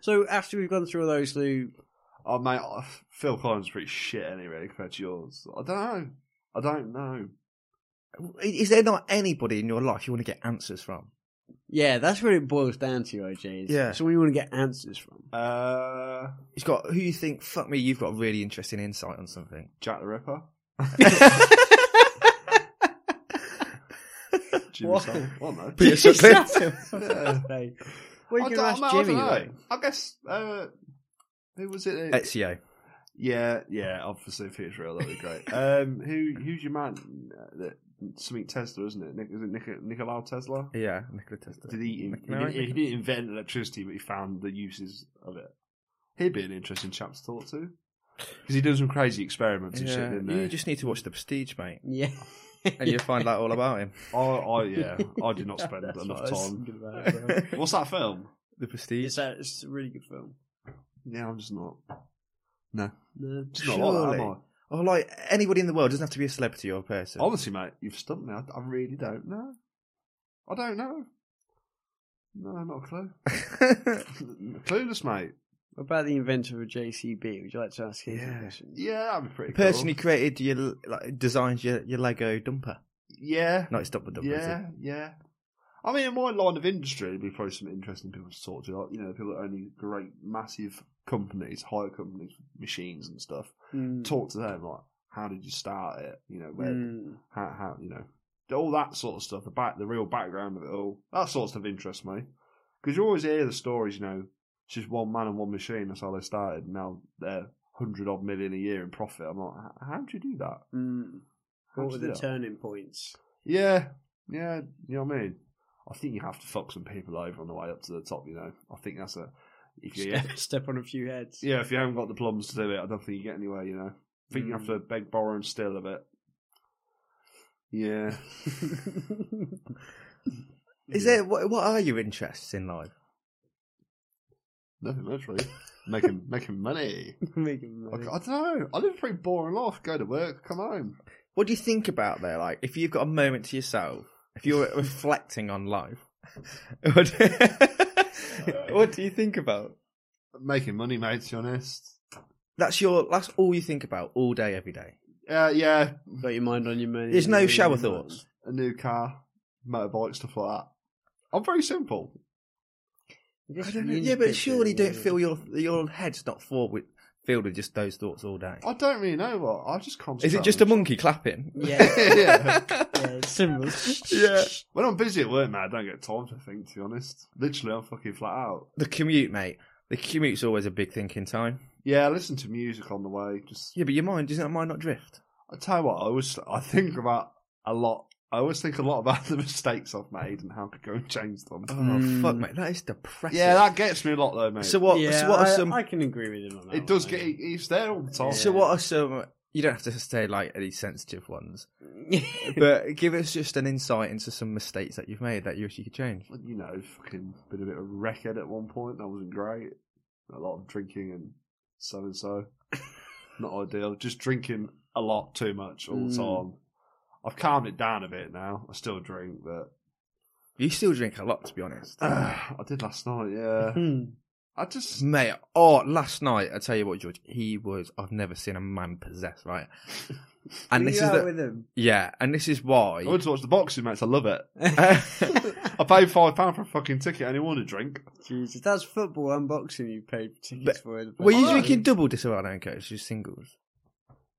Speaker 1: So after we've gone through all those, Lou,
Speaker 2: oh, mate, oh, Phil Collins is pretty shit anyway compared to yours. I don't know. I don't know.
Speaker 3: Is there not anybody in your life you want to get answers from?
Speaker 1: Yeah, that's what it boils down to, IJ.
Speaker 3: Yeah.
Speaker 1: Yeah. Someone you want to get answers from.
Speaker 2: Uh, <laughs>
Speaker 3: He's got who you think? Fuck me, you've got really interesting insight on something.
Speaker 2: Jack the Ripper.
Speaker 1: <laughs>
Speaker 2: Jimmy
Speaker 1: What?
Speaker 2: Savile. Well, no.
Speaker 3: Peter Sutcliffe.
Speaker 2: <laughs>
Speaker 1: Hey. Well, you
Speaker 2: I
Speaker 1: can
Speaker 2: don't-
Speaker 1: ask
Speaker 2: I don't
Speaker 1: Jimmy,
Speaker 2: know.
Speaker 1: though.
Speaker 2: I guess. Uh, who was it? that-
Speaker 3: Ezio.
Speaker 2: Yeah, yeah. Obviously, if it's real, that'd be great. um, who who's your man? Uh, that- something Tesla, isn't it? Nick, is it Nik- Nikola Tesla?
Speaker 3: Yeah, Nikola Tesla.
Speaker 2: Did he, he,
Speaker 3: No, I
Speaker 2: didn't, he
Speaker 3: think-
Speaker 2: didn't invent electricity, but he found the uses of it. He'd be an interesting chap to talk to because he done some crazy experiments and shit,
Speaker 3: Yeah,
Speaker 2: didn't
Speaker 3: you
Speaker 2: he?
Speaker 3: just need to watch The Prestige, mate,
Speaker 1: Yeah.
Speaker 3: and you'll find out all about <laughs> him.
Speaker 2: I, I, yeah, I
Speaker 1: <laughs>
Speaker 2: did not spend
Speaker 1: That's what I
Speaker 2: enough
Speaker 1: was
Speaker 2: time.
Speaker 1: thinking about as
Speaker 2: <laughs>
Speaker 1: well.
Speaker 3: the
Speaker 2: What's that film?
Speaker 3: Prestige.
Speaker 1: it's, a, it's a really good film.
Speaker 2: Yeah, I'm just not.
Speaker 1: No.
Speaker 2: Just not like that, am
Speaker 3: Surely. Or Oh, like anybody in the world doesn't have to be a celebrity or a person.
Speaker 2: I?
Speaker 3: <laughs>
Speaker 2: Honestly, mate, you've stumped me. I, I really don't know. I don't know. No, not a clue. <laughs> Clueless, mate.
Speaker 1: What about the inventor of JCB? Would you like to ask him some
Speaker 2: Yeah.
Speaker 1: questions?
Speaker 2: Yeah, that'd be pretty
Speaker 3: The person who
Speaker 2: cool.
Speaker 3: created your like designed your, your Lego dumper.
Speaker 2: Yeah,
Speaker 3: No, it's not the dumper.
Speaker 2: yeah,
Speaker 3: Is it?
Speaker 2: yeah. I mean, in my line of industry, it'd be probably some interesting people to talk to. Like, you know, people that own these great, massive companies, hire companies, machines and stuff.
Speaker 1: Mm.
Speaker 2: Talk to them, like, how did you start it? You know, where,
Speaker 1: Mm.
Speaker 2: how, how, you know, all that sort of stuff. The back, the real background of it all. That sort of stuff interests me because you always hear the stories. You know, it's just one man and one machine. That's how they started. and Now they're hundred odd million a year in profit. I'm like, "H- how do you do that?
Speaker 1: Mm. What were
Speaker 2: How do you do
Speaker 1: the
Speaker 2: that?"
Speaker 1: turning
Speaker 2: <laughs>
Speaker 1: points?
Speaker 2: Yeah, yeah, you know what I mean. I think you have to fuck some people over on the way up to the top. You know, I think that's a if you yeah,
Speaker 1: Step, step on a few heads. <laughs>
Speaker 2: yeah if you haven't got the plums to do it, I don't think you get anywhere. You know, I think you
Speaker 1: Mm.
Speaker 2: have to beg, borrow, and steal a bit. Yeah,
Speaker 3: Is
Speaker 2: Yeah.
Speaker 3: there what, what are your interests in life?
Speaker 2: nothing much really. making
Speaker 1: <laughs>
Speaker 2: making money.
Speaker 1: Making
Speaker 2: I, I
Speaker 1: money.
Speaker 2: don't know. I live a pretty boring life. Go to work, come home.
Speaker 3: What do you think about there? Like, if you've got a moment to yourself, if <laughs> you're reflecting on life, <laughs> what, <laughs> what do you think about?
Speaker 2: Making money, mate. To be honest.
Speaker 3: That's your. That's all you think about all day, every day.
Speaker 2: Uh, yeah,
Speaker 1: Got your mind on your money.
Speaker 3: There's no
Speaker 1: Really
Speaker 3: shower
Speaker 1: mind.
Speaker 3: thoughts.
Speaker 2: a new car, motorbike, stuff like that. I'm very simple.
Speaker 1: guess
Speaker 3: I don't
Speaker 1: you
Speaker 3: know.
Speaker 1: need
Speaker 3: Yeah,
Speaker 1: a bit
Speaker 3: but surely
Speaker 1: of-
Speaker 3: don't feel your your head's not full with, filled with just those thoughts all day.
Speaker 2: I don't really know what. I just concentrate.
Speaker 3: Is it just a
Speaker 2: on-
Speaker 3: monkey clapping? <laughs>
Speaker 1: Yeah,
Speaker 2: <laughs> yeah.
Speaker 1: yeah, it's simple.
Speaker 3: yeah.
Speaker 2: When I'm busy at work, man, I don't get time to think. To be honest, literally, I'm fucking flat out.
Speaker 3: The commute, mate. The commute's always a big thinking time.
Speaker 2: Yeah, I listen to music on the way. Just
Speaker 3: Yeah, but your mind doesn't mind not drift.
Speaker 2: I tell you what, I always I think about a lot. I always think a lot about <laughs> the mistakes I've made and how I could go and change them.
Speaker 3: Oh
Speaker 1: Mm.
Speaker 3: fuck, mate, that is depressing.
Speaker 2: yeah, that gets me a lot though, mate.
Speaker 3: So what?
Speaker 1: Yeah,
Speaker 3: so what are
Speaker 1: I,
Speaker 3: some?
Speaker 1: I can agree with him on that.
Speaker 2: it does
Speaker 1: one,
Speaker 2: get. it- It's there all the time.
Speaker 3: So what are some? You don't have to say like any sensitive ones,
Speaker 1: yeah.
Speaker 3: but give us just an insight into some mistakes that you've made that you wish you could change.
Speaker 2: You know, fucking been a bit of a wreckhead at one point. That wasn't great. A lot of drinking and so and <laughs> so. Not ideal. Just drinking a lot too much all the
Speaker 1: Mm.
Speaker 2: time. I've calmed it down a bit now. I still drink, but <sighs>
Speaker 3: You still drink a lot, to be honest,
Speaker 2: I did last night. Yeah, <laughs>
Speaker 1: Hmm.
Speaker 2: I just
Speaker 3: mate. Oh, last night I tell you what, George, he was. I've never seen a man possessed, right? <laughs> And
Speaker 1: Were
Speaker 3: this
Speaker 1: you
Speaker 3: is
Speaker 1: out
Speaker 3: the,
Speaker 1: with him.
Speaker 3: yeah, and this is why.
Speaker 2: I went to watch the boxing match. I love it. I
Speaker 1: Jesus,
Speaker 2: paid five pound for a fucking ticket. and he wanted a drink? <laughs>
Speaker 1: that's football unboxing you paid tickets
Speaker 3: But-
Speaker 1: for. in the
Speaker 3: Were you
Speaker 1: past.
Speaker 3: drinking double Disaronno Coach, just singles?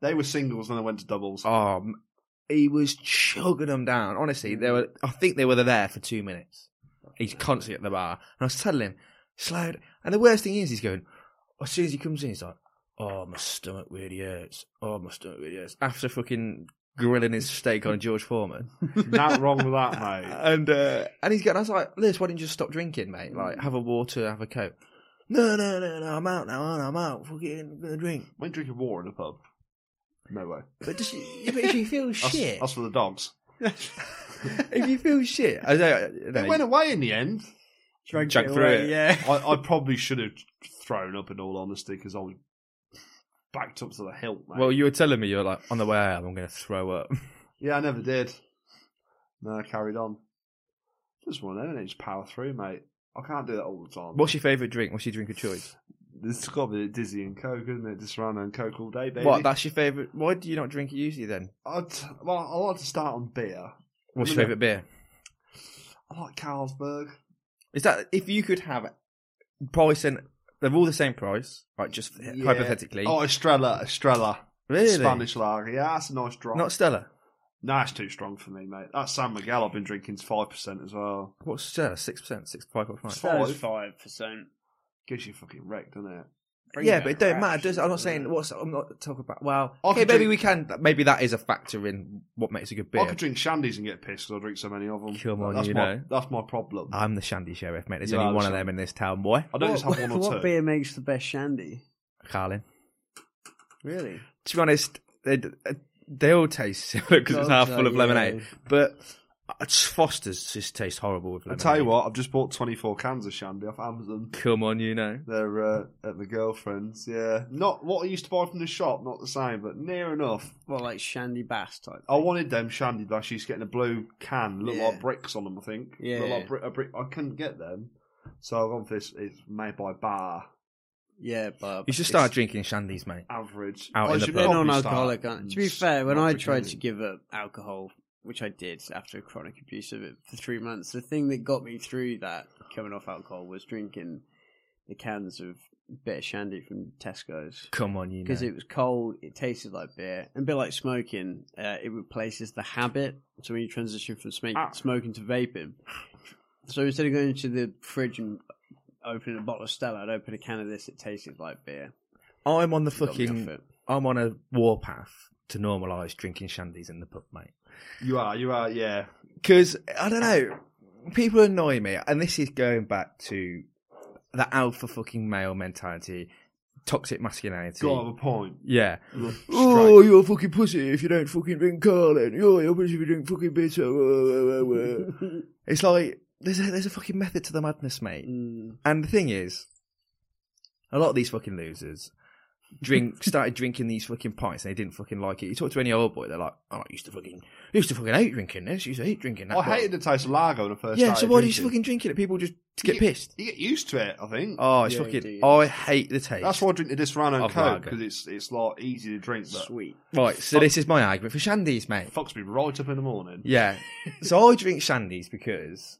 Speaker 2: They were singles, then I went to doubles.
Speaker 3: Oh, m- he was chugging them down. Honestly, they were. I think they were there for two minutes. He's constantly at the bar, and I was telling him, slow. d-" And the worst thing is, he's going. As soon as he comes in, he's like, "Oh, my stomach really hurts. Oh, my stomach really hurts." After fucking grilling his steak on George Foreman,
Speaker 2: Not wrong with that, <laughs> mate.
Speaker 3: and uh, and he's going. I was like, "Liz, why didn't you just stop drinking, mate? Like, have a water, have a coke." No, no, no, no. I'm out now. aren't I? I'm out. Fucking I'm gonna drink.
Speaker 2: Went drinking water in a pub. No way.
Speaker 3: But does she, but if
Speaker 2: <laughs>
Speaker 3: you feel
Speaker 2: That's,
Speaker 3: shit,
Speaker 2: that's for the dogs.
Speaker 3: <laughs> if you feel shit, I don't,
Speaker 2: It went away in the end.
Speaker 1: Drank
Speaker 3: Chugged
Speaker 1: it
Speaker 3: through
Speaker 1: away,
Speaker 3: it.
Speaker 1: Yeah.
Speaker 2: I, I probably should have thrown up in all honesty because I was backed up to the hilt, mate.
Speaker 3: Well, you were telling me you were like on the way out. I'm going to throw up.
Speaker 2: yeah, I never did. No, I carried on. Just one of them, and just power through, mate. I can't do that all the time.
Speaker 3: What's your favourite drink? What's your drink of choice?
Speaker 2: This has got to be Dizzy and Coke, isn't it? Just around and Coke all day, baby.
Speaker 3: What? That's your favourite. Why do you not drink it usually then?
Speaker 2: I'd, well, I like to start on beer.
Speaker 3: What's your
Speaker 2: Yeah.
Speaker 3: favourite beer?
Speaker 2: I like Carlsberg.
Speaker 3: Is that if you could have price and they're all the same price, right? Just
Speaker 2: Yeah.
Speaker 3: hypothetically,
Speaker 2: Oh, Estrella, Estrella.
Speaker 3: really?
Speaker 2: Spanish lager. Yeah, that's a nice drop.
Speaker 3: not Stella.
Speaker 2: No, it's too strong for me, mate. That San Miguel I've been drinking's five percent as well.
Speaker 3: What's Stella? Six percent, six five point five.
Speaker 1: That was
Speaker 2: Five.
Speaker 1: five percent.
Speaker 2: Gives you fucking wrecked, doesn't it?
Speaker 3: Yeah, but it don't matter. Does it? I'm not saying what's. I'm not talking about. Well,
Speaker 2: I
Speaker 3: okay,
Speaker 2: could
Speaker 3: maybe
Speaker 2: drink-
Speaker 3: we can. Maybe that is a factor in what makes a good
Speaker 2: I
Speaker 3: beer.
Speaker 2: could drink shandies and get pissed because I drink so many of them.
Speaker 3: Come on,
Speaker 2: that's
Speaker 3: you
Speaker 2: my,
Speaker 3: know.
Speaker 2: That's my problem. I
Speaker 3: I'm the shandy sheriff, mate. There's
Speaker 2: You are
Speaker 3: only
Speaker 2: the
Speaker 3: one of
Speaker 2: shandy.
Speaker 3: them in this town, boy.
Speaker 2: don't
Speaker 1: what,
Speaker 2: just have one or
Speaker 1: what
Speaker 2: two.
Speaker 1: beer makes the best shandy?
Speaker 3: Carlin.
Speaker 1: Really?
Speaker 3: To be honest, they uh, they all taste <laughs> because it's
Speaker 1: God,
Speaker 3: half full
Speaker 1: no,
Speaker 3: of
Speaker 1: yeah.
Speaker 3: lemonade. But uh, Foster's just tastes horrible with
Speaker 2: I
Speaker 3: lemonade.
Speaker 2: tell you what, I've just bought 24 cans of shandy off Amazon.
Speaker 3: Come on, you know.
Speaker 2: They're uh, at my girlfriend's. Yeah, not what I used to buy from the shop, not the same, but near enough.
Speaker 1: Well, like shandy bass type.
Speaker 2: I wanted them shandy bash. She's getting a blue can, look
Speaker 1: Yeah.
Speaker 2: like bricks on them. I think.
Speaker 1: Yeah.
Speaker 2: Look like brick, a brick. I couldn't get them, so I've gone for this. It's made by Bar
Speaker 1: Yeah, but
Speaker 3: You should start drinking shandies, mate.
Speaker 2: Average.
Speaker 3: Out
Speaker 2: I
Speaker 3: in the
Speaker 2: should
Speaker 3: pub.
Speaker 1: they're
Speaker 2: probably
Speaker 1: non-alcoholic.
Speaker 2: start
Speaker 1: aren't they? uh, To be fair, when
Speaker 2: not
Speaker 1: I
Speaker 2: drinking
Speaker 1: tried
Speaker 2: it.
Speaker 1: to give up alcohol, which I did after a chronic abuse of it for three months, the thing that got me through that coming off alcohol was drinking the cans of bitter shandy from Tesco's.
Speaker 3: Come on, you know.
Speaker 1: Because it was cold, it tasted like beer, and a bit like smoking, uh, it replaces the habit. So when you transition from smoke,
Speaker 2: Ah.
Speaker 1: smoking to vaping, so instead of going to the fridge and opening a bottle of Stella, I'd open a can of this. It tasted like beer.
Speaker 3: I'm on the
Speaker 1: It got me off
Speaker 3: fucking.
Speaker 1: it.
Speaker 3: I'm on a warpath to normalise drinking shandies in the pub, mate.
Speaker 2: You are. You are. Yeah.
Speaker 3: Because I don't know, people annoy me, and this is going back to the alpha fucking male mentality, toxic masculinity.
Speaker 2: Got to have a point.
Speaker 3: Yeah.
Speaker 2: Strike.
Speaker 3: Oh, you're a fucking pussy if you don't fucking drink Carlin. Oh, you're a pussy if you drink fucking bitter. Wah, wah, wah, wah. it's like there's a, there's a fucking method to the madness, mate.
Speaker 1: <laughs> Mm,
Speaker 3: And the thing is, a lot of these fucking losers drink <laughs> started drinking these fucking pints and they didn't fucking like it. You talk to any old boy, they're like, "Oh, I used to fucking I used to fucking hate drinking this. I used to hate drinking that."
Speaker 2: I hated the taste of lager when I first.
Speaker 3: Yeah, so
Speaker 2: started
Speaker 3: why do you
Speaker 2: drinking.
Speaker 3: fucking drinking it? People just to get
Speaker 2: You-
Speaker 3: pissed.
Speaker 2: You get used to it. I think.
Speaker 3: Oh, it's
Speaker 1: Yeah,
Speaker 3: fucking.
Speaker 1: indeed.
Speaker 3: I hate the taste.
Speaker 2: That's why I drink the Disrano
Speaker 3: Of
Speaker 2: Coke
Speaker 3: lager.
Speaker 2: because it's it's like easy to drink, but
Speaker 1: sweet.
Speaker 3: Right, so this is my argument for shandies, mate.
Speaker 2: it fucks me right up in the morning. <laughs>
Speaker 3: Yeah. so I drink shandies because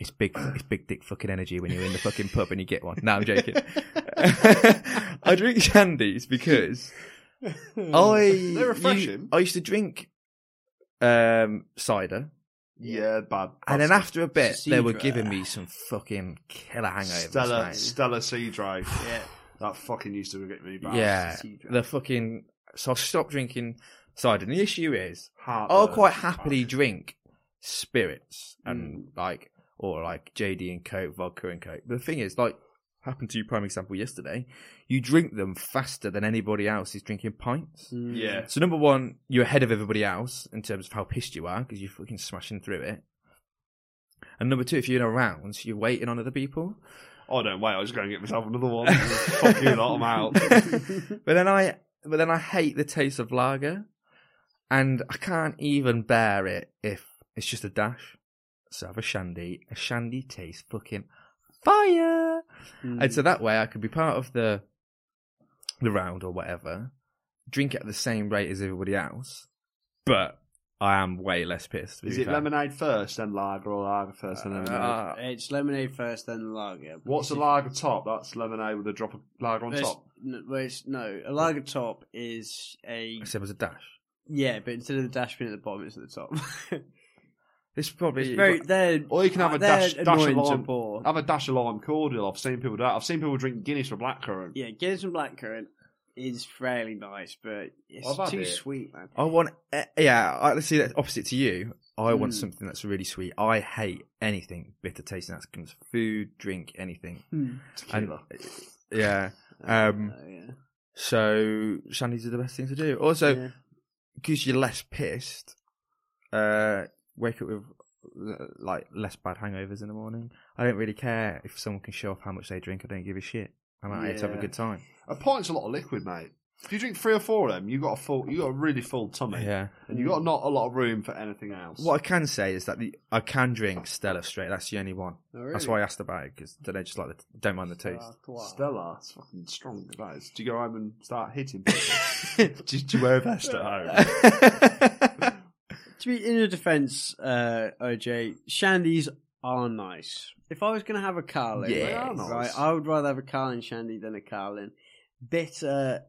Speaker 3: it's big it's big dick fucking energy when you're in the fucking pub and you get one. No, I'm joking. <laughs> I drink shandies because I
Speaker 2: They're refreshing.
Speaker 3: you- I used to drink um cider.
Speaker 2: Yeah, bad.
Speaker 3: And then after a bit, they were
Speaker 1: Sidra.
Speaker 3: giving me some fucking killer hangovers.
Speaker 2: Stella
Speaker 3: mate.
Speaker 2: Stella
Speaker 3: <sighs>
Speaker 2: Seadrave.
Speaker 1: Yeah.
Speaker 2: That fucking used to get me back.
Speaker 3: yeah,
Speaker 1: Sidra.
Speaker 3: the fucking. So I stopped drinking cider. And the issue is,
Speaker 2: Heartburn.
Speaker 3: I'll Oh, quite happily drink spirits and like or like JD and Coke, vodka and Coke. The thing is, like happened to you prime example yesterday, you drink them faster than anybody else is drinking pints.
Speaker 1: Mm.
Speaker 2: Yeah.
Speaker 3: So number one, you're ahead of everybody else in terms of how pissed you are because you're fucking smashing through it. And number two, if you're in a round, you're waiting on other people.
Speaker 2: Oh, don't wait. I will just go and get myself another one. <laughs> Fuck you lot. I'm
Speaker 3: <laughs>
Speaker 2: out.
Speaker 1: Mm.
Speaker 2: <laughs>
Speaker 3: but then I but then I hate the taste of lager, and I can't even bear it if it's just a dash. So I have a shandy. A shandy tastes fucking fire,
Speaker 1: Mm.
Speaker 3: and so that way I could be part of the the round or whatever, drink at the same rate as everybody else, but I am way less pissed. to be
Speaker 2: Is it
Speaker 3: fair.
Speaker 2: lemonade first, then lager, or lager first, then lemonade?
Speaker 3: Uh,
Speaker 1: It's lemonade first, then lager.
Speaker 2: What's a lager top? That's lemonade with a drop of lager on
Speaker 1: It's-
Speaker 2: top.
Speaker 1: No, well, it's- no, a lager top is a
Speaker 3: Except it was a dash.
Speaker 1: yeah, but instead of the dash bin at the bottom, it's at the top.
Speaker 3: This probably
Speaker 1: it's very. They're,
Speaker 2: Or you can
Speaker 3: Ah,
Speaker 2: have a
Speaker 1: they're
Speaker 2: dash- dash of
Speaker 1: annoying to
Speaker 2: lime.
Speaker 1: pour.
Speaker 2: Have a dash of lime cordial. I've seen people do that. I've seen people drink Guinness with
Speaker 3: Oh.
Speaker 2: blackcurrant.
Speaker 1: Yeah, Guinness and blackcurrant is fairly nice, but
Speaker 2: I've had
Speaker 1: it's too
Speaker 2: it.
Speaker 1: sweet, man.
Speaker 3: I want, eh, yeah, I let's see that opposite to you. I want
Speaker 1: Mm.
Speaker 3: something that's really sweet. I hate anything bitter tasting. That comes food, drink, anything. And,
Speaker 2: Tequila.
Speaker 3: yeah. Um,
Speaker 1: Oh, yeah.
Speaker 3: So shandies are the best thing to do. Also,
Speaker 1: Yeah.
Speaker 3: because you're less pissed, uh, wake up with uh, like less bad hangovers in the morning. I don't really care if someone can show off how much they drink. I don't give a shit. I'm out here to have a
Speaker 2: Yeah.
Speaker 3: good time.
Speaker 2: a pint's a lot of liquid, mate. If you drink three or four of them, you got a full, you got a really full tummy,
Speaker 3: Yeah.
Speaker 2: and you got not a lot of room for anything else.
Speaker 3: What I can say is that the I can drink Stella straight. That's the only one.
Speaker 1: Oh, really? Oh,
Speaker 3: That's why I asked about it because they just like the, don't mind the taste.
Speaker 2: Stella, it's fucking strong. That is. Do you go home <laughs>
Speaker 3: <laughs>
Speaker 2: and start hitting people? do, you- do you wear a vest at home?
Speaker 1: to be in your defense, uh, OJ, shandies are nice. If I was going to have a Carlin,
Speaker 3: Yes. They
Speaker 2: are nice.
Speaker 1: right, I would rather have a Carlin shandy than a Carlin. Bitter,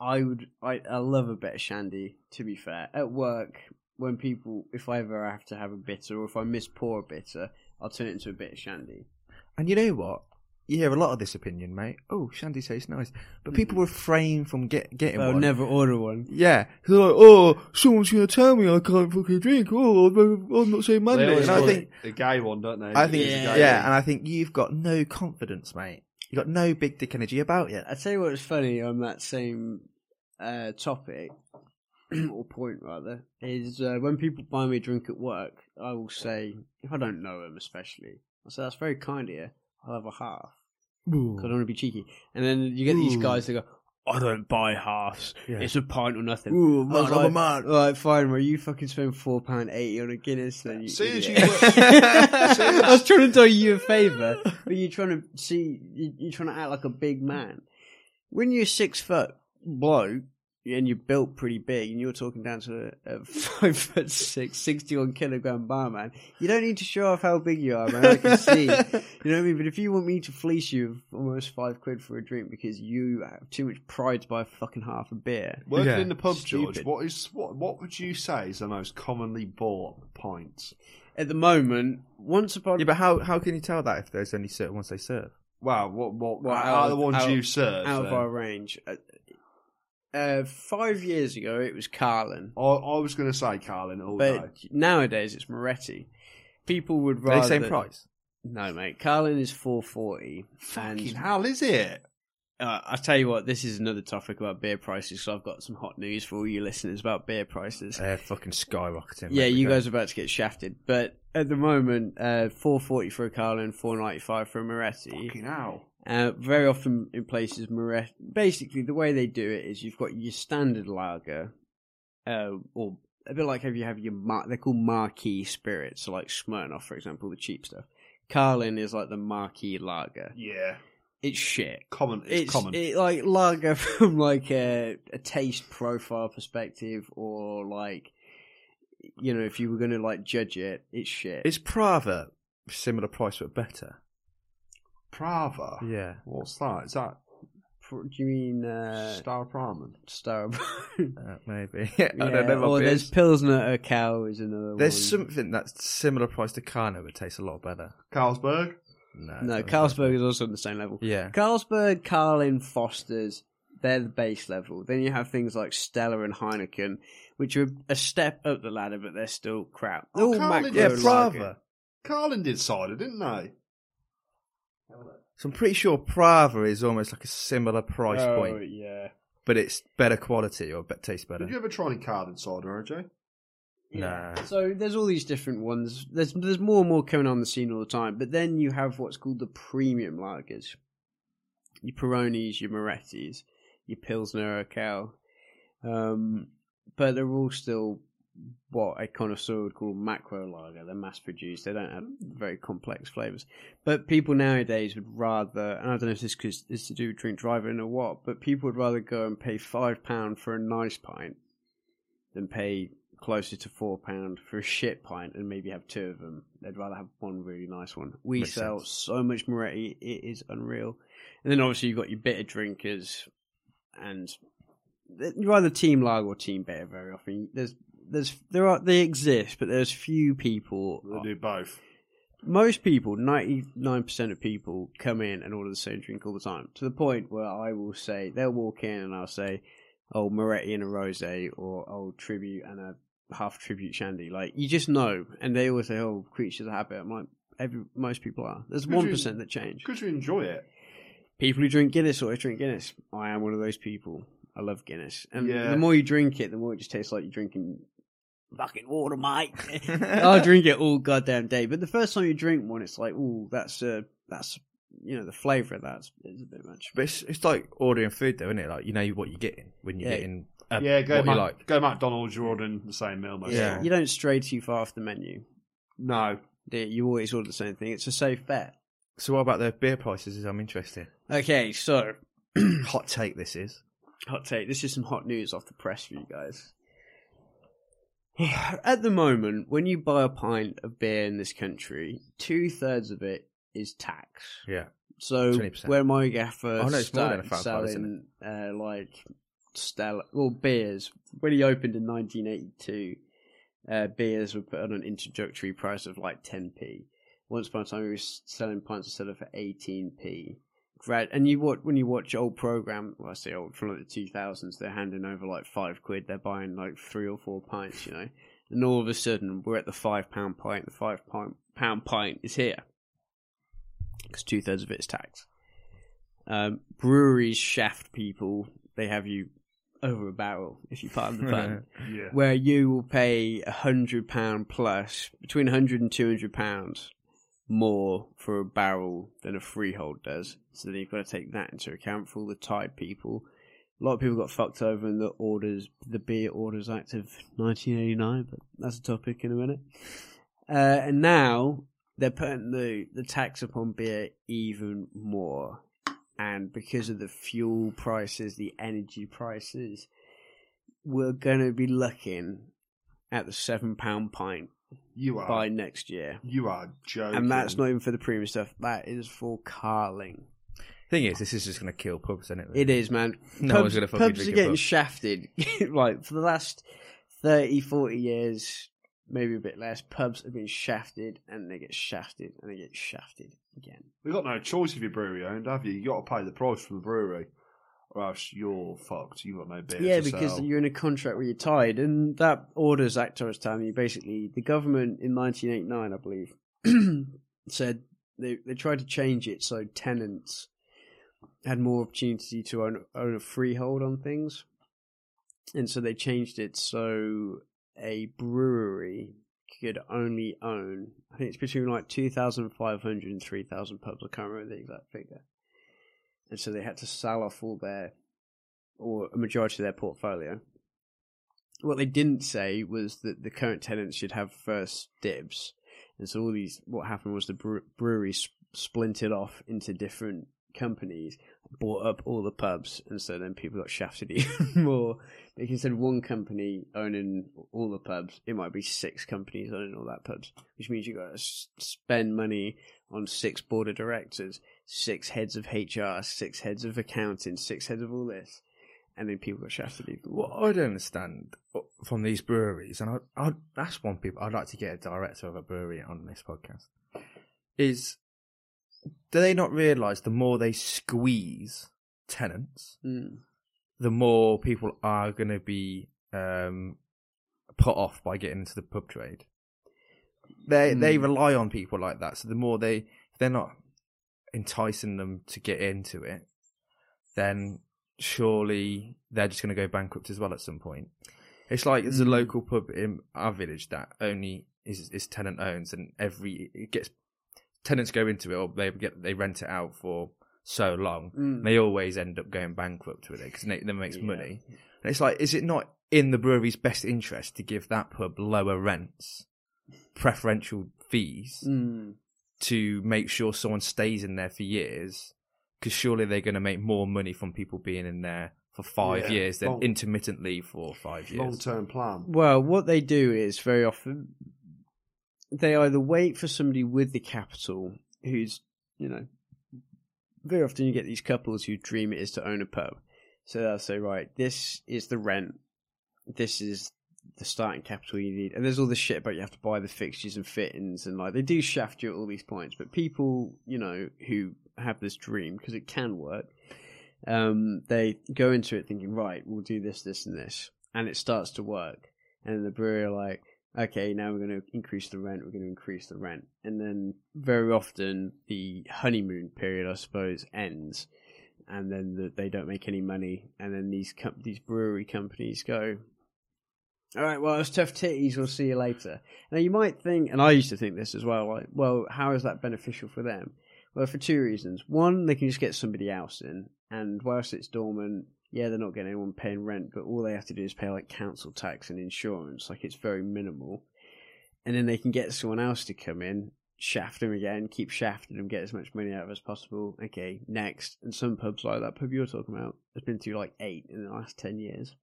Speaker 1: I would, I, I love a bit of shandy, to be fair. At work, when people, if I ever have to have a bitter or if I miss pour a bitter, I'll turn it into a bit of shandy.
Speaker 3: <laughs> And you know what? You hear a lot of this opinion, mate. Oh, shandy tastes nice, but people
Speaker 2: Mm.
Speaker 3: refrain from get, getting
Speaker 1: But I'll
Speaker 3: one.
Speaker 1: never order one.
Speaker 3: Yeah, they're like, oh, someone's gonna tell me I can't fucking drink. Oh, I'm I'm not saying
Speaker 2: They
Speaker 3: man.
Speaker 2: always
Speaker 3: And I
Speaker 2: want
Speaker 3: think,
Speaker 2: the gay one, don't they?
Speaker 3: I think,
Speaker 1: Yeah.
Speaker 3: yeah. and I think you've got no confidence, mate. You have got no big dick energy about you.
Speaker 1: I tell you what's funny on that same uh, topic <clears throat> or point rather is uh, when people buy me a drink at work, I will say if I don't know them especially, I say that's very kind of you. I'll have a half. 'Cause I don't want to be cheeky. And then you get these guys that go, I don't buy halves.
Speaker 3: Yeah.
Speaker 1: It's a pint or nothing.
Speaker 2: Oh,
Speaker 3: Ooh,
Speaker 1: I was like, All right, fine. Well, you fucking spend four pound eighty on a Guinness. Then you,
Speaker 2: Soon as you
Speaker 1: <laughs> idiot.
Speaker 2: work-
Speaker 1: I was trying to do you a favour, but you're trying to see, you- you're trying to act like a big man. When you're a six foot bloke and you're built pretty big, and you're talking down to a, a five foot six, 61 kilogram barman, you don't need to show off how big you are, man. I can
Speaker 2: <laughs>
Speaker 1: see. You know what I mean? But if you want me to fleece you of almost five quid for a drink because you have too much pride to buy a fucking half a beer,
Speaker 2: Working
Speaker 3: Yeah.
Speaker 2: in the pub, George.
Speaker 1: Stupid.
Speaker 2: What is what? What would you say is the most commonly bought pint?
Speaker 1: at the moment, once upon
Speaker 3: Yeah, but how how can you tell that if there's only certain ones they serve?
Speaker 2: Wow, what what,
Speaker 1: Well,
Speaker 2: out,
Speaker 1: out
Speaker 2: of the
Speaker 1: of-
Speaker 2: ones
Speaker 1: out-
Speaker 2: you serve?
Speaker 1: out of
Speaker 2: then?
Speaker 1: our range. Uh, uh, five years ago, it was
Speaker 3: Oh,
Speaker 1: Carlin,
Speaker 2: I, I was going to say Carlin all
Speaker 1: but
Speaker 2: day.
Speaker 1: nowadays it's Moretti. People would
Speaker 3: Are
Speaker 1: rather
Speaker 3: they same price?
Speaker 1: No, mate. Carlin is four forty.
Speaker 2: Fucking
Speaker 1: And
Speaker 2: hell, is it?
Speaker 1: uh, I tell you what, this is another topic about beer prices. So I've got some hot news for all you listeners about beer prices.
Speaker 3: They're fucking skyrocketing.
Speaker 1: yeah,
Speaker 3: mate,
Speaker 1: you
Speaker 3: because-
Speaker 1: guys are about to get shafted, but at the moment, uh, four forty for a Carlin, four ninety five for a Moretti.
Speaker 2: Fucking hell.
Speaker 1: Uh, very often in places, Moret. Basically, the way they do it is you've got your standard lager, uh, or a bit like how you have your mar- they're called marquee spirits, so like Smirnoff, for example, the cheap stuff. Carlin is like the marquee lager.
Speaker 2: Yeah,
Speaker 1: It's shit.
Speaker 2: common. It's, common.
Speaker 1: It, like lager <laughs> from like a, a taste profile perspective, or like you know, if you were going to like judge it, it's shit.
Speaker 3: Is Prava similar price but better?
Speaker 2: Prava.
Speaker 3: Yeah.
Speaker 2: What's that? Is that
Speaker 1: Pr- Do you mean uh,
Speaker 2: Star Ramen?
Speaker 1: Star?
Speaker 3: Uh, maybe. <laughs>
Speaker 1: Yeah,
Speaker 3: I don't know.
Speaker 1: or
Speaker 3: what it
Speaker 1: there's
Speaker 3: is.
Speaker 1: Pilsner a cow is another
Speaker 3: There's
Speaker 1: one.
Speaker 3: something that's similar price to Carno that tastes a lot better.
Speaker 2: Carlsberg.
Speaker 3: No,
Speaker 1: No,
Speaker 3: it's not.
Speaker 1: Carlsberg is also on the same level.
Speaker 3: Yeah.
Speaker 1: Carlsberg, Carlin, Foster's, they're the base level. Then you have things like Stella and Heineken, which are a step up the ladder, but they're still crap. They're
Speaker 2: Oh,
Speaker 1: all
Speaker 2: Carlin-
Speaker 1: macro
Speaker 3: Yeah,
Speaker 2: Go
Speaker 3: Prava.
Speaker 2: Carlin did cider, didn't they?
Speaker 3: So I'm pretty sure Prava is almost like a similar price
Speaker 1: Oh,
Speaker 3: point,
Speaker 1: yeah.
Speaker 3: but it's better quality or but tastes better.
Speaker 2: Did you ever try any Carlin cider, RJ?
Speaker 1: Yeah.
Speaker 3: Nah.
Speaker 1: So there's all these different ones. There's there's more and more coming on the scene all the time. But then you have what's called the premium lagers, your Peronis, your Morettis, your Pilsner Urquell, um, but they're all still what a connoisseur would call macro lager. They're mass produced. They don't have very complex flavors. But people nowadays would rather, and I don't know if this is- is to do with drink driving or what, but people would rather go and pay five pound for a nice pint than pay closer to four pound for a shit pint and maybe have two of them. They'd rather have one really nice one. We
Speaker 3: Makes
Speaker 1: sell
Speaker 3: sense.
Speaker 1: so much Moretti, it is unreal. And then obviously you've got your bitter drinkers, and you're either team lager or team bitter very often. There's there's there are they exist, but there's few people.
Speaker 2: They do both.
Speaker 1: Most people, ninety nine percent of people, come in and order the same drink all the time. To the point where I will say they'll walk in and I'll say, "Oh, Moretti and a rosé," or "Oh, tribute and a half tribute shandy." Like you just know, and they always say, "Oh, creatures of habit." I'm like, every most people are. There's
Speaker 2: Could you-
Speaker 1: one percent that change.
Speaker 2: Could you enjoy it?
Speaker 1: People who drink Guinness always drink Guinness. I am one of those people. I love Guinness. And
Speaker 2: Yeah.
Speaker 1: the more you drink it, the more it just tastes like you're drinking fucking water,
Speaker 2: <laughs>
Speaker 1: mate. <laughs> I'll drink it all goddamn day. But the first time you drink one, it's like, ooh, that's, uh, that's, you know, the flavour of that is a bit much.
Speaker 3: But it's, it's like ordering food, though, isn't it? Like you know what you're getting when you're
Speaker 1: Yeah.
Speaker 3: getting uh,
Speaker 2: yeah, go
Speaker 3: what
Speaker 2: Mac,
Speaker 3: you like.
Speaker 2: go McDonald's. You're ordering the same meal most. of
Speaker 3: Yeah.
Speaker 2: the time.
Speaker 1: You don't stray too far off the menu.
Speaker 2: No,
Speaker 1: do You You always order the same thing. It's a safe bet.
Speaker 3: So what about the beer prices?
Speaker 1: <clears throat>
Speaker 3: I'm interested.
Speaker 1: Okay, so
Speaker 3: Hot take. This is
Speaker 1: hot take. This is some hot news off the press for you guys. <sighs> At the moment, when you buy a pint of beer in this country, two thirds of it is tax.
Speaker 4: Yeah.
Speaker 1: So
Speaker 3: 20%.
Speaker 1: where my gaffer
Speaker 3: Oh, no, it's more than
Speaker 1: started
Speaker 3: a fat five,
Speaker 1: selling uh, like Stella, well, beers when he opened in 1982, uh, beers were put on an introductory price of like 10p. Once upon a time, he was selling pints of soda for 18p. Right, and you watch when you watch old program. Well, I say old from like the two thousands. They're handing over like five quid. They're buying like three or four pints, you know. And all of a sudden, we're at the five pound pint. The five pound pound pint is here because two thirds of it is tax. Um, breweries shaft people. They have you over a barrel if you pardon the pun.
Speaker 2: Yeah.
Speaker 1: where you will pay a hundred pound plus between 100 and 200 pounds more for a barrel than a freehold does. So then you've got to take that into account for all the tied people. A lot of people got fucked over in the orders, the Beer Orders Act of 1989, but that's a topic in a minute. Uh, and now they're putting the, the tax upon beer even more. And because of the fuel prices, the energy prices, we're going to be looking at the £7 pint
Speaker 2: You are.
Speaker 1: by next year.
Speaker 2: You are joking.
Speaker 1: And that's not even for the premium stuff. That is for carling.
Speaker 3: Thing is, this is just going to kill pubs, isn't it?
Speaker 1: It is, man.
Speaker 3: No
Speaker 1: pubs,
Speaker 3: one's gonna fucking
Speaker 1: pubs
Speaker 3: drink
Speaker 1: are
Speaker 3: a
Speaker 1: getting
Speaker 3: pub.
Speaker 1: shafted. <laughs> like for the last 30, 40 years, maybe a bit less. Pubs have been shafted, and they get shafted, and they get shafted again.
Speaker 2: You've got no choice if you're brewery owned, have you? you got to pay the price for the brewery, or else you're fucked. You've got no beer.
Speaker 1: yeah,
Speaker 2: to
Speaker 1: because
Speaker 2: sell.
Speaker 1: you're in a contract where you're tied, and that orders Act I was telling you. Basically, the government in 1989, I believe, <clears throat> said they they tried to change it so tenants had more opportunity to own own a freehold on things, and so they changed it so a brewery could only own. I think it's between like 2,500 and 3,000 pubs. I can't remember the exact figure. And so they had to sell off all their or a majority of their portfolio. What they didn't say was that the current tenants should have first dibs, and so all these. What happened was the brew- brewery sp- splintered off into different companies, bought up all the pubs, and so then people got shafted <laughs> even more. Because instead of one company owning all the pubs, it might be six companies owning all that pubs, which means you got to s- spend money on six board of directors, six heads of HR, six heads of accounting, six heads of all this and then people got shafted even
Speaker 3: What
Speaker 1: more.
Speaker 3: I don't understand uh, from these breweries, and I, I, that's one people I'd like to get a director of a brewery on this podcast, is do they not realise the more they squeeze tenants,
Speaker 1: Mm.
Speaker 3: the more people are going to be um, put off by getting into the pub trade. They they rely on people like that, so the more they if they're not enticing them to get into it, then surely they're just going to go bankrupt as well at some point. It's like there's a local pub in our village that only is is tenant owns, and every it gets tenants go into it or they get they rent it out for so long,
Speaker 1: Mm.
Speaker 3: they always end up going bankrupt with it because it then makes
Speaker 1: Yeah.
Speaker 3: money. And it's like, is it not in the brewery's best interest to give that pub lower rents, preferential fees,
Speaker 1: Mm.
Speaker 3: to make sure someone stays in there for years? Because surely they're going to make more money from people being in there for five
Speaker 2: Yeah.
Speaker 3: years than
Speaker 2: Long-
Speaker 3: intermittently for five years.
Speaker 2: long term plan.
Speaker 1: Well, what they do is very often they either wait for somebody with the capital who's, you know, very often you get these couples who dream it is to own a pub. So they'll say, right, this is the rent, this is the starting capital you need, and there's all this shit about you have to buy the fixtures and fittings, and like they do shaft you at all these points. But people, you know, who have this dream because it can work, um, they go into it thinking, right, we'll do this, this, and this, and it starts to work. And the brewery are like, okay, now we're going to increase the rent, we're going to increase the rent. And then very often the honeymoon period, I suppose, ends. And then the, they don't make any money. And then these com- these brewery companies go, all right, well, it's tough titties, we'll see you later. Now, you might think, and I used to think this as well, like, well, how is that beneficial for them? Well, for two reasons. One, they can just get somebody else in, and whilst it's dormant, yeah, they're not getting anyone paying rent, but all they have to do is pay like council tax and insurance. Like it's very minimal. And then they can get someone else to come in, shaft them again, keep shafting them, get as much money out of it as possible. Okay, next. And some pubs like that pub you're talking about has been through like eight in the last 10 years.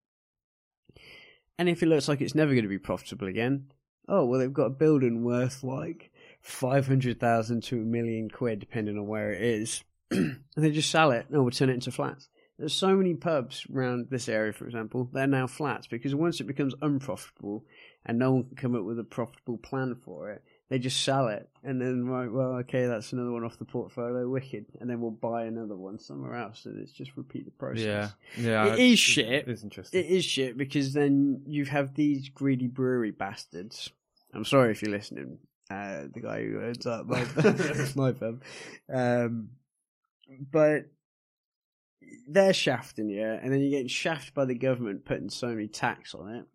Speaker 1: And if it looks like it's never going to be profitable again, oh well, they've got a building worth like five hundred thousand to a million quid, depending on where it is, <clears throat> and they just sell it. No, we'll turn it into flats. There's so many pubs around this area, for example, they're now flats because once it becomes unprofitable and no one can come up with a profitable plan for it, they just sell it and then right, well, okay, that's another one off the portfolio, wicked, and then we'll buy another one somewhere else, and it's just repeat the process.
Speaker 4: Yeah, yeah,
Speaker 1: It is shit.
Speaker 4: It's interesting.
Speaker 1: It is shit because then you have these greedy brewery bastards. I'm sorry if you're listening. Uh, the guy who owns up my my <laughs> pub, um, but they're shafting you, and then you're getting shafted by the government putting so many tax on it,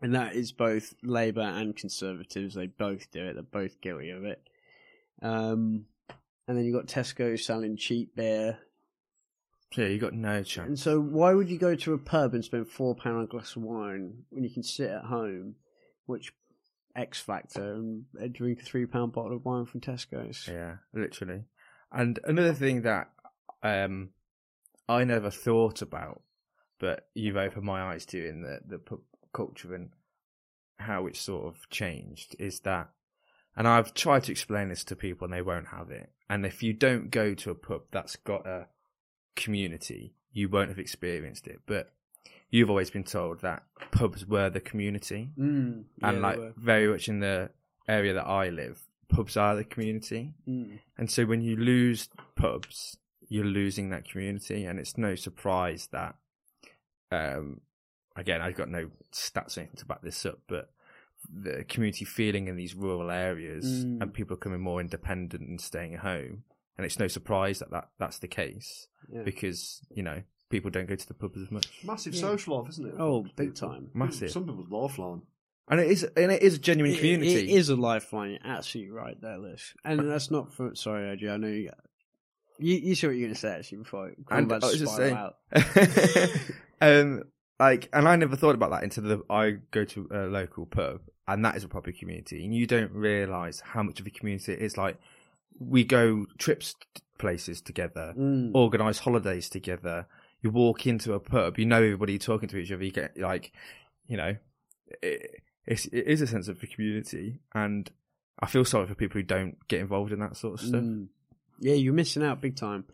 Speaker 1: and that is both Labour and Conservatives. They both do it. They're both guilty of it. Um, and then you've got Tesco selling cheap beer
Speaker 3: Yeah, you got no chance.
Speaker 1: and so, why would you go to a pub and spend four pound on a glass of wine when you can sit at home, watch X Factor, and uh, drink a three pound bottle of wine from Tesco's?
Speaker 3: Yeah, literally. And another thing that um, I never thought about, but you've opened my eyes to in the the pub culture and how it's sort of changed is that, and I've tried to explain this to people and they won't have it. And if you don't go to a pub that's got a community, you won't have experienced it. But you've always been told that pubs were the community
Speaker 1: Mm, yeah,
Speaker 3: and
Speaker 1: they
Speaker 3: like
Speaker 1: were.
Speaker 3: very much in the area that I live, pubs are the community.
Speaker 1: Mm.
Speaker 3: And so when you lose pubs, you're losing that community, and it's no surprise that, um, again, I've got no stats or anything to back this up, but the community feeling in these rural areas
Speaker 1: Mm.
Speaker 3: and people becoming more independent and staying at home, and it's no surprise that, that that's the case
Speaker 1: Yeah.
Speaker 3: because you know people don't go to the pubs as much.
Speaker 2: Massive
Speaker 1: Yeah.
Speaker 2: social life, isn't it?
Speaker 1: Oh, big time.
Speaker 3: Massive.
Speaker 2: Some people's lifeline.
Speaker 3: And it is, and it is a genuine
Speaker 1: It-
Speaker 3: community.
Speaker 1: it is a lifeline. You're absolutely right there, Liz. And that's not for. Sorry, OG. I know you. You, you see what you're going to say actually before I'm
Speaker 3: And
Speaker 1: about to
Speaker 3: I was just
Speaker 1: spiral
Speaker 3: saying-
Speaker 1: out.
Speaker 3: <laughs> um, like, and I never thought about that until the, I go to a local pub, and that is a proper community, and you don't realise how much of a community it is. Like, we go trips t- places together,
Speaker 1: Mm.
Speaker 3: organise holidays together. You walk into a pub, you know everybody you're talking to each other. You get like, you know, it, it's it is a sense of a community, and I feel sorry for people who don't get involved in that sort of stuff.
Speaker 1: Mm. Yeah, you're missing out big time.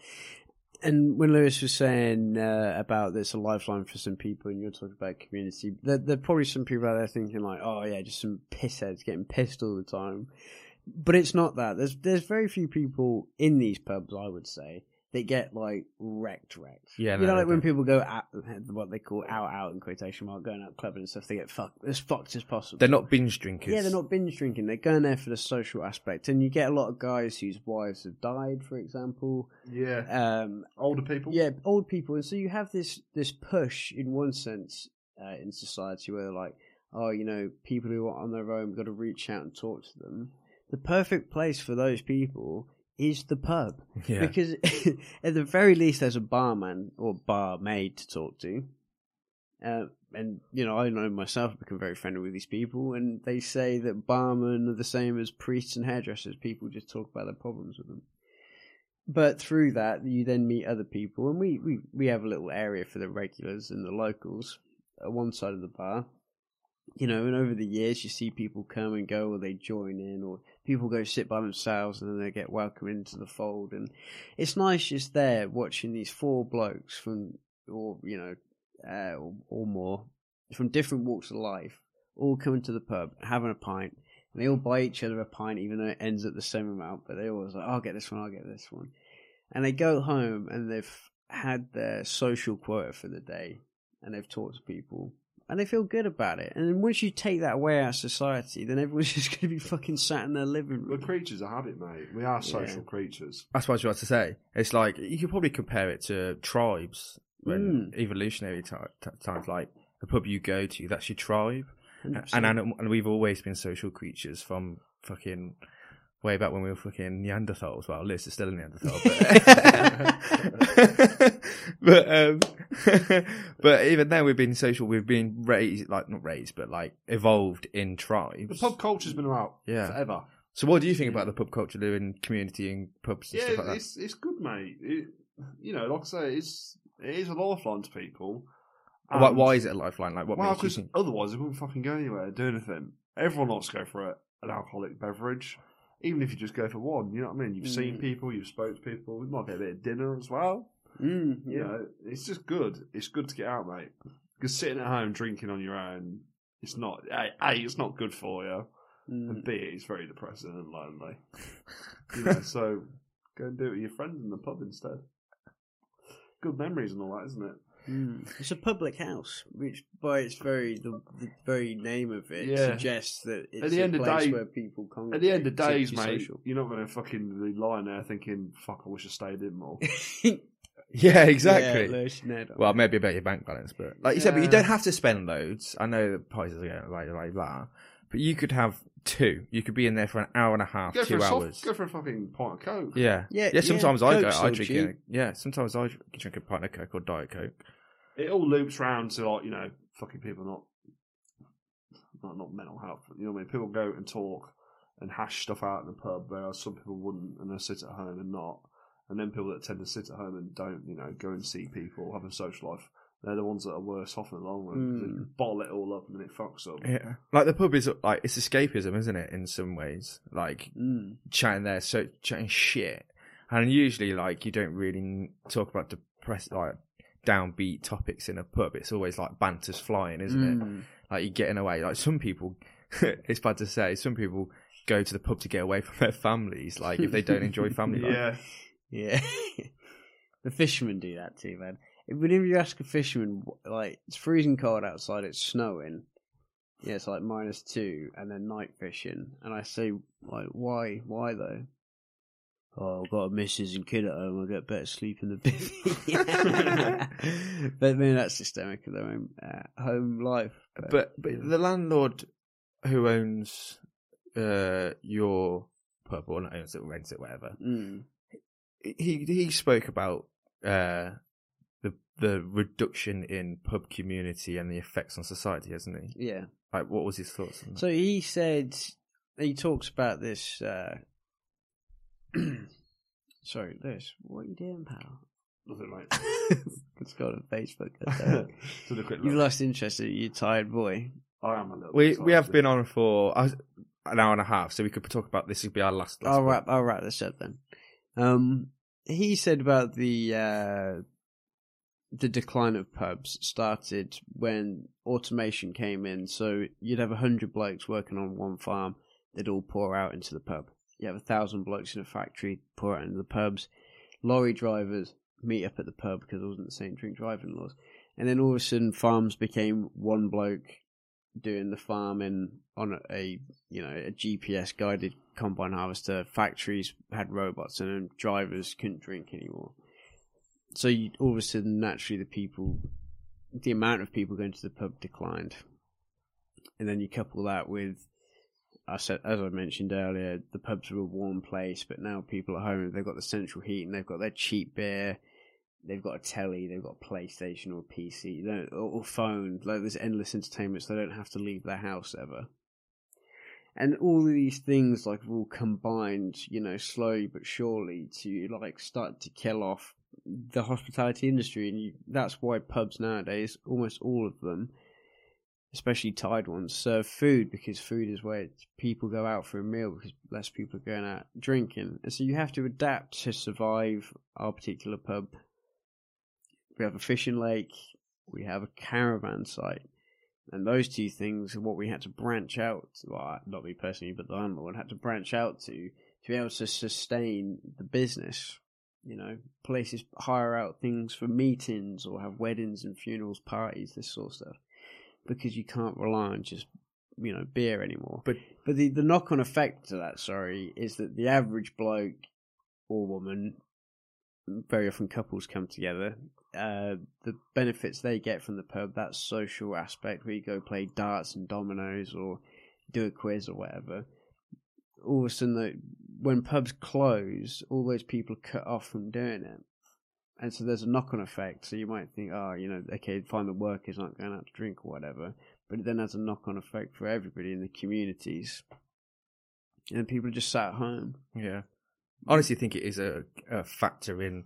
Speaker 1: And when Lewis was saying uh, about there's a lifeline for some people, and you're talking about community, there, there are probably some people out there thinking like, "Oh yeah, just some pissheads getting pissed all the time." But it's not that. There's there's very few people in these pubs, I would say, that get like wrecked, wrecked.
Speaker 3: Yeah,
Speaker 1: you
Speaker 3: no,
Speaker 1: know, like
Speaker 3: they
Speaker 1: when
Speaker 3: don't.
Speaker 1: people go out, what they call out, out in quotation mark, going out clubbing and stuff, they get fucked as fucked as possible.
Speaker 3: They're not binge drinkers.
Speaker 1: Yeah, they're not binge drinking. They're going there for the social aspect, and you get a lot of guys whose wives have died, for example.
Speaker 2: Yeah.
Speaker 1: Um,
Speaker 2: Older people.
Speaker 1: yeah, old people, and so you have this this push in one sense uh, in society where like, oh, you know, people who are on their own, got to reach out and talk to them. The perfect place for those people is the pub
Speaker 3: <laughs> Yeah.
Speaker 1: because <laughs> at the very least there's a barman or barmaid to talk to uh, and you know i know myself I've become very friendly with these people and they say that barmen are the same as priests and hairdressers people just talk about their problems with them but through that you then meet other people and we, we, we have a little area for the regulars and the locals at one side of the bar you know, and over the years you see people come and go, or they join in, or people go sit by themselves, and then they get welcomed into the fold. And it's nice just there watching these four blokes from, or you know, uh, or, or more, from different walks of life, all coming to the pub, having a pint, and they all buy each other a pint, even though it ends up the same amount. But they always like, I'll get this one, I'll get this one, and they go home and they've had their social quota for the day, and they've talked to people and they feel good about it. And then once you take that away out of society, then everyone's <laughs> just going to be fucking sat in their living
Speaker 2: We're
Speaker 1: room.
Speaker 2: creatures of habit, mate. We are social
Speaker 1: Yeah.
Speaker 2: creatures.
Speaker 3: that's what I was about to say. It's like you could probably compare it to tribes when
Speaker 2: Hmm.
Speaker 3: evolutionary ti- t- times, like the pub you go to, that's your tribe, and anim- and we've always been social creatures from fucking way back when we were fucking Neanderthals. Well, Liz is still a Neanderthal, but
Speaker 2: <laughs>
Speaker 3: <laughs> but, um, <laughs> but even then we've been social. We've been raised, like not raised, but like evolved in
Speaker 2: The
Speaker 3: tribes.
Speaker 2: pub culture's been around
Speaker 3: Yeah.
Speaker 2: forever.
Speaker 3: so, what do you think about the pub culture Lou, and community and pubs and
Speaker 2: Yeah,
Speaker 3: stuff like that?
Speaker 2: it's it's good, mate. It, you know, like I say, it's it is a lifeline to people,
Speaker 3: Why, why is it a lifeline? Like, what
Speaker 2: Well,
Speaker 3: makes you
Speaker 2: because
Speaker 3: think?
Speaker 2: otherwise it wouldn't fucking go anywhere, do anything. Everyone wants to go for a, an alcoholic beverage, even if you just go for one. You know what I mean? You've seen
Speaker 1: Mm.
Speaker 2: people, you've spoke to people. You might get a bit of dinner as well.
Speaker 1: Mm, yeah.
Speaker 2: You know, it's just good. It's good to get out, mate. Because sitting at home drinking on your own, it's not. A, a it's not good for you,
Speaker 1: Mm.
Speaker 2: and B, it's very depressing and lonely. you know, so go and do it with your friends in the pub instead. Good memories and all that, isn't it?
Speaker 1: Mm. It's a public house, which by its very the, the very name of it
Speaker 2: Yeah.
Speaker 1: suggests that it's
Speaker 2: the
Speaker 1: a
Speaker 2: end of
Speaker 1: place
Speaker 2: day-
Speaker 1: where people congregate.
Speaker 2: At the end of
Speaker 1: to
Speaker 2: days,
Speaker 1: be
Speaker 2: mate,
Speaker 1: social.
Speaker 2: you're not going to fucking be lying there thinking, "Fuck, I wish I stayed in more."
Speaker 3: <laughs> Yeah, exactly.
Speaker 1: Yeah, lotion head on.
Speaker 3: Well, maybe about your bank balance, but like you said, but you
Speaker 2: Yeah.
Speaker 3: don't have to spend loads. I know that parties are going like like that, but you could have two. You could be in there for an hour and a half,
Speaker 2: go for
Speaker 3: two
Speaker 2: a soft,
Speaker 3: hours.
Speaker 2: go for a fucking pint of coke.
Speaker 3: yeah.
Speaker 1: Yeah, yeah,
Speaker 3: yeah. Sometimes I go.
Speaker 1: Coke's
Speaker 3: I
Speaker 1: so
Speaker 3: drink.
Speaker 1: cheap.
Speaker 3: A, yeah. Sometimes I drink- drink a pint of coke or diet coke.
Speaker 2: It all loops round to like you know, fucking people not, not not mental health. You know what I mean? People go and talk and hash stuff out in the pub, whereas some people wouldn't, and they sit at home and not. And then people that tend to sit at home and don't, you know, go and see people, have a social life. They're the ones that are worse off in the long run. 'cause They bottle it all up and then it fucks up.
Speaker 3: Yeah. Like the pub is like it's escapism, isn't it? In some ways, like
Speaker 1: Mm.
Speaker 3: chatting there, so chatting shit, and usually like you don't really talk about depressed like downbeat topics in a pub. It's always like banter's flying, isn't it?
Speaker 1: Mm.
Speaker 3: like you're getting away. Like some people, <laughs> it's bad to say, some people go to the pub to get away from their families. Like if they don't enjoy family life,
Speaker 2: Yeah,
Speaker 1: Yeah. <laughs> the fishermen do that too, man. Whenever you ask a fisherman, wh- like, it's freezing cold outside, it's snowing. Yeah, it's like minus two, and then night fishing. And I say, like, why? Why though? Oh, I've got a missus and kid at home, I'll get better sleep in the bivvy. <laughs> but maybe that's systemic of their own uh, home life.
Speaker 3: but but the landlord who owns uh, your pub or not owns it, rents it, whatever.
Speaker 1: Mm.
Speaker 3: He he spoke about uh, the the reduction in pub community and the effects on society, hasn't he?
Speaker 1: Yeah.
Speaker 3: Like what was his thoughts on that?
Speaker 1: So he said he talks about this. Uh, <clears throat> sorry, Lewis, what are you doing, pal? <laughs>
Speaker 2: nothing like
Speaker 1: It's got on Facebook. that's all right.
Speaker 2: <laughs> to the quick
Speaker 1: You've
Speaker 2: look.
Speaker 1: lost interest. You tired boy.
Speaker 2: I am a little.
Speaker 3: we
Speaker 2: bit
Speaker 3: we have
Speaker 2: tired.
Speaker 3: been on for uh, an hour and a half, so we could talk about this. Would be our last. last
Speaker 1: I'll
Speaker 3: one.
Speaker 1: wrap. I'll wrap this up then. Um, he said about the uh, the decline of pubs started when automation came in. So you'd have a hundred blokes working on one farm. They'd all pour out into the pub. You have a thousand blokes in a factory pour out into the pubs. Lorry drivers meet up at the pub because it wasn't the same drink driving laws. And then all of a sudden, farms became one bloke doing the farming on a, a you know, a GPS guided combine harvester. Factories had robots in them. Drivers couldn't drink anymore. So you, all of a sudden, naturally, the people, the amount of people going to the pub declined. And then you couple that with, I said, as I mentioned earlier, the pubs were a warm place, but now people at home, they've got the central heating, they've got their cheap beer, they've got a telly, they've got a PlayStation or a PC, they don't- or or phone. Like there's endless entertainment, so they don't have to leave their house ever and all of these things like will combined, you know, slowly but surely to like start to kill off the hospitality industry, and you, that's why pubs nowadays, almost all of them, especially tied ones, serve food because food is where it's- people go out for a meal because less people are going out drinking, and so you have to adapt to survive our particular pub. We have a fishing lake, we have a caravan site. And those two things are what we had to branch out. Well, not me personally, but the landlord had to branch out to to be able to sustain the business. You know, places hire out things for meetings or have weddings and funerals, parties, this sort of stuff, because you can't rely on just you know beer anymore.
Speaker 3: But-
Speaker 1: but the the knock on effect to that, sorry, is that the average bloke or woman, very often couples come together, uh, the benefits they get from the pub, that social aspect where you go play darts and dominoes or do a quiz or whatever. All of a sudden, the, when pubs close, all those people are cut off from doing it. And so there's a knock on effect. So you might think, oh, you know, okay, fine, the workers aren't going out to drink or whatever. But it then has a knock on effect for everybody in the communities. And people are just sat at home.
Speaker 3: Yeah, honestly, think it is a, a factor in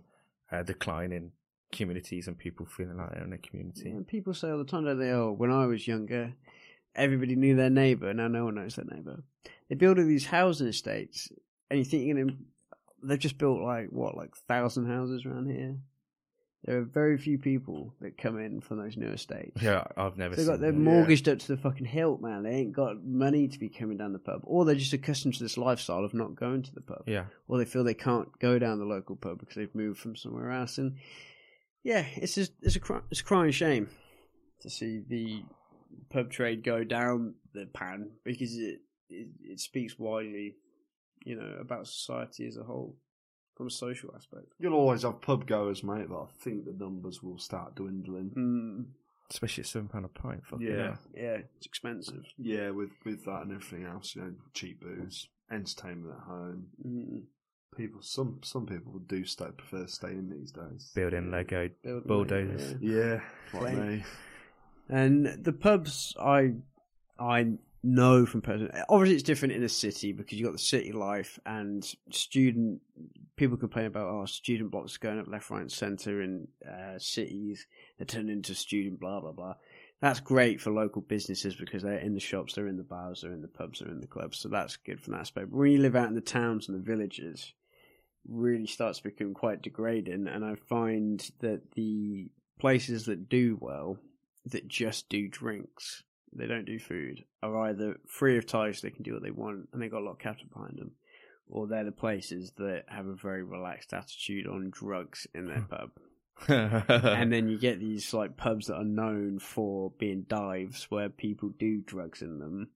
Speaker 3: uh, decline in communities and people feeling like they're in a community.
Speaker 1: Yeah, people say all the time, don't they? Oh, when I was younger, everybody knew their neighbour. Now no one knows their neighbour. They build all these housing estates, and you think you're gonna. They've just built like what, like thousand houses around here. There are very few people that come in from those new estates.
Speaker 3: Yeah, I've never
Speaker 1: They've
Speaker 3: seen.
Speaker 1: got they're
Speaker 3: that.
Speaker 1: mortgaged up to the fucking hilt, man. They ain't got money to be coming down the pub, or they're just accustomed to this lifestyle of not going to the pub,
Speaker 3: Yeah,
Speaker 1: or they feel they can't go down the local pub because they've moved from somewhere else. And yeah, it's just, it's a cry, it's a crying shame to see the pub trade go down the pan because it it, it speaks widely, you know, about society as a whole from a social aspect.
Speaker 2: You'll always have pub goers, mate, but I think the numbers will start dwindling.
Speaker 3: Hmm.
Speaker 1: Mm,
Speaker 3: especially at seven pound a pint. Fucking
Speaker 2: Yeah.
Speaker 3: hell.
Speaker 1: yeah, it's expensive.
Speaker 2: Yeah, with with that and everything else, you know, cheap booze, entertainment at home.
Speaker 1: Mm,
Speaker 2: People, some some people do stay prefer staying these days.
Speaker 3: building Lego.
Speaker 1: building-
Speaker 3: Bulldozers.
Speaker 1: yeah.
Speaker 3: <laughs>
Speaker 2: Yeah, like
Speaker 1: Plain.
Speaker 2: me.
Speaker 1: And the pubs, I, I know from personal. Obviously, it's different in a city because you have got the city life and student. People complain about our student blocks going up left, right, and centre in uh, cities. They turn into student blah blah blah. That's great for local businesses because they're in the shops, they're in the bars, they're in the pubs, they're in the clubs. So that's good from that aspect. But when you live out in the towns and the villages, really starts to become quite degrading. And I find that the places that do well that just do drinks. They don't do food. Are either free of ties, they can do what they want, and they got a lot of capital behind them, or they're the places that have a very relaxed attitude on drugs in their pub.
Speaker 3: Uh-huh.
Speaker 1: And then you get these like pubs that are known for being dives where people do drugs in them,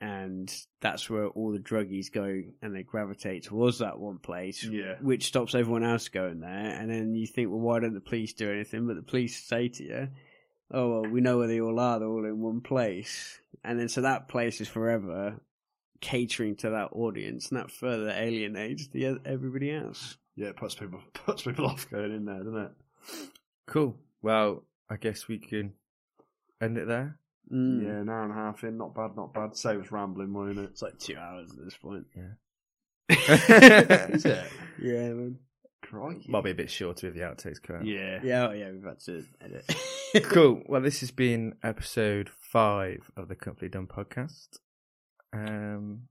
Speaker 1: and that's where all the druggies go and they gravitate towards that one place
Speaker 2: Yeah,
Speaker 1: which stops everyone else going there. And then you think, well, why don't the police do anything? But the police say to you, oh, well, we know where they all are. They're all in one place. And then so that place is forever catering to that audience, and that further alienates the everybody else.
Speaker 2: yeah, it puts people <laughs> puts people off going in there, doesn't it?
Speaker 3: cool. Well, I guess we can end it there.
Speaker 1: Mm.
Speaker 3: Hmm.
Speaker 2: Yeah, an hour and a half in, not bad, not bad. Saves rambling, won't it?
Speaker 1: It's like two hours at this point.
Speaker 2: <laughs>
Speaker 3: <laughs>
Speaker 2: Is it?
Speaker 1: <laughs> Yeah, man.
Speaker 2: Crikey.
Speaker 3: Might be a bit shorter if the outtakes come out.
Speaker 2: Yeah.
Speaker 1: Yeah, oh, yeah, we've had to edit.
Speaker 3: cool. Well, this has been episode five of the Completely Done podcast. Um,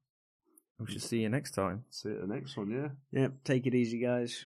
Speaker 3: we shall see you next time.
Speaker 2: See you at the next one. Yeah.
Speaker 1: Yep, take it easy, guys.